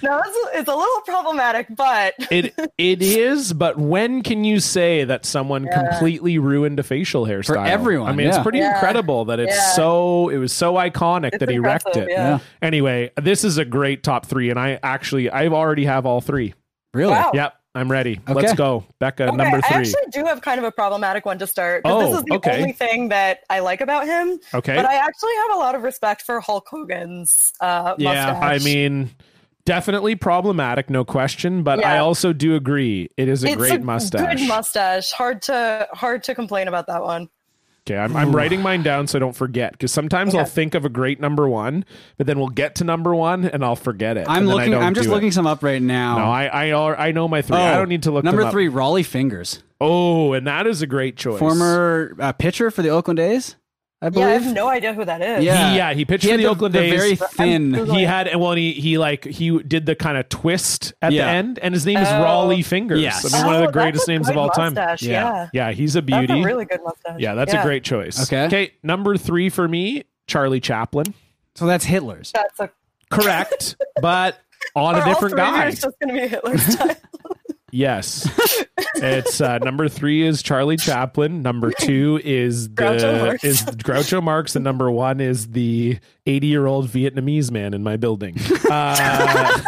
Speaker 3: No, it's, it's a little problematic, but
Speaker 1: it it is, but when can you say that someone completely ruined a facial hairstyle?
Speaker 2: everyone,
Speaker 1: I mean, it's
Speaker 2: yeah.
Speaker 1: pretty
Speaker 3: Yeah.
Speaker 1: incredible that it's
Speaker 3: Yeah.
Speaker 1: so it was so iconic
Speaker 3: It's
Speaker 1: that he wrecked it.
Speaker 3: impressive, yeah.
Speaker 2: Yeah.
Speaker 1: Anyway, this is a great top three, and I actually I already have all three.
Speaker 2: really.
Speaker 3: Wow.
Speaker 1: Yep, I'm ready.
Speaker 2: Okay.
Speaker 1: Let's go, Becca.
Speaker 3: Okay,
Speaker 1: number
Speaker 3: I
Speaker 1: three.
Speaker 3: actually do have kind of a problematic one to start. 'cause
Speaker 1: Oh,
Speaker 3: this is the
Speaker 1: okay.
Speaker 3: only thing that I like about him.
Speaker 1: Okay.
Speaker 3: But I actually have a lot of respect for Hulk Hogan's uh,
Speaker 1: yeah,
Speaker 3: mustache.
Speaker 1: I mean, Definitely problematic, no question. But I
Speaker 3: Yeah.
Speaker 1: also do agree it is a great mustache.
Speaker 3: Good mustache. Hard to hard to complain about that one.
Speaker 1: Okay, I'm, I'm writing mine down so I don't forget because sometimes I'll
Speaker 3: Okay.
Speaker 1: think of a great number one, but then we'll get to number one and I'll forget it.
Speaker 2: I'm
Speaker 1: and then I
Speaker 2: looking.
Speaker 1: don't
Speaker 2: I'm just
Speaker 1: do it.
Speaker 2: looking some up right now. Oh,
Speaker 1: No, I I, al- I know my three. I don't need to look
Speaker 2: Number
Speaker 1: them up.
Speaker 2: three, Raleigh Fingers,
Speaker 1: Oh, and that is a great choice.
Speaker 2: former uh, pitcher for the Oakland A's, I
Speaker 3: Yeah, I
Speaker 2: believe.
Speaker 3: have no idea who that is.
Speaker 2: Yeah.
Speaker 1: He- yeah, he pitched
Speaker 2: He
Speaker 1: for
Speaker 2: had
Speaker 1: the,
Speaker 2: the,
Speaker 1: Oakland
Speaker 2: the
Speaker 1: A's.
Speaker 2: very thin.
Speaker 1: he had well, and he he like he did the kind of twist at
Speaker 2: Yeah.
Speaker 1: the end, and his name is
Speaker 3: Oh.
Speaker 1: Raleigh Fingers.
Speaker 2: Yes.
Speaker 1: I mean, one
Speaker 3: Oh,
Speaker 1: of the
Speaker 3: that's
Speaker 1: greatest
Speaker 3: a
Speaker 1: names of
Speaker 3: good
Speaker 1: all time.
Speaker 3: mustache,
Speaker 2: Yeah.
Speaker 3: Yeah.
Speaker 1: Yeah, he's a beauty.
Speaker 3: That's a really good mustache.
Speaker 1: yeah, that's a great choice.
Speaker 2: Okay.
Speaker 1: okay, number three for me, Charlie Chaplin.
Speaker 2: So that's Hitler's.
Speaker 3: That's a
Speaker 1: Correct, but on a
Speaker 3: Are all
Speaker 1: different
Speaker 3: three of
Speaker 1: guy.
Speaker 3: yours just gonna be Hitler's time.
Speaker 1: Yes. it's uh, number three is Charlie Chaplin. Number two is the
Speaker 3: Groucho Marx.
Speaker 1: is Groucho Marx, and number one is the eighty year old Vietnamese man in my building. Uh,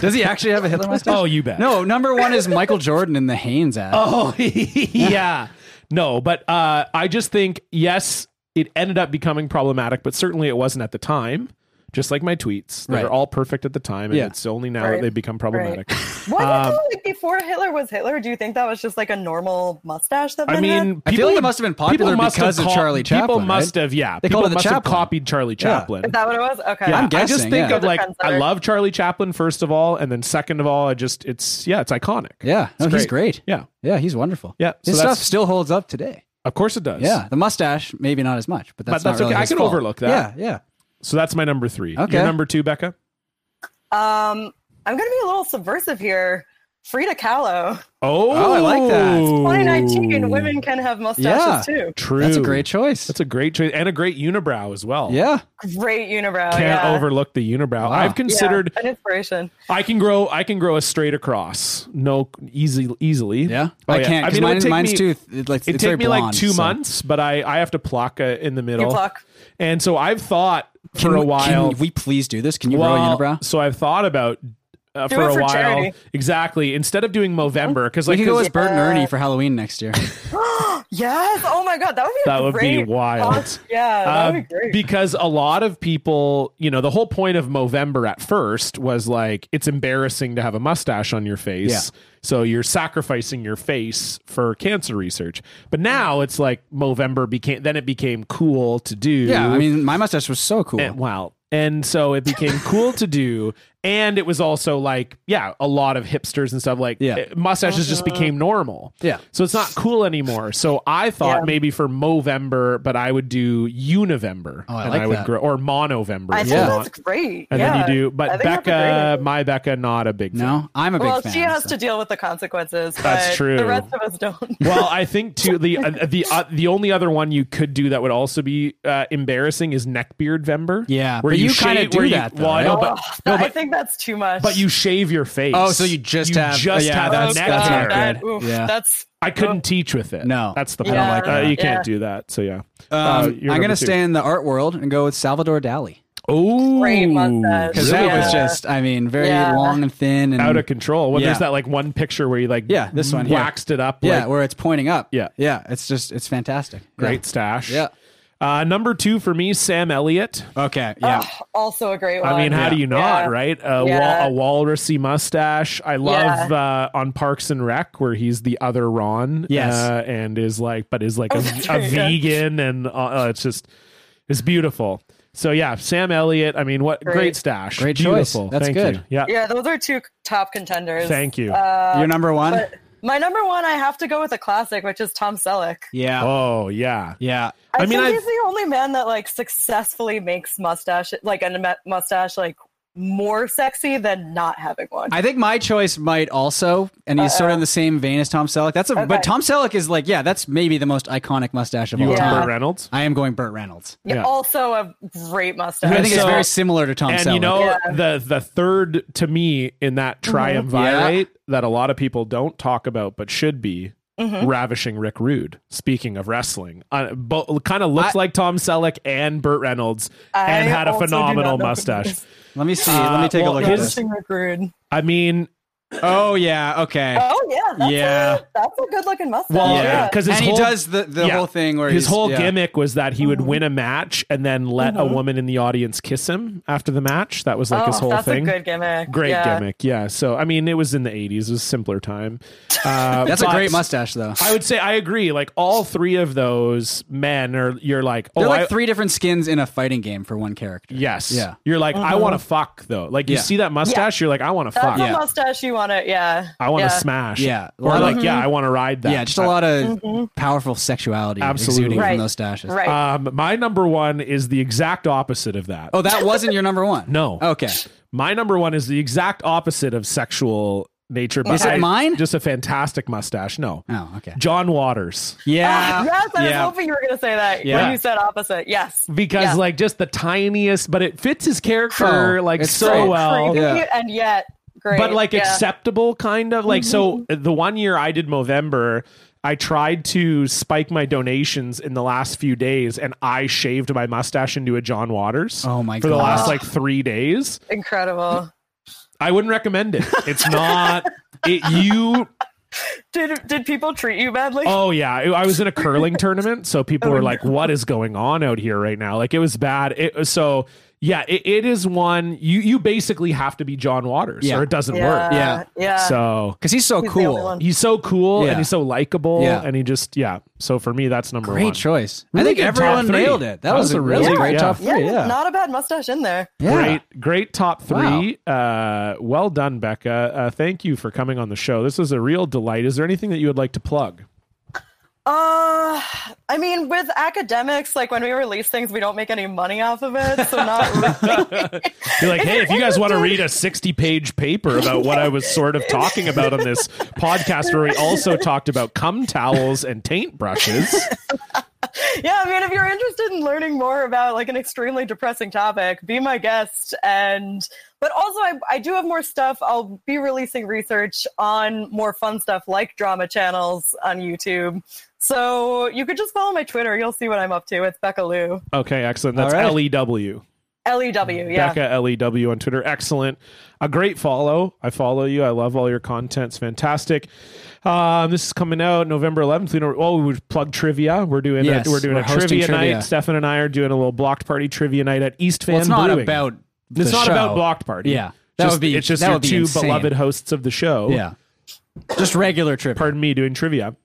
Speaker 2: Does he actually have a Hitler mustache?
Speaker 1: oh, you bet.
Speaker 2: No, number one is Michael Jordan in the Haynes ad.
Speaker 1: Oh yeah. No, but uh, I just think yes, it ended up becoming problematic, but certainly it wasn't at the time. Just like my tweets, they're
Speaker 2: Right.
Speaker 1: all perfect at the time, and
Speaker 2: Yeah.
Speaker 1: it's only now that
Speaker 3: Right.
Speaker 1: they become problematic.
Speaker 3: Why
Speaker 1: Um,
Speaker 3: did that, like before Hitler was Hitler? Do you think that was just like a normal mustache that
Speaker 1: I
Speaker 3: men had?
Speaker 1: mean,
Speaker 2: I feel
Speaker 1: people
Speaker 2: like it must have been popular
Speaker 1: people must
Speaker 2: because
Speaker 1: have
Speaker 2: of Charlie
Speaker 1: People
Speaker 2: Chaplin,
Speaker 1: must
Speaker 2: right?
Speaker 1: have, yeah.
Speaker 2: They
Speaker 1: people
Speaker 2: called it the
Speaker 1: must have
Speaker 2: Chaplin.
Speaker 1: copied Charlie Chaplin.
Speaker 3: is that what it was? Okay.
Speaker 1: Yeah,
Speaker 2: I'm
Speaker 1: I just
Speaker 2: guessing,
Speaker 1: think
Speaker 2: yeah.
Speaker 1: of like I
Speaker 3: Trendsetter.
Speaker 1: love Charlie Chaplin first of all, and then second of all, I just it's yeah, it's iconic.
Speaker 2: yeah, no,
Speaker 1: It's
Speaker 2: he's great.
Speaker 1: Yeah,
Speaker 2: Yeah, he's wonderful.
Speaker 1: Yeah, so
Speaker 2: his stuff
Speaker 1: that's-
Speaker 2: still holds up today.
Speaker 1: of course it does.
Speaker 2: Yeah, the mustache maybe not as much, but that's,
Speaker 1: But that's
Speaker 2: not really
Speaker 1: okay. I
Speaker 2: his
Speaker 1: can
Speaker 2: fault.
Speaker 1: overlook that.
Speaker 2: Yeah, yeah.
Speaker 1: So that's my number three.
Speaker 2: Okay.
Speaker 1: Your number two, Becca.
Speaker 3: Um, I'm gonna be a little subversive here. Frida Kahlo,
Speaker 1: Oh,
Speaker 2: Oh, I like that.
Speaker 3: 2019 women can have mustaches too.
Speaker 1: True.
Speaker 2: That's a great choice.
Speaker 1: That's a great choice and a great unibrow as well.
Speaker 2: yeah,
Speaker 3: Great unibrow.
Speaker 1: Can't
Speaker 3: Oh, yeah.
Speaker 1: overlook the unibrow.
Speaker 2: Wow.
Speaker 1: I've
Speaker 3: Yeah,
Speaker 1: considered
Speaker 3: an inspiration.
Speaker 1: I can grow. I can grow a straight across. No, easy, easily.
Speaker 2: yeah.
Speaker 1: Oh,
Speaker 2: I can't.
Speaker 1: I
Speaker 2: 'cause
Speaker 1: mean, it would
Speaker 2: mine-
Speaker 1: take
Speaker 2: mine's
Speaker 1: me-
Speaker 2: too. It, like,
Speaker 1: It
Speaker 2: it's
Speaker 1: take
Speaker 2: very
Speaker 1: me like
Speaker 2: blonde,
Speaker 1: two
Speaker 2: so-
Speaker 1: months, but I I have to pluck uh, in the middle.
Speaker 3: You pluck.
Speaker 1: And so I've thought for
Speaker 2: Can
Speaker 1: a
Speaker 2: we-
Speaker 1: while.
Speaker 2: Can we please do this? Can you
Speaker 1: well,
Speaker 2: grow a unibrow?
Speaker 1: so I've thought about uh,
Speaker 3: Do
Speaker 1: for
Speaker 3: it
Speaker 1: a
Speaker 3: for
Speaker 1: while.
Speaker 3: charity. Oh,
Speaker 1: Exactly. Instead of doing Movember, because
Speaker 2: We
Speaker 1: like
Speaker 2: can go
Speaker 1: 'cause
Speaker 2: as Bert and Ernie for Halloween next year.
Speaker 3: Yes. Oh my god, that would be a
Speaker 1: that would be
Speaker 3: great-
Speaker 1: wild.
Speaker 3: Yeah, that
Speaker 1: Um,
Speaker 3: would be great.
Speaker 1: because a lot of people, you know, the whole point of Movember at first was like it's embarrassing to have a mustache on your face,
Speaker 2: Yeah.
Speaker 1: so you're sacrificing your face for cancer research. But now it's like Movember became then it became cool to do.
Speaker 2: yeah, I mean, my mustache was so cool.
Speaker 1: And- wow. And so it became cool to do. And it was also like, yeah, a lot of hipsters and stuff like
Speaker 2: Yeah.
Speaker 1: eh, mustaches just
Speaker 3: Uh-huh.
Speaker 1: became normal.
Speaker 2: Yeah.
Speaker 1: So it's not cool anymore. So I thought
Speaker 3: Yeah.
Speaker 1: maybe for Movember, but I would do Unovember.
Speaker 2: Oh, I
Speaker 1: and
Speaker 2: like
Speaker 1: I would
Speaker 2: that.
Speaker 1: grow or Monovember.
Speaker 3: I
Speaker 1: if
Speaker 3: think
Speaker 1: you
Speaker 2: Yeah.
Speaker 1: want.
Speaker 3: that's great.
Speaker 1: And
Speaker 3: yeah.
Speaker 1: then you do,
Speaker 3: I
Speaker 1: but
Speaker 3: think that's a great idea.
Speaker 1: Becca, my Becca, not a big fan.
Speaker 2: No, I'm a big
Speaker 3: well,
Speaker 2: fan.
Speaker 3: she has
Speaker 2: so-
Speaker 3: to deal with the consequences.
Speaker 1: That's
Speaker 3: but
Speaker 1: true.
Speaker 3: The rest of us don't.
Speaker 1: well, I think too the uh, the uh, the only other one you could do that would also be uh, embarrassing is neckbeard vember.
Speaker 2: Yeah, but you kinda
Speaker 1: shave-
Speaker 2: do
Speaker 1: where you-
Speaker 2: that, though,
Speaker 1: well, I know,
Speaker 2: right?
Speaker 1: but no,
Speaker 3: Oh, I
Speaker 1: but
Speaker 3: think that's too much.
Speaker 1: But you shave your face.
Speaker 2: Oh, so you just have-
Speaker 1: just
Speaker 2: yeah,
Speaker 1: have
Speaker 2: that's-
Speaker 1: a neck
Speaker 2: that's
Speaker 1: hair.
Speaker 2: not good.
Speaker 3: that- oof,
Speaker 2: Yeah.
Speaker 3: That's
Speaker 1: I couldn't teach with it.
Speaker 2: No.
Speaker 1: that's the
Speaker 3: I don't
Speaker 1: point.
Speaker 3: like
Speaker 1: Uh,
Speaker 3: that.
Speaker 1: you can't
Speaker 3: Yeah.
Speaker 1: do that. So yeah,
Speaker 2: Um,
Speaker 1: Uh, you're
Speaker 2: I'm
Speaker 1: number
Speaker 2: gonna
Speaker 1: two.
Speaker 2: stay in the art world and go with Salvador Dali
Speaker 1: Oh,
Speaker 3: Great mustache.
Speaker 2: because
Speaker 1: really?
Speaker 2: that was
Speaker 3: Yeah.
Speaker 2: just, I mean, very
Speaker 3: Yeah.
Speaker 2: long and thin and
Speaker 1: out of control. When
Speaker 2: Yeah.
Speaker 1: there's that like one picture where you like
Speaker 2: Yeah, this one here.
Speaker 1: waxed it up.
Speaker 2: yeah,
Speaker 1: like,
Speaker 2: where it's pointing up.
Speaker 1: Yeah.
Speaker 2: yeah, it's just it's fantastic.
Speaker 1: great stash.
Speaker 2: Yeah.
Speaker 1: Uh, number two for me, Sam Elliott.
Speaker 2: Yeah. Okay. Yeah.
Speaker 3: ugh, also a great one.
Speaker 1: I mean, how do you not,
Speaker 3: Yeah.
Speaker 1: right? A,
Speaker 3: Yeah.
Speaker 1: wal- a walrusy mustache. I love uh, on Parks and Rec where he's the other Ron,
Speaker 2: Yes.
Speaker 1: uh, and is like, but is like a,
Speaker 3: Oh, that's
Speaker 1: a
Speaker 3: right, yeah.
Speaker 1: vegan, and uh, uh, it's just, it's beautiful. So yeah, Sam Elliott. I mean, what great,
Speaker 3: Great.
Speaker 1: stash,
Speaker 2: Great choice.
Speaker 1: beautiful.
Speaker 2: That's
Speaker 1: Thank
Speaker 2: good.
Speaker 1: You. Yeah,
Speaker 3: Yeah, those are two top contenders. Uh,
Speaker 1: thank you.
Speaker 2: Your number one.
Speaker 3: But my number one, I have to go with a classic, which is Tom Selleck.
Speaker 2: yeah.
Speaker 1: oh yeah,
Speaker 2: Yeah.
Speaker 3: I,
Speaker 1: I mean,
Speaker 3: think
Speaker 1: I-
Speaker 3: he's the only man that like successfully makes mustache, like a mu- mustache, like more sexy than not having one.
Speaker 2: I think my choice might also, and he's sort of in the same vein as Tom Selleck. That's a,
Speaker 3: Okay.
Speaker 2: but Tom Selleck is like, yeah, that's maybe the most iconic mustache of
Speaker 1: you
Speaker 2: all
Speaker 1: want
Speaker 3: Yeah.
Speaker 2: time.
Speaker 1: Burt Reynolds.
Speaker 2: I am going Burt Reynolds.
Speaker 3: Yeah,
Speaker 1: yeah.
Speaker 3: Also a great mustache.
Speaker 2: I think it's
Speaker 1: so-
Speaker 2: very similar to Tom
Speaker 1: uh, and
Speaker 2: Selleck.
Speaker 1: you know
Speaker 3: Yeah. Mm-hmm.
Speaker 1: the the third to me in that triumvirate that a lot of people don't talk about but should be
Speaker 3: Mm-hmm.
Speaker 1: ravishing Rick Rude. Speaking of wrestling, uh, bo- kind of looks like Tom Selleck and Burt Reynolds,
Speaker 3: I
Speaker 1: and had a
Speaker 3: also do not
Speaker 1: phenomenal
Speaker 3: know who
Speaker 1: mustache.
Speaker 3: this is.
Speaker 2: let me see. let me
Speaker 1: Uh,
Speaker 2: take
Speaker 1: well,
Speaker 2: a look
Speaker 1: his-
Speaker 2: at
Speaker 3: Ravishing Rick Rude.
Speaker 1: I mean,
Speaker 2: this. Oh yeah. Okay.
Speaker 3: Oh yeah, that's
Speaker 2: Yeah.
Speaker 3: a, that's a good looking mustache.
Speaker 1: Well, Oh, yeah,
Speaker 3: yeah.
Speaker 1: because
Speaker 2: and
Speaker 1: his
Speaker 2: he
Speaker 1: whole,
Speaker 2: does the, the
Speaker 1: yeah.
Speaker 2: whole thing where
Speaker 1: his
Speaker 2: he's-
Speaker 1: whole
Speaker 2: yeah.
Speaker 1: gimmick was that he
Speaker 3: Mm-hmm.
Speaker 1: would win a match and then let a woman in the audience kiss him after the match. That was like his
Speaker 3: Oh,
Speaker 1: whole
Speaker 3: that's
Speaker 1: thing.
Speaker 3: a good gimmick.
Speaker 1: Great
Speaker 3: Yeah.
Speaker 1: gimmick, yeah. So I mean, it was in the '80s; it was a simpler time. Uh,
Speaker 2: That's a
Speaker 1: but
Speaker 2: great mustache, though.
Speaker 1: I would say I agree. Like all three of those men are, you're like, oh,
Speaker 2: They're like
Speaker 1: I-
Speaker 2: three different skins in a fighting game for one character.
Speaker 1: yes,
Speaker 2: Yeah.
Speaker 1: You're like, I
Speaker 3: Uh-huh.
Speaker 1: want to fuck though. Like you
Speaker 2: Yeah.
Speaker 1: see that mustache, you're like, I want to fuck.
Speaker 3: That's
Speaker 2: Yeah.
Speaker 3: a mustache you want to, yeah.
Speaker 1: I want to
Speaker 3: Uh, yeah. Uh-huh.
Speaker 1: smash.
Speaker 2: Yeah. A
Speaker 1: or
Speaker 2: lot of-
Speaker 1: like, yeah, I want to ride that.
Speaker 2: Yeah, just a lot of powerful sexuality
Speaker 1: Absolutely.
Speaker 2: exuding
Speaker 3: Mm-hmm. Right.
Speaker 2: from those stashes.
Speaker 3: Right.
Speaker 1: Um, my number one is the exact opposite of that.
Speaker 2: Oh, that wasn't your number one?
Speaker 1: No.
Speaker 2: Okay.
Speaker 1: My number one is the exact opposite of sexual nature. But
Speaker 2: Is it
Speaker 1: I-
Speaker 2: mine?
Speaker 1: Just a fantastic mustache. No.
Speaker 2: Oh, okay.
Speaker 1: John Waters.
Speaker 2: Yeah.
Speaker 3: Ah, yes, I
Speaker 2: yeah.
Speaker 3: was hoping you were going to say that
Speaker 1: Yeah.
Speaker 3: when you said opposite. Yes.
Speaker 1: Because
Speaker 3: Yeah.
Speaker 1: like just the tiniest, but it fits his character
Speaker 2: Oh,
Speaker 1: like
Speaker 2: it's
Speaker 1: so
Speaker 2: great.
Speaker 1: well.
Speaker 3: Creepy
Speaker 2: Yeah.
Speaker 3: and yet great.
Speaker 1: But like
Speaker 3: yeah. Mm-hmm.
Speaker 1: acceptable kind of like so the one year I did Movember, I tried to spike my donations in the last few days and I shaved my mustache into a John Waters.
Speaker 2: Oh my
Speaker 1: For the last
Speaker 2: God.
Speaker 1: like three days.
Speaker 3: incredible.
Speaker 1: I wouldn't recommend it. It's not it you
Speaker 3: Did did people treat you badly?
Speaker 1: oh yeah, I I was in a curling tournament, so people
Speaker 3: Oh,
Speaker 1: were like what is going on out here right now? Like it was bad. It was- so yeah, it, it is one you you basically have to be John Waters
Speaker 2: Yeah.
Speaker 1: or it doesn't
Speaker 3: yeah,
Speaker 1: work.
Speaker 2: Yeah.
Speaker 3: yeah.
Speaker 1: So
Speaker 2: Because he's so
Speaker 3: He's the only
Speaker 2: cool.
Speaker 3: one.
Speaker 1: he's so cool
Speaker 2: Yeah.
Speaker 1: and he's so likable
Speaker 2: Yeah.
Speaker 1: and he just yeah. So for me that's number one.
Speaker 2: Great choice.
Speaker 1: Really
Speaker 2: I think
Speaker 1: good top
Speaker 2: everyone
Speaker 1: three.
Speaker 2: nailed it. That, was, a really great
Speaker 1: yeah.
Speaker 2: top three.
Speaker 3: yeah,
Speaker 2: Yeah.
Speaker 3: not a bad mustache in there.
Speaker 2: Yeah.
Speaker 1: Great, great top three. Uh, well done, Becca. Uh, thank you for coming on the show. This is a real delight. Is there anything that you would like to plug?
Speaker 3: Uh, I mean, with academics, like when we release things, we don't make any money off of it, so not really.
Speaker 1: You're like, hey, if you guys want to read
Speaker 3: interested-
Speaker 1: a 60 page paper about what I was sort of talking about on this podcast, where we also talked about cum towels and taint brushes.
Speaker 3: yeah, I mean, if you're interested in learning more about like an extremely depressing topic, be my guest. And but also, I, I do have more stuff. I'll be releasing research on more fun stuff like drama channels on YouTube. So you could just follow my Twitter. You'll see what I'm up to. It's Becca Lou,
Speaker 1: Okay, excellent. That's
Speaker 2: All right.
Speaker 1: L E W.
Speaker 3: L E W. Yeah.
Speaker 1: Becca L E W on Twitter. Excellent. A great follow. I follow you. I love all your content. It's fantastic. Um, this is coming out November 11th. We know, oh, we would plug trivia. We're doing
Speaker 2: Yes,
Speaker 1: a, we're doing
Speaker 2: we're
Speaker 1: a
Speaker 2: hosting
Speaker 1: trivia,
Speaker 2: trivia.
Speaker 1: night. Stefan and I are doing a little blocked party trivia night at East Van
Speaker 2: Well, it's not
Speaker 1: Brewing.
Speaker 2: about. The
Speaker 1: it's not
Speaker 2: show.
Speaker 1: about blocked party.
Speaker 2: Yeah. That
Speaker 1: Just-
Speaker 2: would be-
Speaker 1: It's just
Speaker 2: that
Speaker 1: your
Speaker 2: would be
Speaker 1: two
Speaker 2: insane.
Speaker 1: beloved hosts of the show.
Speaker 2: Yeah. Just regular trip.
Speaker 1: pardon me, doing trivia.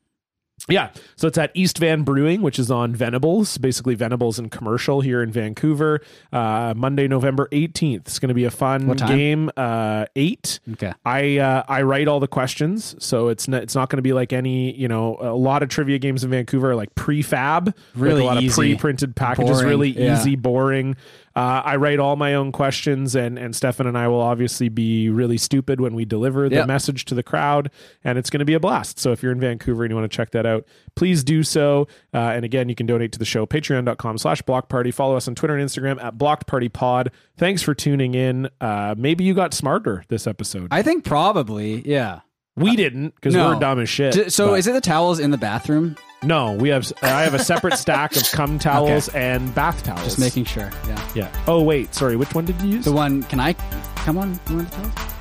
Speaker 1: Yeah, so it's at East Van Brewing, which is on Venables, basically Venables and Commercial here in Vancouver. Uh, Monday, November eighteenth. It's going to be a fun
Speaker 2: What time?
Speaker 1: game. Uh, eight.
Speaker 2: Okay.
Speaker 1: I uh, I write all the questions, so it's not it's not going to be like any you know a lot of trivia games in Vancouver are like prefab, like
Speaker 2: Really
Speaker 1: a lot of
Speaker 2: easy.
Speaker 1: pre-printed packages,
Speaker 2: Boring.
Speaker 1: really
Speaker 2: Yeah.
Speaker 1: easy, boring. Uh, I write all my own questions, and and Stefan and I will obviously be really stupid when we deliver the
Speaker 2: Yep.
Speaker 1: message to the crowd, and it's going to be a blast. So if you're in Vancouver and you want to check that out, please do so. Uh, and again, you can donate to the show patreon.com slash block party. Follow us on Twitter and Instagram at blocked party pod. Thanks for tuning in. Uh, maybe you got smarter this episode.
Speaker 2: I think probably. Yeah.
Speaker 1: We didn't because
Speaker 2: Uh, No.
Speaker 1: we're dumb as shit.
Speaker 2: D- so
Speaker 1: But-
Speaker 2: is it the towels in the bathroom?
Speaker 1: no? We have uh, I have a separate stack of cum towels and bath towels.
Speaker 2: Just making sure. Yeah.
Speaker 1: yeah. Oh wait, sorry. Which one did you use?
Speaker 2: The one. Can I come on? You want the towels?